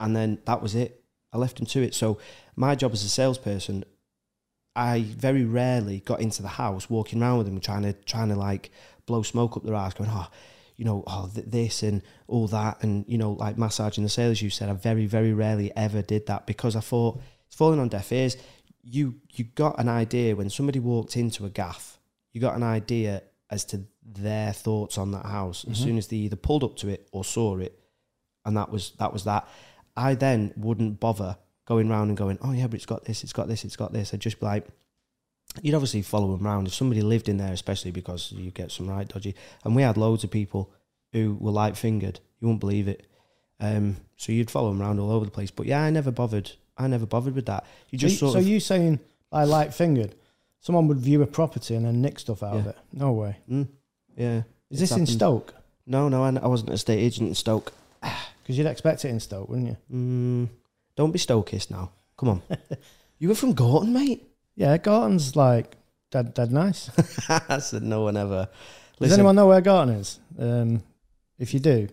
[SPEAKER 2] And then that was it. I left them to it. So my job as a salesperson, I very rarely got into the house walking around with them, trying to trying to like blow smoke up their ass, going, oh, you know, oh, th- this and all that, and you know, like massaging the sales. You said I very, very rarely ever did that because I thought it's falling on deaf ears. You you got an idea when somebody walked into a gaff. You got an idea as to their thoughts on that house as soon as they either pulled up to it or saw it, and that was that was that. I then wouldn't bother going round and going, oh yeah, but it's got this, it's got this, it's got this. I'd just be like, you'd obviously follow them round if somebody lived in there, especially because you get some right dodgy. And we had loads of people who were light fingered. You won't believe it. Um, so you'd follow them around all over the place. But yeah, I never bothered. I never bothered with that. You just
[SPEAKER 1] so, you-
[SPEAKER 2] sort
[SPEAKER 1] so
[SPEAKER 2] of
[SPEAKER 1] you saying by light fingered, someone would view a property and then nick stuff out of
[SPEAKER 2] Yeah.
[SPEAKER 1] it? No way.
[SPEAKER 2] Mm, yeah.
[SPEAKER 1] Is
[SPEAKER 2] It's
[SPEAKER 1] this in
[SPEAKER 2] happened.
[SPEAKER 1] Stoke?
[SPEAKER 2] No, no, I, I wasn't a estate agent in Stoke.
[SPEAKER 1] Because you'd expect it in Stoke, wouldn't you?
[SPEAKER 2] Mm, don't be Stokist now. Come on. you were from Gorton, mate.
[SPEAKER 1] Yeah, Garton's like dead, dead nice.
[SPEAKER 2] I said no one ever.
[SPEAKER 1] Does
[SPEAKER 2] Listen,
[SPEAKER 1] anyone know where Garton is? Um, if you do,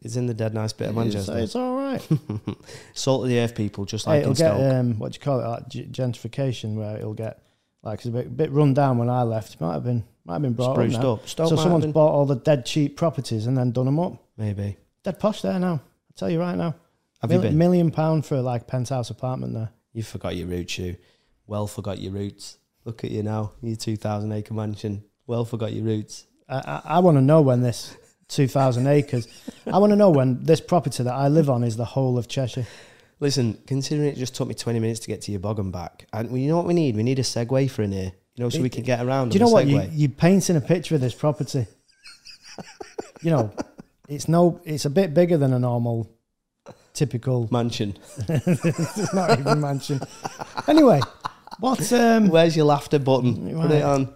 [SPEAKER 2] it's in the dead nice bit of
[SPEAKER 1] it's,
[SPEAKER 2] Manchester.
[SPEAKER 1] it's all right.
[SPEAKER 2] Salt of the earth people, just
[SPEAKER 1] Hey,
[SPEAKER 2] like
[SPEAKER 1] it'll
[SPEAKER 2] in
[SPEAKER 1] get
[SPEAKER 2] Stoke.
[SPEAKER 1] um, what do you call it, like g- gentrification, where it'll get like it's a bit, bit run down. When I left, might have been might have been brought up.
[SPEAKER 2] Spruced
[SPEAKER 1] now.
[SPEAKER 2] up. Stoke
[SPEAKER 1] so
[SPEAKER 2] might
[SPEAKER 1] someone's
[SPEAKER 2] have been-
[SPEAKER 1] bought all the dead cheap properties and then done them up.
[SPEAKER 2] Maybe.
[SPEAKER 1] Dead posh there now. I tell you right now,
[SPEAKER 2] Have
[SPEAKER 1] Mil-
[SPEAKER 2] you been?
[SPEAKER 1] million pound for like penthouse apartment there.
[SPEAKER 2] You forgot your roots, you. Well forgot your roots. Look at you now, your 2,000 acre mansion. Well forgot your roots.
[SPEAKER 1] I, I, I want to know when this two thousand acres. I want to know when this property that I live on is the whole of Cheshire.
[SPEAKER 2] Listen, considering it just took me 20 minutes to get to your bog and back, and we, you know what we need? We need a segue for in here, you know, so we can get around.
[SPEAKER 1] Do you
[SPEAKER 2] on
[SPEAKER 1] know
[SPEAKER 2] a
[SPEAKER 1] what? You,
[SPEAKER 2] Segway.
[SPEAKER 1] you're painting a picture of this property. you know, it's no, it's a bit bigger than a normal, typical.
[SPEAKER 2] Mansion.
[SPEAKER 1] it's not even mansion. Anyway, what? Um,
[SPEAKER 2] Where's your laughter button? Put
[SPEAKER 1] Right.
[SPEAKER 2] it on.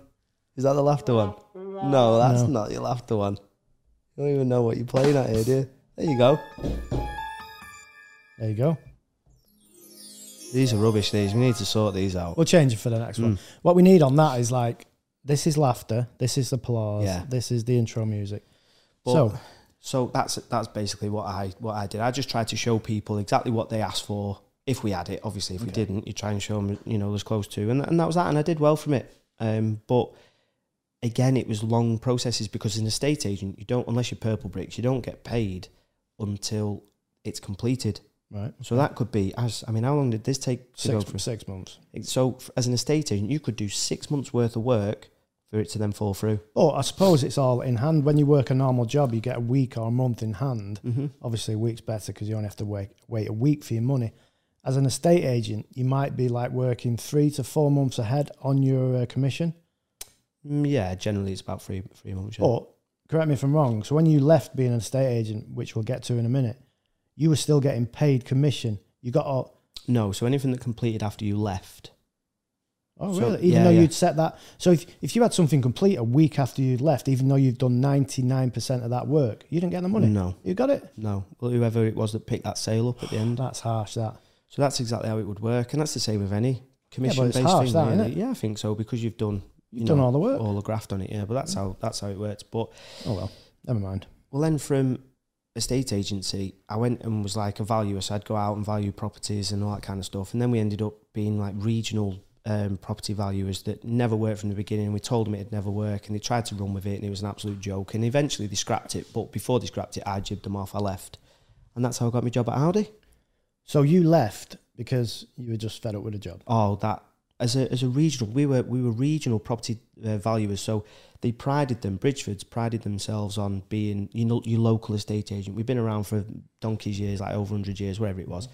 [SPEAKER 2] Is that the laughter one? No, that's not your laughter one. You don't even know what you're playing at here, do you? There you go.
[SPEAKER 1] there you go.
[SPEAKER 2] These are rubbish, these. We need to sort these out.
[SPEAKER 1] We'll change it for the next
[SPEAKER 2] Hmm.
[SPEAKER 1] one. What we need on that is like this is laughter, this is applause,
[SPEAKER 2] Yeah.
[SPEAKER 1] this is the intro music.
[SPEAKER 2] But-
[SPEAKER 1] so
[SPEAKER 2] So that's that's basically what I what I did. I just tried to show people exactly what they asked for. If we had it, obviously, if we didn't, you try and show them, you know, as close to, and and that was that. And I did well from it. Um, but again, it was long processes because as an estate agent, you don't unless you're purple bricks, you don't get paid until it's completed.
[SPEAKER 1] Right.
[SPEAKER 2] So that could be as I mean, how long did this take to go
[SPEAKER 1] Six,
[SPEAKER 2] from?
[SPEAKER 1] six months.
[SPEAKER 2] So f- as an estate agent, you could do six months worth of work for it to then fall through.
[SPEAKER 1] Or Oh, I suppose it's all in hand. When you work a normal job, you get a week or a month in hand.
[SPEAKER 2] Mm-hmm.
[SPEAKER 1] Obviously, a week's better because you only have to wait, wait a week for your money. As an estate agent, you might be like working three to four months ahead on your uh, commission.
[SPEAKER 2] Mm, Yeah, generally it's about three three months. Yeah.
[SPEAKER 1] But correct me if I'm wrong. So when you left being an estate agent, which we'll get to in a minute, you were still getting paid commission. You got oh, all,
[SPEAKER 2] No, so anything that completed after you left.
[SPEAKER 1] Oh,
[SPEAKER 2] So-
[SPEAKER 1] really? Even
[SPEAKER 2] yeah,
[SPEAKER 1] though
[SPEAKER 2] yeah.
[SPEAKER 1] you'd set that. So if, if you had something complete a week after you'd left, even though you've done 99% of that work, you didn't get the money.
[SPEAKER 2] No,
[SPEAKER 1] You got it?
[SPEAKER 2] no. Well, whoever it was that picked that sale up at the end.
[SPEAKER 1] That's harsh, that.
[SPEAKER 2] So that's exactly how it would work, and that's the same with any commission-based
[SPEAKER 1] harsh,
[SPEAKER 2] thing.
[SPEAKER 1] that,
[SPEAKER 2] really.
[SPEAKER 1] isn't it?
[SPEAKER 2] Yeah, I think so because you've done
[SPEAKER 1] You've
[SPEAKER 2] you
[SPEAKER 1] done
[SPEAKER 2] know, Oh,
[SPEAKER 1] all Mm. the work.
[SPEAKER 2] all the graft on it. Yeah, but that's how that's how it works. But
[SPEAKER 1] Oh, well. Never mind.
[SPEAKER 2] well, then from estate agency, I went and was like a valuer, so I'd go out and value properties and all that kind of stuff. And then we ended up being like regional um, property valuers that never worked from the beginning. We told them it'd never work, and they tried to run with it, and it was an absolute joke. And eventually they scrapped it, but before they scrapped it, I jibbed them off. I left, and that's how I got my job at Audi.
[SPEAKER 1] So you left because you were just fed up with a job.
[SPEAKER 2] Oh, that as a as a regional, we were we were regional property uh, valuers. So they prided them. Bridgeford's prided themselves on being you know your local estate agent. We've been around for donkey's years, like over hundred years, wherever it was.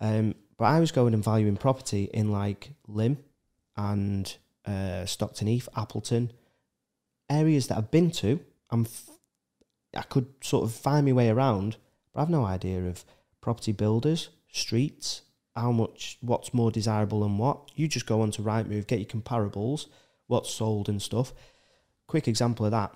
[SPEAKER 2] Um, but I was going and valuing property in like Lim and uh, Stockton Heath, Appleton, areas that I've been to. I'm f- I could sort of find my way around, but I've no idea of property builders, streets, how much what's more desirable and what. You just go on to Rightmove, get your comparables, what's sold and stuff. Quick example of that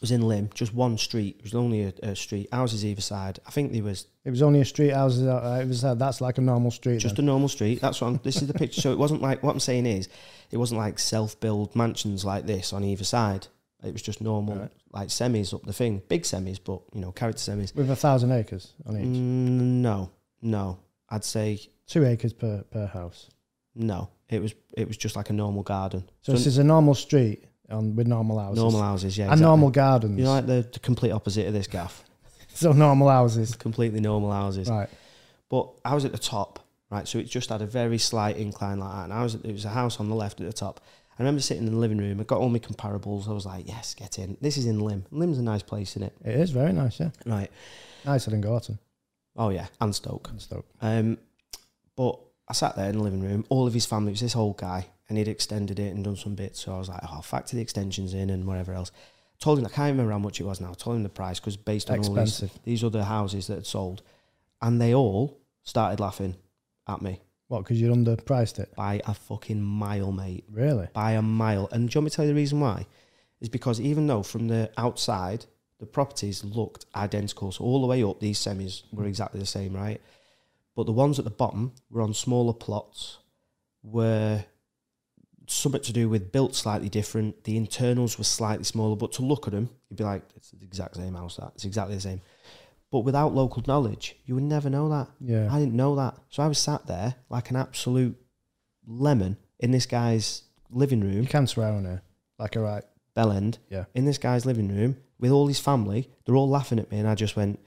[SPEAKER 2] was in Lim, just one street. It was only a, a street, houses either side. I think there was
[SPEAKER 1] It was only a street house. uh, It was uh, that's like a normal street.
[SPEAKER 2] just
[SPEAKER 1] Just
[SPEAKER 2] a normal street. That's what I'm, this is the picture. So it wasn't like what I'm saying is, it wasn't like self-build mansions like this on either side. It was just normal,
[SPEAKER 1] Right.
[SPEAKER 2] like semis up the thing, big semis, but you know, character semis.
[SPEAKER 1] with a thousand acres on each.
[SPEAKER 2] Mm, no, no, I'd say
[SPEAKER 1] Two acres per, per house.
[SPEAKER 2] no. It was it was just like a normal garden,
[SPEAKER 1] So,
[SPEAKER 2] So-
[SPEAKER 1] this is a normal street on, with normal houses.
[SPEAKER 2] normal houses, yeah,
[SPEAKER 1] And
[SPEAKER 2] exactly.
[SPEAKER 1] normal gardens.
[SPEAKER 2] You're like the, the complete opposite of this gaff.
[SPEAKER 1] so normal houses.
[SPEAKER 2] Completely normal houses.
[SPEAKER 1] Right.
[SPEAKER 2] But I was at the top, right? So it just had a very slight incline like that. And I was it was a house on the left at the top. I remember sitting in the living room. I got all my comparables. I was like, yes, get in. This is in Lim. Lim's a nice place, isn't it?
[SPEAKER 1] It is very nice, yeah.
[SPEAKER 2] Right.
[SPEAKER 1] Nicer than Gorton
[SPEAKER 2] Oh yeah, and Stoke.
[SPEAKER 1] and Stoke.
[SPEAKER 2] Um, but I sat there in the living room. All of his family it was this old guy, and he'd extended it and done some bits. So I was like, "Oh, I'll factor the extensions in and whatever else." Told him I can't remember how much it was now. Told him the price because based on all these,
[SPEAKER 1] Expensive.
[SPEAKER 2] these other houses that had sold, and they all started laughing at me
[SPEAKER 1] What? Because you underpriced it.
[SPEAKER 2] by a fucking mile, mate,
[SPEAKER 1] Really?
[SPEAKER 2] by a mile. And do you want me to tell you the reason why? Is because even though from the outside the properties looked identical, so all the way up these semis were exactly the same, right? But the ones at the bottom were on smaller plots, were something to do with built slightly different. The internals were slightly smaller, but to look at them, you'd be like, it's the exact same house. That it's exactly the same. But without local knowledge, you would never know that.
[SPEAKER 1] Yeah.
[SPEAKER 2] I didn't know that. So I was sat there like an absolute lemon in this guy's living
[SPEAKER 1] You
[SPEAKER 2] room,
[SPEAKER 1] can swear on here. Like, all right.
[SPEAKER 2] bell end,
[SPEAKER 1] Yeah.
[SPEAKER 2] in this guy's living room with all his family. They're all laughing at me. And I just went,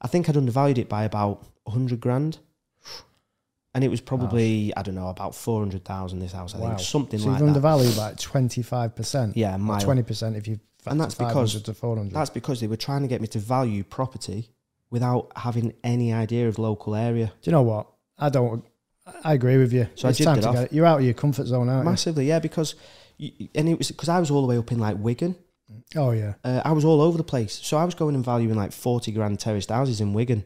[SPEAKER 2] I think I'd undervalued it by about 100 grand. And it was probably, I don't know, about 400,000 this house, I
[SPEAKER 1] Wow.
[SPEAKER 2] think. Something
[SPEAKER 1] So
[SPEAKER 2] like
[SPEAKER 1] you've
[SPEAKER 2] that.
[SPEAKER 1] undervalued by 25%.
[SPEAKER 2] yeah,
[SPEAKER 1] Or
[SPEAKER 2] mile.
[SPEAKER 1] 20% if you've
[SPEAKER 2] And that's
[SPEAKER 1] factored 500
[SPEAKER 2] because-
[SPEAKER 1] to 400.
[SPEAKER 2] That's because they were trying to get me to value property without having any idea of local area.
[SPEAKER 1] Do you know what? I don't. I agree with you.
[SPEAKER 2] So I
[SPEAKER 1] it's
[SPEAKER 2] jibbed
[SPEAKER 1] time
[SPEAKER 2] it
[SPEAKER 1] to
[SPEAKER 2] off.
[SPEAKER 1] get it. You're out of your comfort zone, aren't
[SPEAKER 2] Massively, yeah, because, you, and it was, because I was all the way up in like Wigan.
[SPEAKER 1] you? Oh, yeah.
[SPEAKER 2] uh, I was all over the place. So I was going and valuing like 40 grand terraced houses in Wigan,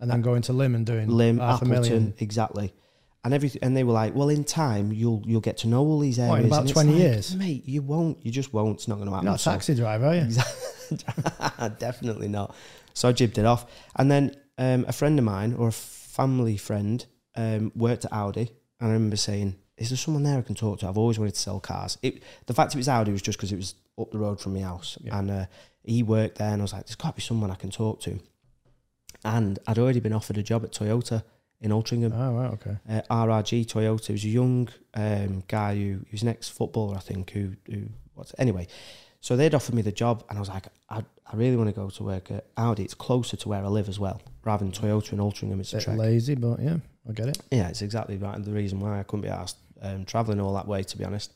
[SPEAKER 1] And then going to Lim and doing
[SPEAKER 2] Lim,
[SPEAKER 1] half a
[SPEAKER 2] Appleton,
[SPEAKER 1] million.
[SPEAKER 2] exactly. And everything, and they were like, "Well, in time, you'll you'll get to know all these areas."
[SPEAKER 1] What, in about
[SPEAKER 2] And it's
[SPEAKER 1] 20
[SPEAKER 2] like,
[SPEAKER 1] years?
[SPEAKER 2] mate. You won't. You just won't. It's not going to happen.
[SPEAKER 1] You're not a
[SPEAKER 2] So-
[SPEAKER 1] taxi driver, are you?
[SPEAKER 2] Definitely not. So I jibbed it off. And then um, a friend of mine or a family friend um, worked at Audi. And I remember saying, Is there someone there I can talk to? I've always wanted to sell cars. It, the fact it was Audi was just because it was up the road from my house.
[SPEAKER 1] Yeah.
[SPEAKER 2] And uh, he worked there. And I was like, There's got to be someone I can talk to. And I'd already been offered a job at Toyota in Altrincham
[SPEAKER 1] Oh, right. Okay.
[SPEAKER 2] uh, RRG Toyota. He was a young um, guy who he was an ex footballer, I think, who, who What's anyway? So they'd offered me the job, and I was like, I, I really want to go to work at Audi. It's closer to where I live as well, rather than Toyota and Altrincham. It's a
[SPEAKER 1] Bit
[SPEAKER 2] trek.
[SPEAKER 1] lazy, but yeah, I get it.
[SPEAKER 2] Yeah, it's exactly right. And the reason why I couldn't be asked um, traveling all that way, to be honest.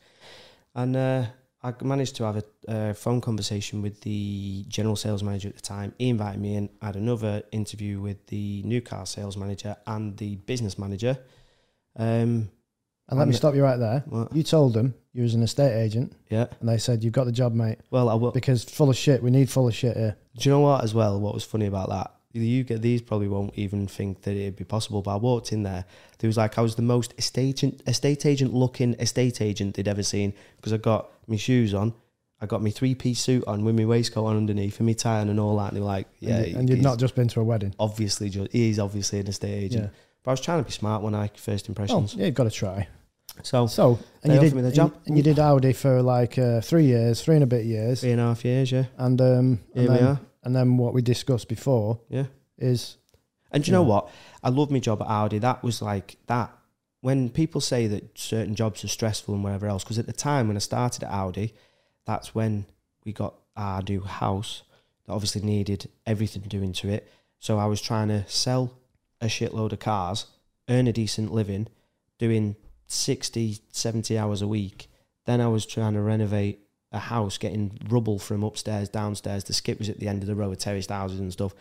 [SPEAKER 2] And uh, I managed to have a uh, phone conversation with the general sales manager at the time. He invited me in. I had another interview with the new car sales manager and the business manager. Um,
[SPEAKER 1] And let
[SPEAKER 2] I'm
[SPEAKER 1] me
[SPEAKER 2] the-
[SPEAKER 1] stop you right there.
[SPEAKER 2] what?
[SPEAKER 1] You told them you was an estate agent,
[SPEAKER 2] Yeah.
[SPEAKER 1] and they said you've got the job, mate,
[SPEAKER 2] Well, I will.
[SPEAKER 1] because full of shit. We need full of shit here.
[SPEAKER 2] Do you know what? As well, what was funny about that? You get these probably won't even think that it'd be possible. But I walked in there. There was like I was the most estate agent, estate agent looking estate agent they'd ever seen because I got my shoes on, I got my three piece suit on with my waistcoat on underneath and my tie on and all that. And they were like,
[SPEAKER 1] And
[SPEAKER 2] "Yeah,
[SPEAKER 1] you- and you've
[SPEAKER 2] he's
[SPEAKER 1] not just been to a wedding.
[SPEAKER 2] obviously just he's obviously an estate agent."
[SPEAKER 1] Yeah.
[SPEAKER 2] But I was trying to be smart when I first
[SPEAKER 1] Oh,
[SPEAKER 2] impressions.
[SPEAKER 1] yeah, you've got to try.
[SPEAKER 2] So
[SPEAKER 1] So, and
[SPEAKER 2] They
[SPEAKER 1] you
[SPEAKER 2] offered
[SPEAKER 1] did
[SPEAKER 2] me the
[SPEAKER 1] and-
[SPEAKER 2] job.
[SPEAKER 1] And, you did Audi for like uh, three years, three and a bit years,
[SPEAKER 2] three and a half years, yeah,
[SPEAKER 1] and um,
[SPEAKER 2] here
[SPEAKER 1] and
[SPEAKER 2] we
[SPEAKER 1] then,
[SPEAKER 2] are,
[SPEAKER 1] and then what we discussed before
[SPEAKER 2] yeah.
[SPEAKER 1] is
[SPEAKER 2] And do you
[SPEAKER 1] Yeah.
[SPEAKER 2] know what? I love my job at Audi. That was like that. When people say that certain jobs are stressful and whatever else, because at the time when I started at Audi, that's when we got our new house that obviously needed everything doing to it. So I was trying to sell a shitload of cars, earn a decent living, doing 60, 70 hours a week. Then I was trying to renovate a house, getting rubble from upstairs, downstairs. The skip was at the end of the row of terraced houses and stuff.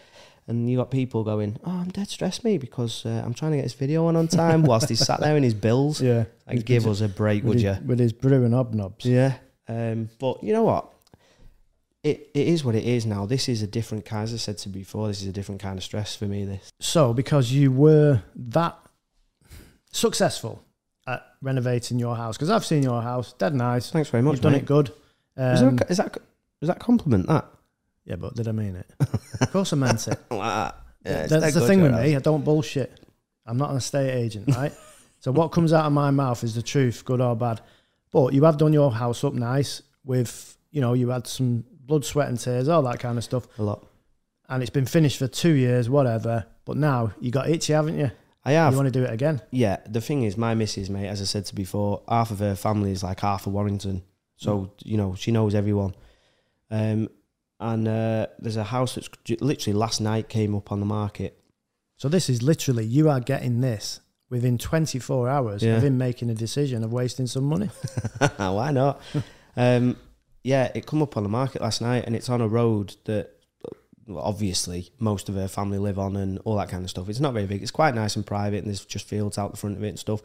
[SPEAKER 2] And you got people going, Oh, I'm dead stressed, me, because uh, I'm trying to get this video on on time whilst he's sat there in his bills.
[SPEAKER 1] yeah,
[SPEAKER 2] Like, give us a break, would
[SPEAKER 1] with
[SPEAKER 2] you?
[SPEAKER 1] his, with his brewing hobnobs.
[SPEAKER 2] Yeah. Um, but you know what? It, it is what it is now. This is a different kind, as I said to you before, this is a different kind of stress for me. This
[SPEAKER 1] So, because you were that successful at renovating your house, because I've seen your house, dead nice.
[SPEAKER 2] Thanks very much.
[SPEAKER 1] You've done
[SPEAKER 2] mate.
[SPEAKER 1] it good.
[SPEAKER 2] Is
[SPEAKER 1] Um,
[SPEAKER 2] that, is that is that compliment that?
[SPEAKER 1] Yeah, but did I mean it? of course I meant it.
[SPEAKER 2] Like that. Yeah,
[SPEAKER 1] That's
[SPEAKER 2] it's that
[SPEAKER 1] the
[SPEAKER 2] good,
[SPEAKER 1] thing with
[SPEAKER 2] you're
[SPEAKER 1] me.
[SPEAKER 2] right.
[SPEAKER 1] I don't bullshit. I'm not an estate agent, right? so what comes out of my mouth is the truth, good or bad. But you have done your house up nice with, you know, you had some blood, sweat, and tears, all that kind of stuff,
[SPEAKER 2] A lot.
[SPEAKER 1] and it's been finished for two years, whatever. But now you got itchy, haven't you?
[SPEAKER 2] I have.
[SPEAKER 1] You want to do it again?
[SPEAKER 2] yeah, the thing is, my missus, mate, as I said to before, half of her family is like half of Warrington.
[SPEAKER 1] Mm.
[SPEAKER 2] So, you know, she knows everyone. Um, and uh, there's a house that's j- literally last night came up on the market.
[SPEAKER 1] So this is literally you are getting this within 24 hours
[SPEAKER 2] Yeah.
[SPEAKER 1] of him making a decision of wasting some money.
[SPEAKER 2] Why not? um, yeah, it come up on the market last night, and it's on a road that well, obviously most of her family live on, and all that kind of stuff. It's not very big. It's quite nice and private, and there's just fields out the front of it and stuff.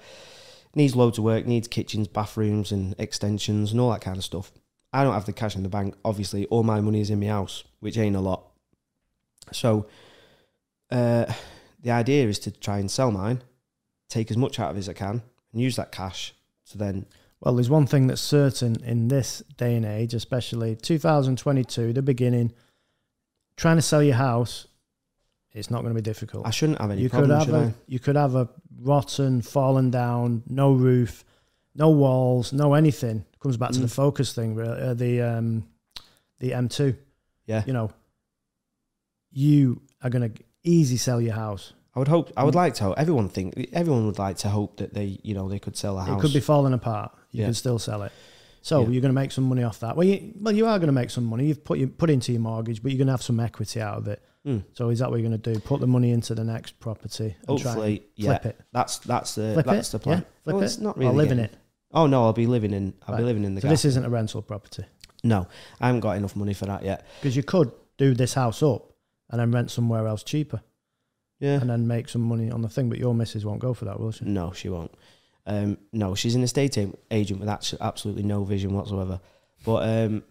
[SPEAKER 2] Needs loads of work. Needs kitchens, bathrooms, and extensions, and all that kind of stuff. I don't have the cash in the bank. Obviously, all my money is in my house, which ain't a lot. So, uh, the idea is to try and sell mine, take as much out of it as I can, and use that cash to then
[SPEAKER 1] Well, there's one thing that's certain in this day and age, especially 2022, the beginning, trying to sell your house, it's not going to be difficult.
[SPEAKER 2] I shouldn't have any
[SPEAKER 1] you
[SPEAKER 2] problem,
[SPEAKER 1] could have
[SPEAKER 2] should
[SPEAKER 1] a,
[SPEAKER 2] I?
[SPEAKER 1] you could have a rotten, fallen down, no roof, no walls, no anything. Comes back to the
[SPEAKER 2] Mm.
[SPEAKER 1] focus thing, really, uh, the um, the M2.
[SPEAKER 2] Yeah.
[SPEAKER 1] you know, you are going to easy sell your house.
[SPEAKER 2] I would hope. I would like to. Hope, everyone think. Everyone would like to hope that they, you know, they could sell a house.
[SPEAKER 1] It could be falling apart. You
[SPEAKER 2] Yeah.
[SPEAKER 1] can still sell it. So
[SPEAKER 2] Yeah.
[SPEAKER 1] you're going to make some money off that. Well, you, well, you are going to make some money. You've put you put into your mortgage, but you're going to have some equity out of it.
[SPEAKER 2] Hmm.
[SPEAKER 1] So is that what you're going to do? Put the money into the next property and try and
[SPEAKER 2] Hopefully, yeah.
[SPEAKER 1] flip it.
[SPEAKER 2] That's that's the
[SPEAKER 1] Flip
[SPEAKER 2] that's
[SPEAKER 1] it.
[SPEAKER 2] the plan.
[SPEAKER 1] Yeah, flip
[SPEAKER 2] Well,
[SPEAKER 1] it.
[SPEAKER 2] it's not
[SPEAKER 1] I'll
[SPEAKER 2] really
[SPEAKER 1] live in
[SPEAKER 2] getting-
[SPEAKER 1] it.
[SPEAKER 2] Oh no, I'll be living in. I'll
[SPEAKER 1] Right.
[SPEAKER 2] be living in the.
[SPEAKER 1] So
[SPEAKER 2] So
[SPEAKER 1] this isn't a rental property
[SPEAKER 2] no, I haven't got enough money for that yet.
[SPEAKER 1] because you could do this house up and then rent somewhere else cheaper
[SPEAKER 2] Yeah.
[SPEAKER 1] and then make some money on the thing. But your missus won't go for that, will she?
[SPEAKER 2] No, she won't. Um, no, she's an estate a- agent with actu- absolutely no vision whatsoever. But um,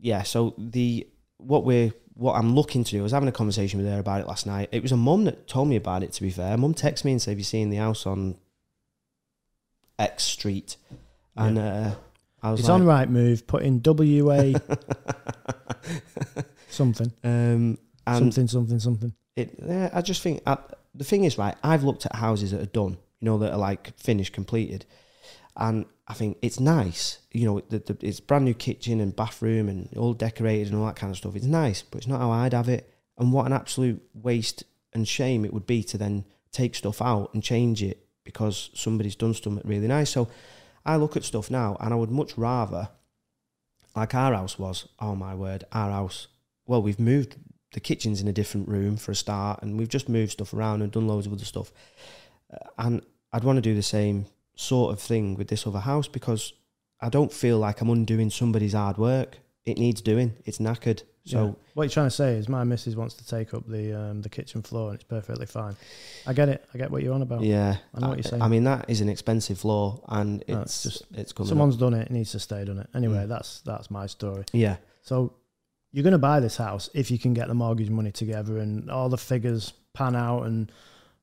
[SPEAKER 2] yeah, so the what we're what I'm looking to do. I was having a conversation with her about it last night. It was a mum that told me about it. To be fair, mum texted me and said, "Have you seen the house on X Street?" And uh, I was
[SPEAKER 1] It's
[SPEAKER 2] like,
[SPEAKER 1] on right move. Put in WA something
[SPEAKER 2] um, and
[SPEAKER 1] something something something.
[SPEAKER 2] It, yeah, I just think I, the thing is, right? I've looked at houses that are done, you know, that are like finished, completed, and I think it's nice. You know, the, the, it's brand new kitchen and bathroom and all decorated and all that kind of stuff. It's nice, but it's not how I'd have it. And what an absolute waste and shame it would be to then take stuff out and change it because somebody's done something really nice. So I look at stuff now, and I would much rather like our house was. Oh my word, our house. Well, we've moved the kitchen's in a different room for a start, and we've just moved stuff around and done loads of other stuff. Uh, And I'd want to do the same sort of thing with this other house because I don't feel like I'm undoing somebody's hard work. It needs doing. It's knackered. So
[SPEAKER 1] Yeah. what you're trying to say is my missus wants to take up the um, the kitchen floor and it's perfectly fine. I get it. I get what you're on about.
[SPEAKER 2] yeah,
[SPEAKER 1] I know what you're saying.
[SPEAKER 2] I mean, that is an expensive law, and it's
[SPEAKER 1] No, it's
[SPEAKER 2] just it's coming. up.
[SPEAKER 1] Someone's done it. It needs to stay done it. Anyway,
[SPEAKER 2] Mm.
[SPEAKER 1] that's that's my story.
[SPEAKER 2] Yeah,
[SPEAKER 1] So you're going to buy this house if you can get the mortgage money together and all the figures pan out. And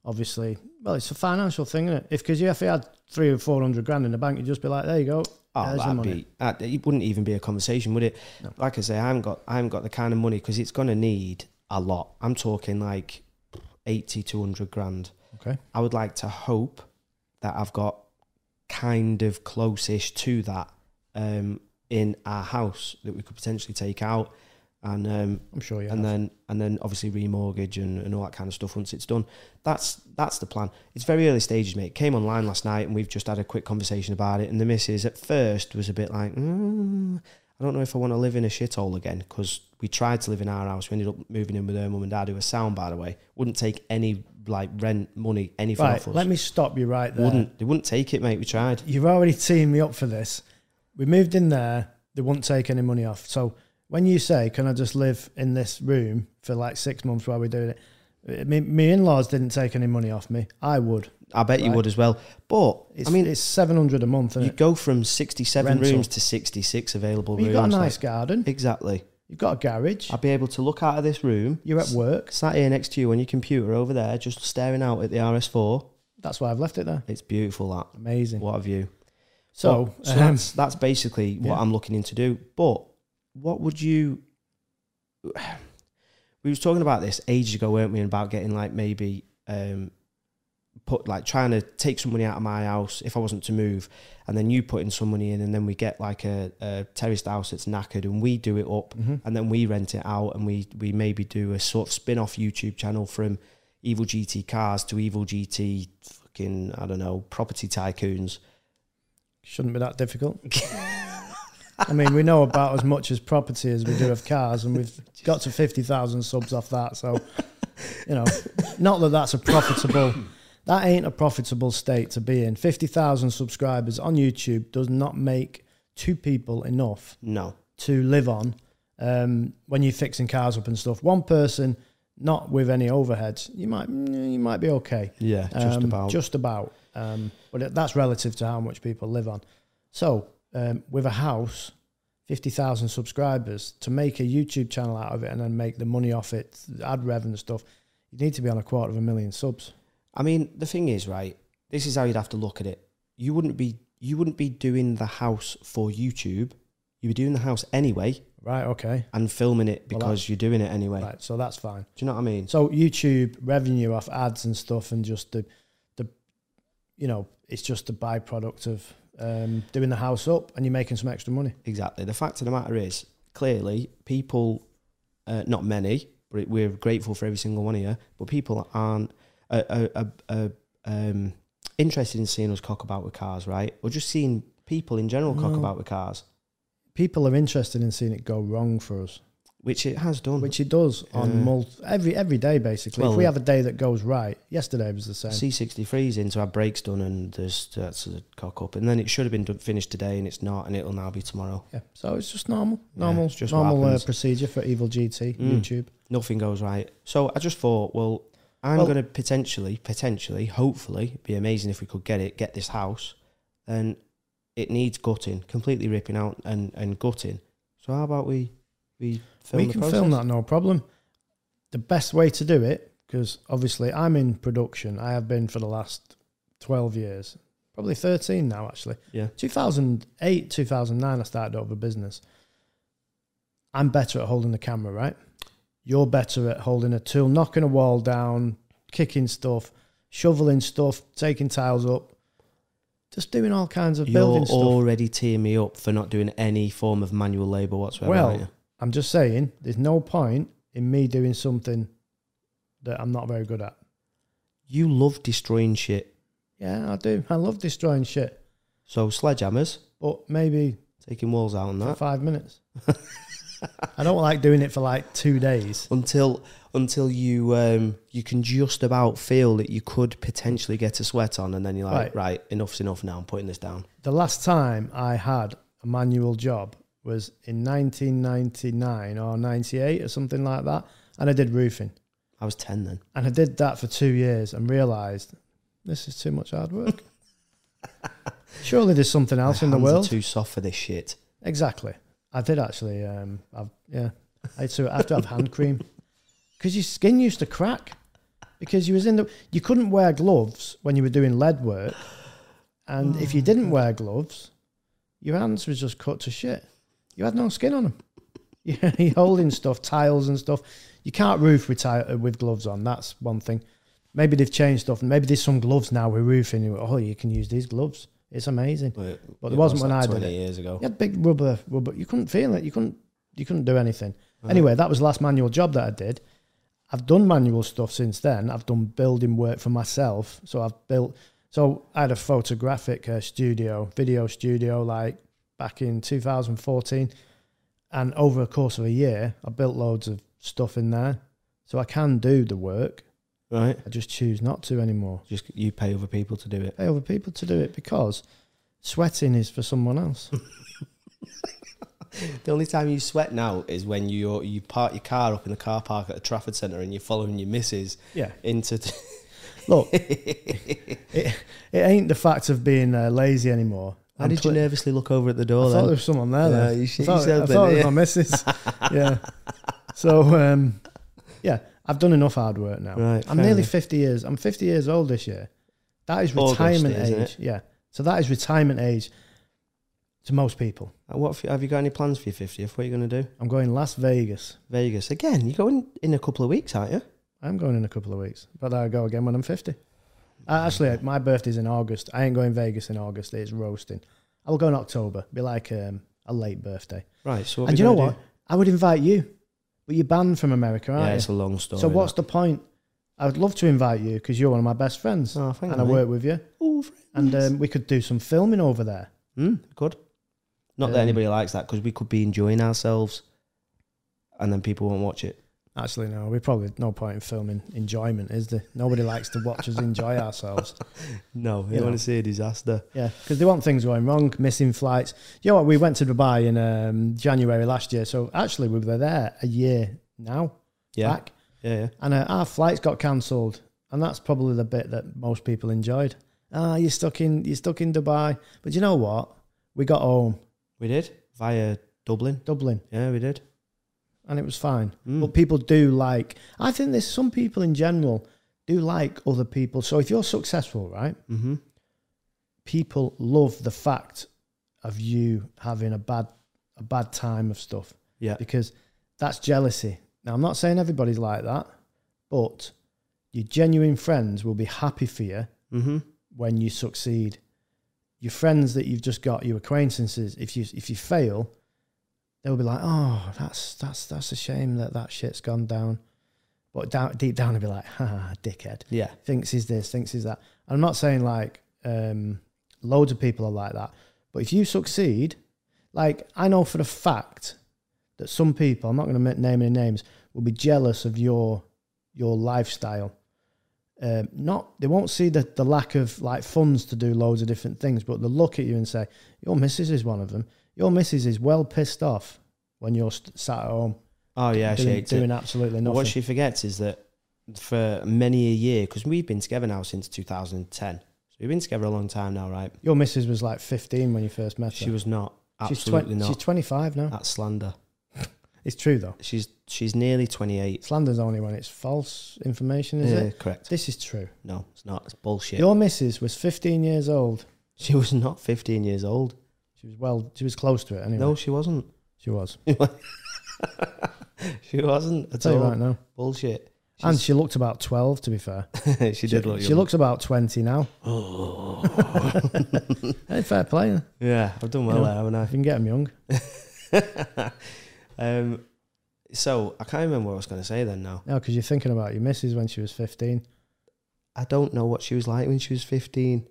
[SPEAKER 1] obviously, well, it's a financial thing, isn't it? If because if you had three or four hundred grand in the bank, you'd just be like, there you go.
[SPEAKER 2] Oh,
[SPEAKER 1] There's your
[SPEAKER 2] that'd
[SPEAKER 1] money.
[SPEAKER 2] be that, it wouldn't even be a conversation, would it?
[SPEAKER 1] No.
[SPEAKER 2] Like I say, I haven't got I haven't got the kind of money because it's gonna need a lot. I'm talking like eighty to hundred grand.
[SPEAKER 1] Okay.
[SPEAKER 2] I would like to hope that I've got kind of close-ish to that um, in our house that we could potentially take out and um,
[SPEAKER 1] I'm sure you. have.
[SPEAKER 2] and then and then obviously remortgage and, and all that kind of stuff once it's done. That's that's the plan. It's very early stages, mate. It came online last night and we've just had a quick conversation about it. And the missus at first was a bit like, mm, I don't know if I want to live in a shithole again because we tried to live in our house. We ended up moving in with her mum and dad, who are sound by the way. Wouldn't take any like rent, money, anything off
[SPEAKER 1] right.
[SPEAKER 2] us.
[SPEAKER 1] Let me stop you right there.
[SPEAKER 2] wouldn't they wouldn't take it, mate? We tried.
[SPEAKER 1] You've already teamed me up for this. We moved in there. They won't take any money off. So when you say, "Can I just live in this room for like six months while we're doing it?" I mean, my in-laws didn't take any money off me. I would.
[SPEAKER 2] I bet you
[SPEAKER 1] Right.
[SPEAKER 2] would as well. But
[SPEAKER 1] It's,
[SPEAKER 2] I mean,
[SPEAKER 1] it's seven hundred a month, isn't
[SPEAKER 2] you
[SPEAKER 1] it?
[SPEAKER 2] go from sixty-seven
[SPEAKER 1] Rental.
[SPEAKER 2] rooms to sixty-six available
[SPEAKER 1] Well, You've
[SPEAKER 2] rooms.
[SPEAKER 1] got a
[SPEAKER 2] like-
[SPEAKER 1] nice garden.
[SPEAKER 2] exactly.
[SPEAKER 1] You've got a garage.
[SPEAKER 2] I'd be able to look out of this room.
[SPEAKER 1] You're at work.
[SPEAKER 2] Sat here next to you on your computer over there, just staring out at the RS4.
[SPEAKER 1] That's why I've left it there.
[SPEAKER 2] It's beautiful, that.
[SPEAKER 1] Amazing.
[SPEAKER 2] What a view.
[SPEAKER 1] So,
[SPEAKER 2] But- so
[SPEAKER 1] um,
[SPEAKER 2] that's, that's basically what
[SPEAKER 1] yeah.
[SPEAKER 2] I'm looking into do. But what would you. We was talking about this ages ago, weren't we? and About getting like maybe um, put like trying to take some money out of my house if I wasn't to move, and then you putting some money in, and then we get like a, a terraced house that's knackered, and we do it up,
[SPEAKER 1] mhm.
[SPEAKER 2] and then we rent it out and we we maybe do a sort of spin-off YouTube channel from Evil GT Cars to Evil GT fucking I don't know property tycoons.
[SPEAKER 1] shouldn't be that difficult. I mean, we know about as much as property as we do of cars, and we've got to fifty thousand subs off that. So, you know, not that that's a profitable. That ain't a profitable state to be in. Fifty thousand subscribers on YouTube does not make two people enough
[SPEAKER 2] No,
[SPEAKER 1] to live on um, when you're fixing cars up and stuff. One person, not with any overheads, you might mm, you might be okay.
[SPEAKER 2] yeah, just
[SPEAKER 1] Um,
[SPEAKER 2] about.
[SPEAKER 1] Just about. Um, but it- that's relative to how much people live on. So um, with a house, fifty thousand subscribers to make a YouTube channel out of it and then make the money off it, ad revenue and stuff. You need to be on a quarter of a million subs.
[SPEAKER 2] I mean, the thing is, right? This is how you'd have to look at it. You wouldn't be you wouldn't be doing the house for YouTube. You'd be doing the house anyway
[SPEAKER 1] Right. Okay.
[SPEAKER 2] and filming it
[SPEAKER 1] Well,
[SPEAKER 2] because you're doing it anyway.
[SPEAKER 1] Right. So that's fine.
[SPEAKER 2] Do you know what I mean?
[SPEAKER 1] So YouTube revenue off ads and stuff, and just the the you know it's just the byproduct of um, doing the house up, and you're making some extra money.
[SPEAKER 2] Exactly. The fact of the matter is, clearly, people, uh, not many, but it- we're grateful for every single one of you, but people aren't uh, uh, uh, uh, um, interested in seeing us cock about with cars, right? Or just seeing people in general cock
[SPEAKER 1] No.
[SPEAKER 2] about with cars,
[SPEAKER 1] People are interested in seeing it go wrong for us,
[SPEAKER 2] which it has done.
[SPEAKER 1] which it does on
[SPEAKER 2] Hmm. Yeah.
[SPEAKER 1] mul- every every day basically. if
[SPEAKER 2] Well-
[SPEAKER 1] we have a day that goes right, yesterday was the same.
[SPEAKER 2] C63's in to have brakes done and there's that's a cock up. And then it should have been done, finished today and it's not and it'll now be tomorrow.
[SPEAKER 1] yeah, so it's just normal,
[SPEAKER 2] Yeah,
[SPEAKER 1] normal,
[SPEAKER 2] it's just what
[SPEAKER 1] normal uh,
[SPEAKER 2] happens.
[SPEAKER 1] procedure for Evil GT
[SPEAKER 2] Mm.
[SPEAKER 1] YouTube.
[SPEAKER 2] Nothing goes right. So I just thought, well, I'm
[SPEAKER 1] Well-
[SPEAKER 2] going to potentially, potentially, hopefully, it'd be amazing if we could get it, get this house. Then it needs gutting, completely ripping out and, and gutting. So how about we we film
[SPEAKER 1] we
[SPEAKER 2] the
[SPEAKER 1] can
[SPEAKER 2] process?
[SPEAKER 1] film that, no problem. The best way to do it, because obviously I'm in production. I have been for the last twelve years, probably thirteen now. Actually,
[SPEAKER 2] Yeah.
[SPEAKER 1] 2008, 2009, I started over business. I'm better at holding the camera, right? You're better at holding a tool, knocking a wall down, kicking stuff, shoveling stuff, taking tiles up, just doing all kinds of
[SPEAKER 2] You're
[SPEAKER 1] building stuff.
[SPEAKER 2] already teeing me up for not doing any form of manual labour whatsoever.
[SPEAKER 1] Well,
[SPEAKER 2] aren't you?
[SPEAKER 1] I'm just saying, there's no point in me doing something that I'm not very good at.
[SPEAKER 2] you love destroying shit.
[SPEAKER 1] Yeah, I do. I love destroying shit,
[SPEAKER 2] So sledgehammers,
[SPEAKER 1] but maybe
[SPEAKER 2] taking walls out and
[SPEAKER 1] for
[SPEAKER 2] that
[SPEAKER 1] five minutes. I don't like doing it for like two days.
[SPEAKER 2] until until you um, you can just about feel that you could potentially get a sweat on, and then you're like, right,
[SPEAKER 1] Right.
[SPEAKER 2] enough's enough now. I'm putting this down.
[SPEAKER 1] The last time I had a manual job was in 1999 or 98 or something like that. And I did roofing.
[SPEAKER 2] I was ten then.
[SPEAKER 1] And I did that for two years and realised this is too much hard work. Surely there's something else
[SPEAKER 2] My
[SPEAKER 1] in the
[SPEAKER 2] hands are
[SPEAKER 1] world.
[SPEAKER 2] too soft for this shit.
[SPEAKER 1] Exactly. I did actually. Um, I've, yeah, I had to, I had to have hand cream because your skin used to crack because you was in the you couldn't wear gloves when you were doing lead work, and if you didn't wear gloves, your hands were just cut to shit. You had no skin on them. Yeah, you're holding stuff, tiles and stuff. You can't roof with tile, uh, with gloves on. That's one thing. Maybe they've changed stuff. Maybe there's some gloves now with roofing. you- Oh, you can use these gloves. It's amazing.
[SPEAKER 2] But,
[SPEAKER 1] But there wasn't when I did
[SPEAKER 2] twenty
[SPEAKER 1] it.
[SPEAKER 2] years ago.
[SPEAKER 1] You had big rubber, rubber. You couldn't feel it. You couldn't. You couldn't do anything. Anyway, that was the last manual job that I did. I've done manual stuff since then. I've done building work for myself. So I've built. So I had a photographic uh, studio, video studio, like back in 2014, and over a course of a year, I built loads of stuff in there. So I can do the work.
[SPEAKER 2] Right,
[SPEAKER 1] I just choose not to anymore.
[SPEAKER 2] just you pay other people to do it.
[SPEAKER 1] Pay other people to do it because sweating is for someone else.
[SPEAKER 2] The only time you sweat now is when you you park your car up in the car park at the Trafford Centre and you're following your missus
[SPEAKER 1] Yeah.
[SPEAKER 2] into. T-
[SPEAKER 1] Look, it, it ain't the fact of being uh, lazy anymore.
[SPEAKER 2] Why
[SPEAKER 1] I'm
[SPEAKER 2] did you
[SPEAKER 1] cl-
[SPEAKER 2] nervously look over at the
[SPEAKER 1] I
[SPEAKER 2] door
[SPEAKER 1] thought
[SPEAKER 2] then?
[SPEAKER 1] there was someone there. then.
[SPEAKER 2] Yeah, you shit
[SPEAKER 1] I thought,
[SPEAKER 2] yourself
[SPEAKER 1] I
[SPEAKER 2] then,
[SPEAKER 1] thought it was
[SPEAKER 2] yeah.
[SPEAKER 1] my missus. yeah. So, um, yeah, I've done enough hard work now.
[SPEAKER 2] Right,
[SPEAKER 1] I'm
[SPEAKER 2] fair
[SPEAKER 1] nearly
[SPEAKER 2] enough.
[SPEAKER 1] 50 years. I'm 50 years old this year. That is
[SPEAKER 2] August,
[SPEAKER 1] retirement
[SPEAKER 2] isn't
[SPEAKER 1] age. Yeah. So that is retirement age to most people.
[SPEAKER 2] Uh, What have you- have you got any plans for your fiftieth? What are you going to do?
[SPEAKER 1] I'm going Las Vegas.
[SPEAKER 2] Vegas again? You're going in a couple of weeks, aren't you?
[SPEAKER 1] I'm going in a couple of weeks, but there I go again when I'm 50. Uh, actually, my birthday's in August. I ain't going Vegas in August. It's roasting. I will go in October. Be like um, a late birthday.
[SPEAKER 2] Right. So what
[SPEAKER 1] and
[SPEAKER 2] we
[SPEAKER 1] you know
[SPEAKER 2] gonna
[SPEAKER 1] what?
[SPEAKER 2] do?
[SPEAKER 1] I would invite you, but you're banned from America, aren't
[SPEAKER 2] Yeah,
[SPEAKER 1] you?
[SPEAKER 2] it's a long story.
[SPEAKER 1] so what's the point? I would love to invite you because you're one of my best friends,
[SPEAKER 2] that. Oh, thank
[SPEAKER 1] and I
[SPEAKER 2] you, mate.
[SPEAKER 1] work with you,
[SPEAKER 2] Oh, friends.
[SPEAKER 1] and um, we could do some filming over there.
[SPEAKER 2] Hmm, good. Not that
[SPEAKER 1] Um,
[SPEAKER 2] anybody likes that because we could be enjoying ourselves, and then people won't watch it.
[SPEAKER 1] Actually, no, we probably no point in filming enjoyment, is there? Nobody likes to watch us enjoy ourselves.
[SPEAKER 2] No,
[SPEAKER 1] You know.
[SPEAKER 2] wanna see a disaster.
[SPEAKER 1] Yeah, because they want things going wrong, missing flights. You know what? We went to Dubai in um, January last year, so actually we were there a year now
[SPEAKER 2] Yeah,
[SPEAKER 1] back,
[SPEAKER 2] yeah, yeah.
[SPEAKER 1] and uh, our flights got cancelled, and that's probably the bit that most people enjoyed. Ah, you're stuck in you're stuck in Dubai, but you know what? We got home,
[SPEAKER 2] We did via Dublin.
[SPEAKER 1] Dublin,
[SPEAKER 2] Yeah, we did.
[SPEAKER 1] and it was fine.
[SPEAKER 2] Mm.
[SPEAKER 1] But people do like. I think there's some people in general do like other people. So if you're successful, right?
[SPEAKER 2] Mm-hmm.
[SPEAKER 1] people love the fact of you having a bad a bad time of stuff
[SPEAKER 2] Yeah.
[SPEAKER 1] because that's jealousy. Now I'm not saying everybody's like that, but your genuine friends will be happy for you
[SPEAKER 2] Mm-hmm.
[SPEAKER 1] when you succeed. Your friends that you've just got, your acquaintances, if you if you fail, they'll be like, "Oh, that's that's that's a shame that that shit's gone down." But down, deep down, they'll be like, "Ha, ha, dickhead."
[SPEAKER 2] Yeah.
[SPEAKER 1] thinks he's this, thinks he's that. And I'm not saying like um, loads of people are like that, but if you succeed, like I know for a fact that some people, I'm not going to name any names, will be jealous of your your lifestyle. Um, not they won't see the, the lack of like funds to do loads of different things, but they'll look at you and say, "Your missus is one of them. Your missus is well pissed off when you're st- sat at home
[SPEAKER 2] Oh yeah, she
[SPEAKER 1] doing,
[SPEAKER 2] hates it.
[SPEAKER 1] doing absolutely
[SPEAKER 2] But
[SPEAKER 1] nothing."
[SPEAKER 2] What she forgets is that for many a year, because we've been together now since 2010, so we've been together a long time now, right?
[SPEAKER 1] your missus was like 15 when you first met her.
[SPEAKER 2] She was not
[SPEAKER 1] She's,
[SPEAKER 2] absolutely
[SPEAKER 1] 20, she's
[SPEAKER 2] not. Ah.
[SPEAKER 1] 25 now.
[SPEAKER 2] That's slander.
[SPEAKER 1] It's true though.
[SPEAKER 2] She's she's nearly 28.
[SPEAKER 1] Slander's only when it's false information, is
[SPEAKER 2] yeah,
[SPEAKER 1] it?
[SPEAKER 2] correct.
[SPEAKER 1] This is true.
[SPEAKER 2] No, it's not. It's bullshit.
[SPEAKER 1] Your missus was 15 years old.
[SPEAKER 2] She was not 15 years old.
[SPEAKER 1] She was well. She was close to it anyway.
[SPEAKER 2] No, she wasn't.
[SPEAKER 1] she was.
[SPEAKER 2] She wasn't at
[SPEAKER 1] tell you
[SPEAKER 2] all.
[SPEAKER 1] right now.
[SPEAKER 2] Bullshit.
[SPEAKER 1] And she looked about 12. To be fair,
[SPEAKER 2] She's- she did look.
[SPEAKER 1] She
[SPEAKER 2] young.
[SPEAKER 1] looks about 20 now.
[SPEAKER 2] Oh.
[SPEAKER 1] Hey, fair play. huh?
[SPEAKER 2] yeah, I've done well
[SPEAKER 1] You know.
[SPEAKER 2] there, haven't I?
[SPEAKER 1] If you can get them young,
[SPEAKER 2] um, so I can't remember what I was going to say then. Now
[SPEAKER 1] no, because you're thinking about your missus when she was 15.
[SPEAKER 2] I don't know what she was like when she was fifteen.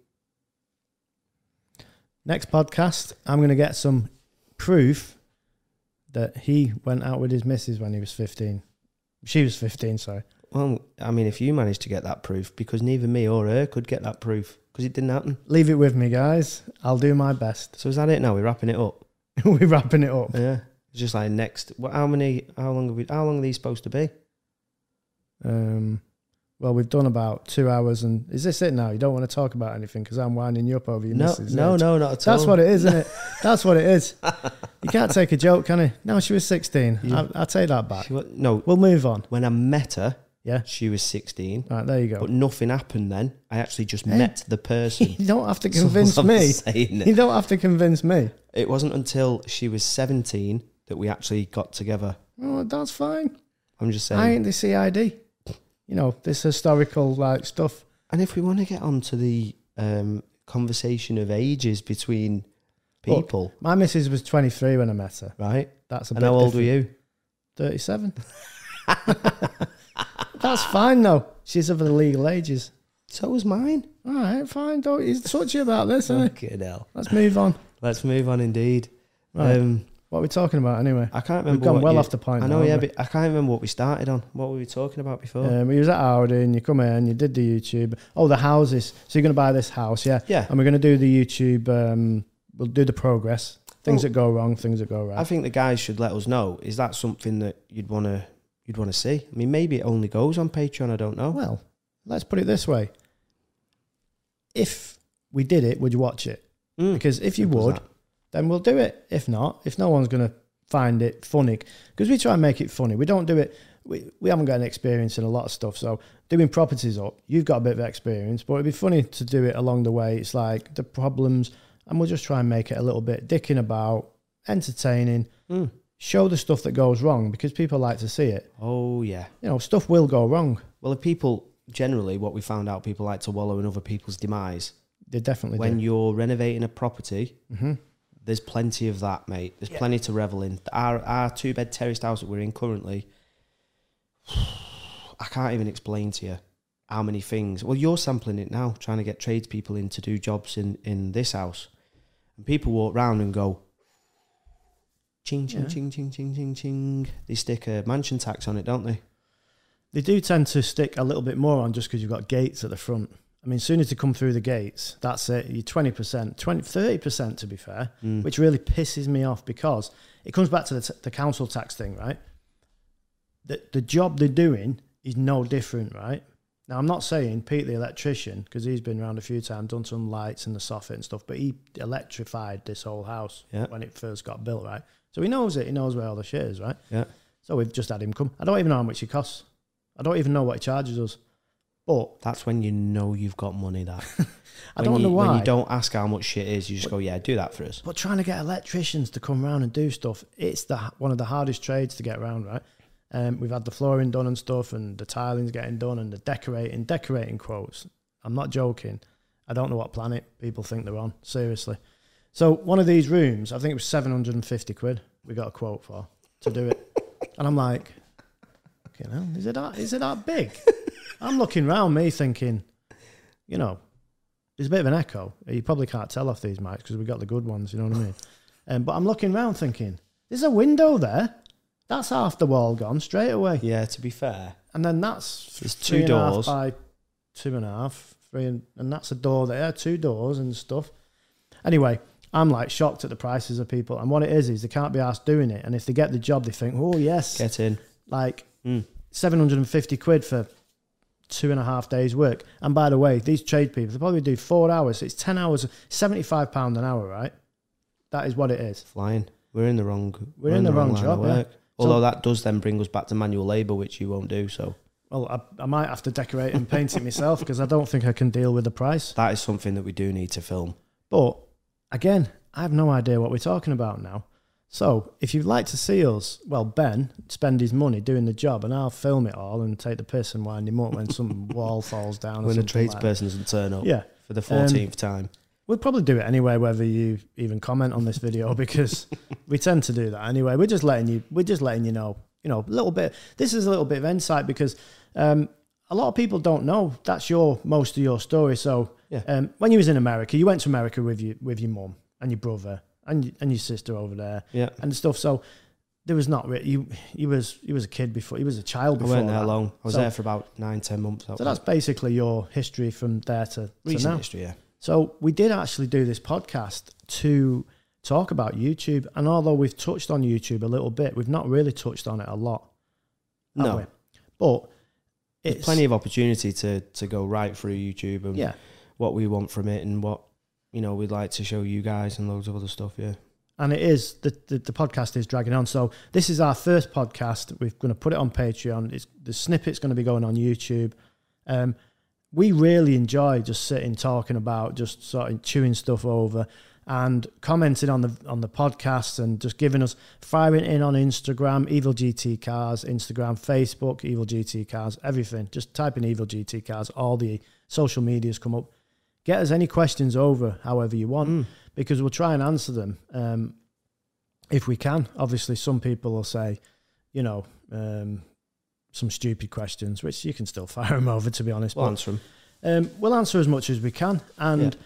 [SPEAKER 1] Next podcast, I'm going to get some proof that he went out with his missus when he was 15. She was 15, sorry.
[SPEAKER 2] Well, I mean, if you managed to get that proof, because neither me or her could get that proof because it didn't happen.
[SPEAKER 1] Leave it with me, guys. I'll do my best.
[SPEAKER 2] So is that it now? We're wrapping it up.
[SPEAKER 1] We're wrapping it up.
[SPEAKER 2] Yeah. It's just like next. What? How many? How long have we? How long are these supposed to be?
[SPEAKER 1] Um, well, we've done about two hours, and is this it now? You don't want to talk about anything because I'm winding you up over your
[SPEAKER 2] No,
[SPEAKER 1] missus.
[SPEAKER 2] no,
[SPEAKER 1] eh?
[SPEAKER 2] no, not at all.
[SPEAKER 1] That's what it is, isn't it? That's what it is. You can't take a joke, can you? No, she was 16.
[SPEAKER 2] Yeah.
[SPEAKER 1] I, I'll take that back.
[SPEAKER 2] She wa- no,
[SPEAKER 1] We'll move on.
[SPEAKER 2] when I met her,
[SPEAKER 1] Yeah.
[SPEAKER 2] she was sixteen,
[SPEAKER 1] Right, there you go.
[SPEAKER 2] but nothing happened then. I actually just
[SPEAKER 1] Hey.
[SPEAKER 2] met the person.
[SPEAKER 1] Eh? you don't have to
[SPEAKER 2] So
[SPEAKER 1] convince
[SPEAKER 2] I'm
[SPEAKER 1] me.
[SPEAKER 2] saying it.
[SPEAKER 1] You don't have to convince me.
[SPEAKER 2] It wasn't until she was seventeen that we actually got together.
[SPEAKER 1] Oh, that's fine.
[SPEAKER 2] I'm just saying.
[SPEAKER 1] I ain't the CID. You know, this historical like stuff.
[SPEAKER 2] And if we want to get on to the um, conversation of ages between
[SPEAKER 1] Look,
[SPEAKER 2] people,
[SPEAKER 1] My missus was 23 when I met her.
[SPEAKER 2] right?
[SPEAKER 1] That's a
[SPEAKER 2] And
[SPEAKER 1] bit
[SPEAKER 2] how old were
[SPEAKER 1] different.
[SPEAKER 2] you?
[SPEAKER 1] 37. That's fine though. She's of the legal ages.
[SPEAKER 2] So was mine.
[SPEAKER 1] All right, fine. Don't he's touchy about this, isn't he?
[SPEAKER 2] Fucking hell.
[SPEAKER 1] Let's move on.
[SPEAKER 2] Let's move on indeed.
[SPEAKER 1] Right.
[SPEAKER 2] Um,
[SPEAKER 1] What are we talking about anyway?
[SPEAKER 2] I can't remember.
[SPEAKER 1] We've gone
[SPEAKER 2] what
[SPEAKER 1] well
[SPEAKER 2] you-
[SPEAKER 1] off the point.
[SPEAKER 2] I know,
[SPEAKER 1] now,
[SPEAKER 2] yeah,
[SPEAKER 1] haven't
[SPEAKER 2] but I can't remember what we started on. What were we talking about
[SPEAKER 1] we?
[SPEAKER 2] before?
[SPEAKER 1] um, he was at Audi and you come in, you did the YouTube. Oh, the houses. So you're going to buy this house, yeah?
[SPEAKER 2] yeah.
[SPEAKER 1] And we're going to do the YouTube. Um, we'll do the progress, things
[SPEAKER 2] Well,
[SPEAKER 1] that go wrong, things that go right.
[SPEAKER 2] I think the guys should let us know. Is that something that you'd want to you'd want to see? I mean, maybe it only goes on Patreon. I don't know.
[SPEAKER 1] Well, let's put it this way. If we did it, would you watch it?
[SPEAKER 2] Mm,
[SPEAKER 1] Because if you
[SPEAKER 2] simple as
[SPEAKER 1] would,
[SPEAKER 2] that.
[SPEAKER 1] then we'll do it. If not, if no one's going to find it funny, because we try and make it funny. We don't do it. We, we haven't got an experience in a lot of stuff. So doing properties up, you've got a bit of experience, but it'd be funny to do it along the way. It's like the problems, and we'll just try and make it a little bit dicking about, entertaining,
[SPEAKER 2] Mm.
[SPEAKER 1] show the stuff that goes wrong because people like to see it.
[SPEAKER 2] Oh yeah.
[SPEAKER 1] You know, stuff will go wrong.
[SPEAKER 2] Well, if people generally, what we found out, people like to wallow in other people's demise.
[SPEAKER 1] They definitely
[SPEAKER 2] when
[SPEAKER 1] do.
[SPEAKER 2] you're renovating a property,
[SPEAKER 1] hmm
[SPEAKER 2] there's plenty of that, mate. There's
[SPEAKER 1] Yeah.
[SPEAKER 2] plenty to revel in. Our our two bed terraced house that we're in currently, I can't even explain to you how many things. Well, you're sampling it now, trying to get tradespeople in to do jobs in in this house, and people walk round and go. Ching ching
[SPEAKER 1] Yeah.
[SPEAKER 2] ching ching ching ching ching. They stick a mansion tax on it, don't they?
[SPEAKER 1] They do tend to stick a little bit more on just because you've got gates at the front. I mean, as soon as you come through the gates, that's it. You're 20%, 20, 30% to be fair,
[SPEAKER 2] Mm.
[SPEAKER 1] which really pisses me off because it comes back to the, t- the council tax thing, right? The, the job they're doing is no different, right? Now, I'm not saying Pete the electrician, because he's been around a few times, done some lights and the soffit and stuff, but he electrified this whole house
[SPEAKER 2] Yeah.
[SPEAKER 1] when it first got built, right? So he knows it. He knows where all the shit is, right?
[SPEAKER 2] Yeah.
[SPEAKER 1] So we've just had him come. I don't even know how much he costs. I don't even know what he charges us. But
[SPEAKER 2] That's when you know you've got money. That
[SPEAKER 1] I
[SPEAKER 2] When
[SPEAKER 1] don't
[SPEAKER 2] you-
[SPEAKER 1] know why.
[SPEAKER 2] When you don't ask how much shit is, you just go, yeah, do that for us.
[SPEAKER 1] But trying to get electricians to come round and do stuff, it's the one of the hardest trades to get around, right? Um, we've had the flooring done and stuff, and the tiling's getting done, and the decorating, decorating quotes. I'm not joking. I don't know what planet people think they're on. Seriously. So one of these rooms, I think it was 750 quid. We got a quote for to do it, and I'm like, you know, is it that is it that big? I'm looking round me thinking, you know, there's a bit of an echo. You probably can't tell off these mics because we got the good ones. You know what I mean? um, but I'm looking round thinking, there's a window there. That's half the wall gone straight away,
[SPEAKER 2] Yeah, to be fair,
[SPEAKER 1] and then that's
[SPEAKER 2] There's
[SPEAKER 1] three
[SPEAKER 2] two
[SPEAKER 1] and a half
[SPEAKER 2] doors.
[SPEAKER 1] by two and a half, three, and, and that's a door there, two doors and stuff. Anyway, I'm like shocked at the prices of people, and what it is is they can't be asked doing it, and if they get the job, they think, oh yes,
[SPEAKER 2] get in.
[SPEAKER 1] like
[SPEAKER 2] Mm.
[SPEAKER 1] 750 quid for two and a half days work. And by the way, these trade people, they probably do four hours. It's 10 hours, 75 pound an hour, right? That is what it is.
[SPEAKER 2] Flying. We're in the wrong.
[SPEAKER 1] We're in the wrong
[SPEAKER 2] line
[SPEAKER 1] job,
[SPEAKER 2] of
[SPEAKER 1] yeah.
[SPEAKER 2] Although that does then bring us back to manual labour, which you won't do. So
[SPEAKER 1] Well, I, I might have to decorate and paint it myself because I don't think I can deal with the price.
[SPEAKER 2] that is something that we do need to film.
[SPEAKER 1] But again, I have no idea what we're talking about now. So if you'd like to see us, well, Ben spend his money doing the job, and I'll film it all and take the piss and wind him up when some wall falls down. or
[SPEAKER 2] When a
[SPEAKER 1] something like that.
[SPEAKER 2] tradesperson doesn't turn up
[SPEAKER 1] yeah, Um,
[SPEAKER 2] for the fourteenth time,
[SPEAKER 1] We'll probably do it anyway, whether you even comment on this video, because we tend to do that anyway. We're just letting you, we're just letting you know, you know, a little bit. This is a little bit of insight because um, a lot of people don't know that's your most of your story. So
[SPEAKER 2] Yeah.
[SPEAKER 1] um, when you was in America, you went to America with you with your mum and your brother and y- and your sister over there
[SPEAKER 2] Yeah.
[SPEAKER 1] and stuff. So there was not re- you. He was he was a kid before. He was a child
[SPEAKER 2] I
[SPEAKER 1] before.
[SPEAKER 2] weren't there
[SPEAKER 1] that.
[SPEAKER 2] long. I was
[SPEAKER 1] So-
[SPEAKER 2] there for about nine, ten months. That
[SPEAKER 1] So
[SPEAKER 2] was
[SPEAKER 1] that's basically your history from there to, to
[SPEAKER 2] recent
[SPEAKER 1] now.
[SPEAKER 2] history, yeah.
[SPEAKER 1] So we did actually do this podcast to talk about YouTube, and although we've touched on YouTube a little bit, we've not really touched on it a lot. have
[SPEAKER 2] No.
[SPEAKER 1] we? but
[SPEAKER 2] There's plenty of opportunity to to go right through YouTube and
[SPEAKER 1] yeah,
[SPEAKER 2] what we want from it and what you know we'd like to show you guys and loads of other stuff. Yeah,
[SPEAKER 1] and it is the, the the podcast is dragging on. So this is our first podcast. We're going to put it on Patreon. It's the snippet's going to be going on YouTube. Um, we really enjoy just sitting talking about just sort of chewing stuff over and commenting on the on the podcast and just giving us firing in on Instagram, Evil GT Cars, Instagram, Facebook, Evil GT Cars, everything. Just type in Evil GT Cars, all the social medias come up. Get us any questions over however you want
[SPEAKER 2] Hmm.
[SPEAKER 1] because we'll try and answer them um, if we can. Obviously, some people will say, you know, um, some stupid questions, which you can still fire them over, to be honest.
[SPEAKER 2] we'll
[SPEAKER 1] but
[SPEAKER 2] answer 'em.
[SPEAKER 1] um, we'll answer as much as we can, and
[SPEAKER 2] Yeah.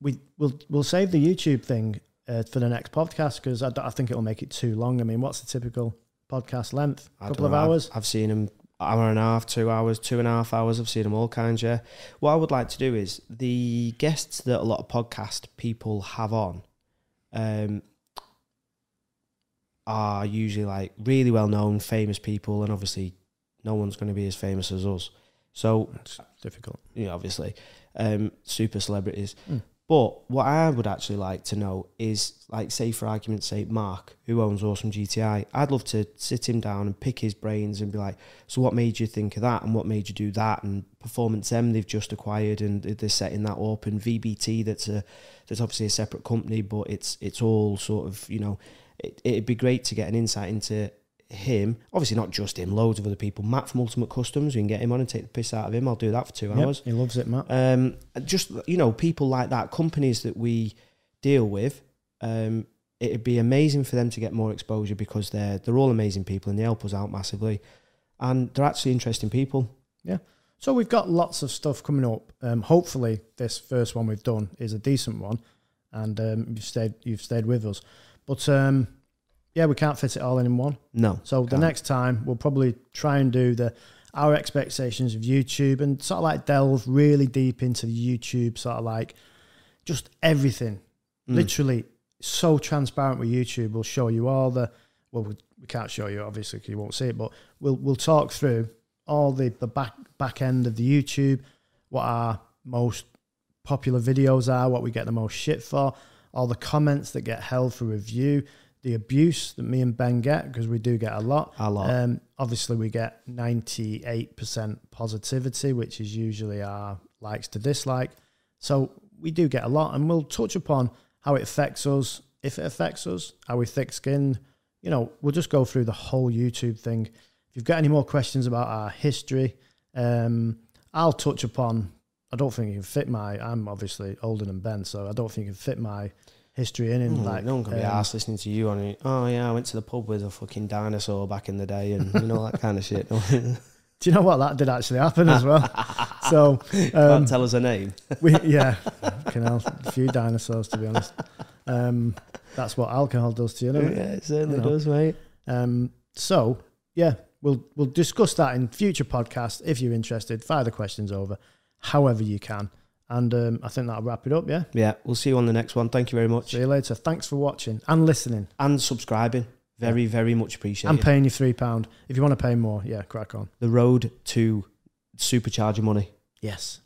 [SPEAKER 1] we will we'll save the YouTube thing uh, for the next podcast because I, don't- I think it'll make it too long. I mean, what's the typical podcast length?
[SPEAKER 2] I
[SPEAKER 1] A
[SPEAKER 2] don't
[SPEAKER 1] couple of
[SPEAKER 2] know, I've-
[SPEAKER 1] hours.
[SPEAKER 2] I've, seen them hour and a half, two hours, two and a half hours. I've seen them all kinds. Yeah. What I would like to do is the guests that a lot of podcast people have on, um, are usually like really well known, famous people, and obviously no one's going to be as famous as us. So
[SPEAKER 1] It's difficult.
[SPEAKER 2] you know, obviously, um, super celebrities.
[SPEAKER 1] Mm.
[SPEAKER 2] But what I would actually like to know is, like, say for argument's sake, Mark, who owns Awesome GTI, I'd love to sit him down and pick his brains and be like, so what made you think of that, and what made you do that, and Performance M they've just acquired, and they're setting that up, and VBT that's a that's obviously a separate company, but it's it's all sort of you know, it, it'd be great to get an insight into him. Obviously, not just him, loads of other people. Matt from Ultimate Customs, we can get him on and take the piss out of him. I'll do that for two
[SPEAKER 1] Yep,
[SPEAKER 2] hours
[SPEAKER 1] he loves it, Matt.
[SPEAKER 2] um, just you know people like that companies that we deal with um, it'd be amazing for them to get more exposure because they're they're all amazing people and they help us out massively and they're actually interesting people
[SPEAKER 1] So we've got lots of stuff coming up. Um, hopefully, this first one we've done is a decent one, and um, you've stayed you've stayed with us. But um, yeah, we can't fit it all in in one.
[SPEAKER 2] no
[SPEAKER 1] So the
[SPEAKER 2] Can't.
[SPEAKER 1] next time we'll probably try and do the our expectations of YouTube and sort of like delve really deep into the YouTube sort of like just everything.
[SPEAKER 2] Mm.
[SPEAKER 1] Literally so transparent with YouTube. We'll show you all the well we, we can't show you obviously 'cause you won't see it, but we'll we'll talk through all the, the back back end of the YouTube, what our most popular videos are, what we get the most shit for, all the comments that get held for review, the abuse that me and Ben get because we do get a lot.
[SPEAKER 2] a lot
[SPEAKER 1] Um, obviously, we get 98% positivity, which is usually our likes to dislike. So we do get a lot, and we'll touch upon how it affects us, if it affects us, how we thick skinned. You know, we'll just go through the whole YouTube thing. If you've got any more questions about our history, um, I'll touch upon. I don't think you can fit my. I'm obviously older than Ben, so I don't think you can fit my history in. in
[SPEAKER 2] Mm,
[SPEAKER 1] like
[SPEAKER 2] no one can be
[SPEAKER 1] um,
[SPEAKER 2] asked listening to you on it. Oh yeah, I went to the pub with a fucking dinosaur back in the day, and you know that kind of shit. Can't
[SPEAKER 1] Do you know what that did actually happen as well? so um,
[SPEAKER 2] tell us a name.
[SPEAKER 1] we yeah, fucking hell, a few dinosaurs to be honest. Um, that's what alcohol does to you, isn't it?
[SPEAKER 2] yeah, it certainly
[SPEAKER 1] you know.
[SPEAKER 2] does, mate.
[SPEAKER 1] Um, so yeah, we'll we'll discuss that in future podcasts if you're interested. Fire the questions over, however you can, and um, I think that'll wrap it up. Yeah.
[SPEAKER 2] Yeah, we'll see you on the next one. Thank you very much,
[SPEAKER 1] See you later. Thanks for watching and listening.
[SPEAKER 2] and subscribing. Very, very much appreciated.
[SPEAKER 1] I'm paying you three pound. If you want to pay more, yeah, crack on.
[SPEAKER 2] the road to supercharger money.
[SPEAKER 1] Yes.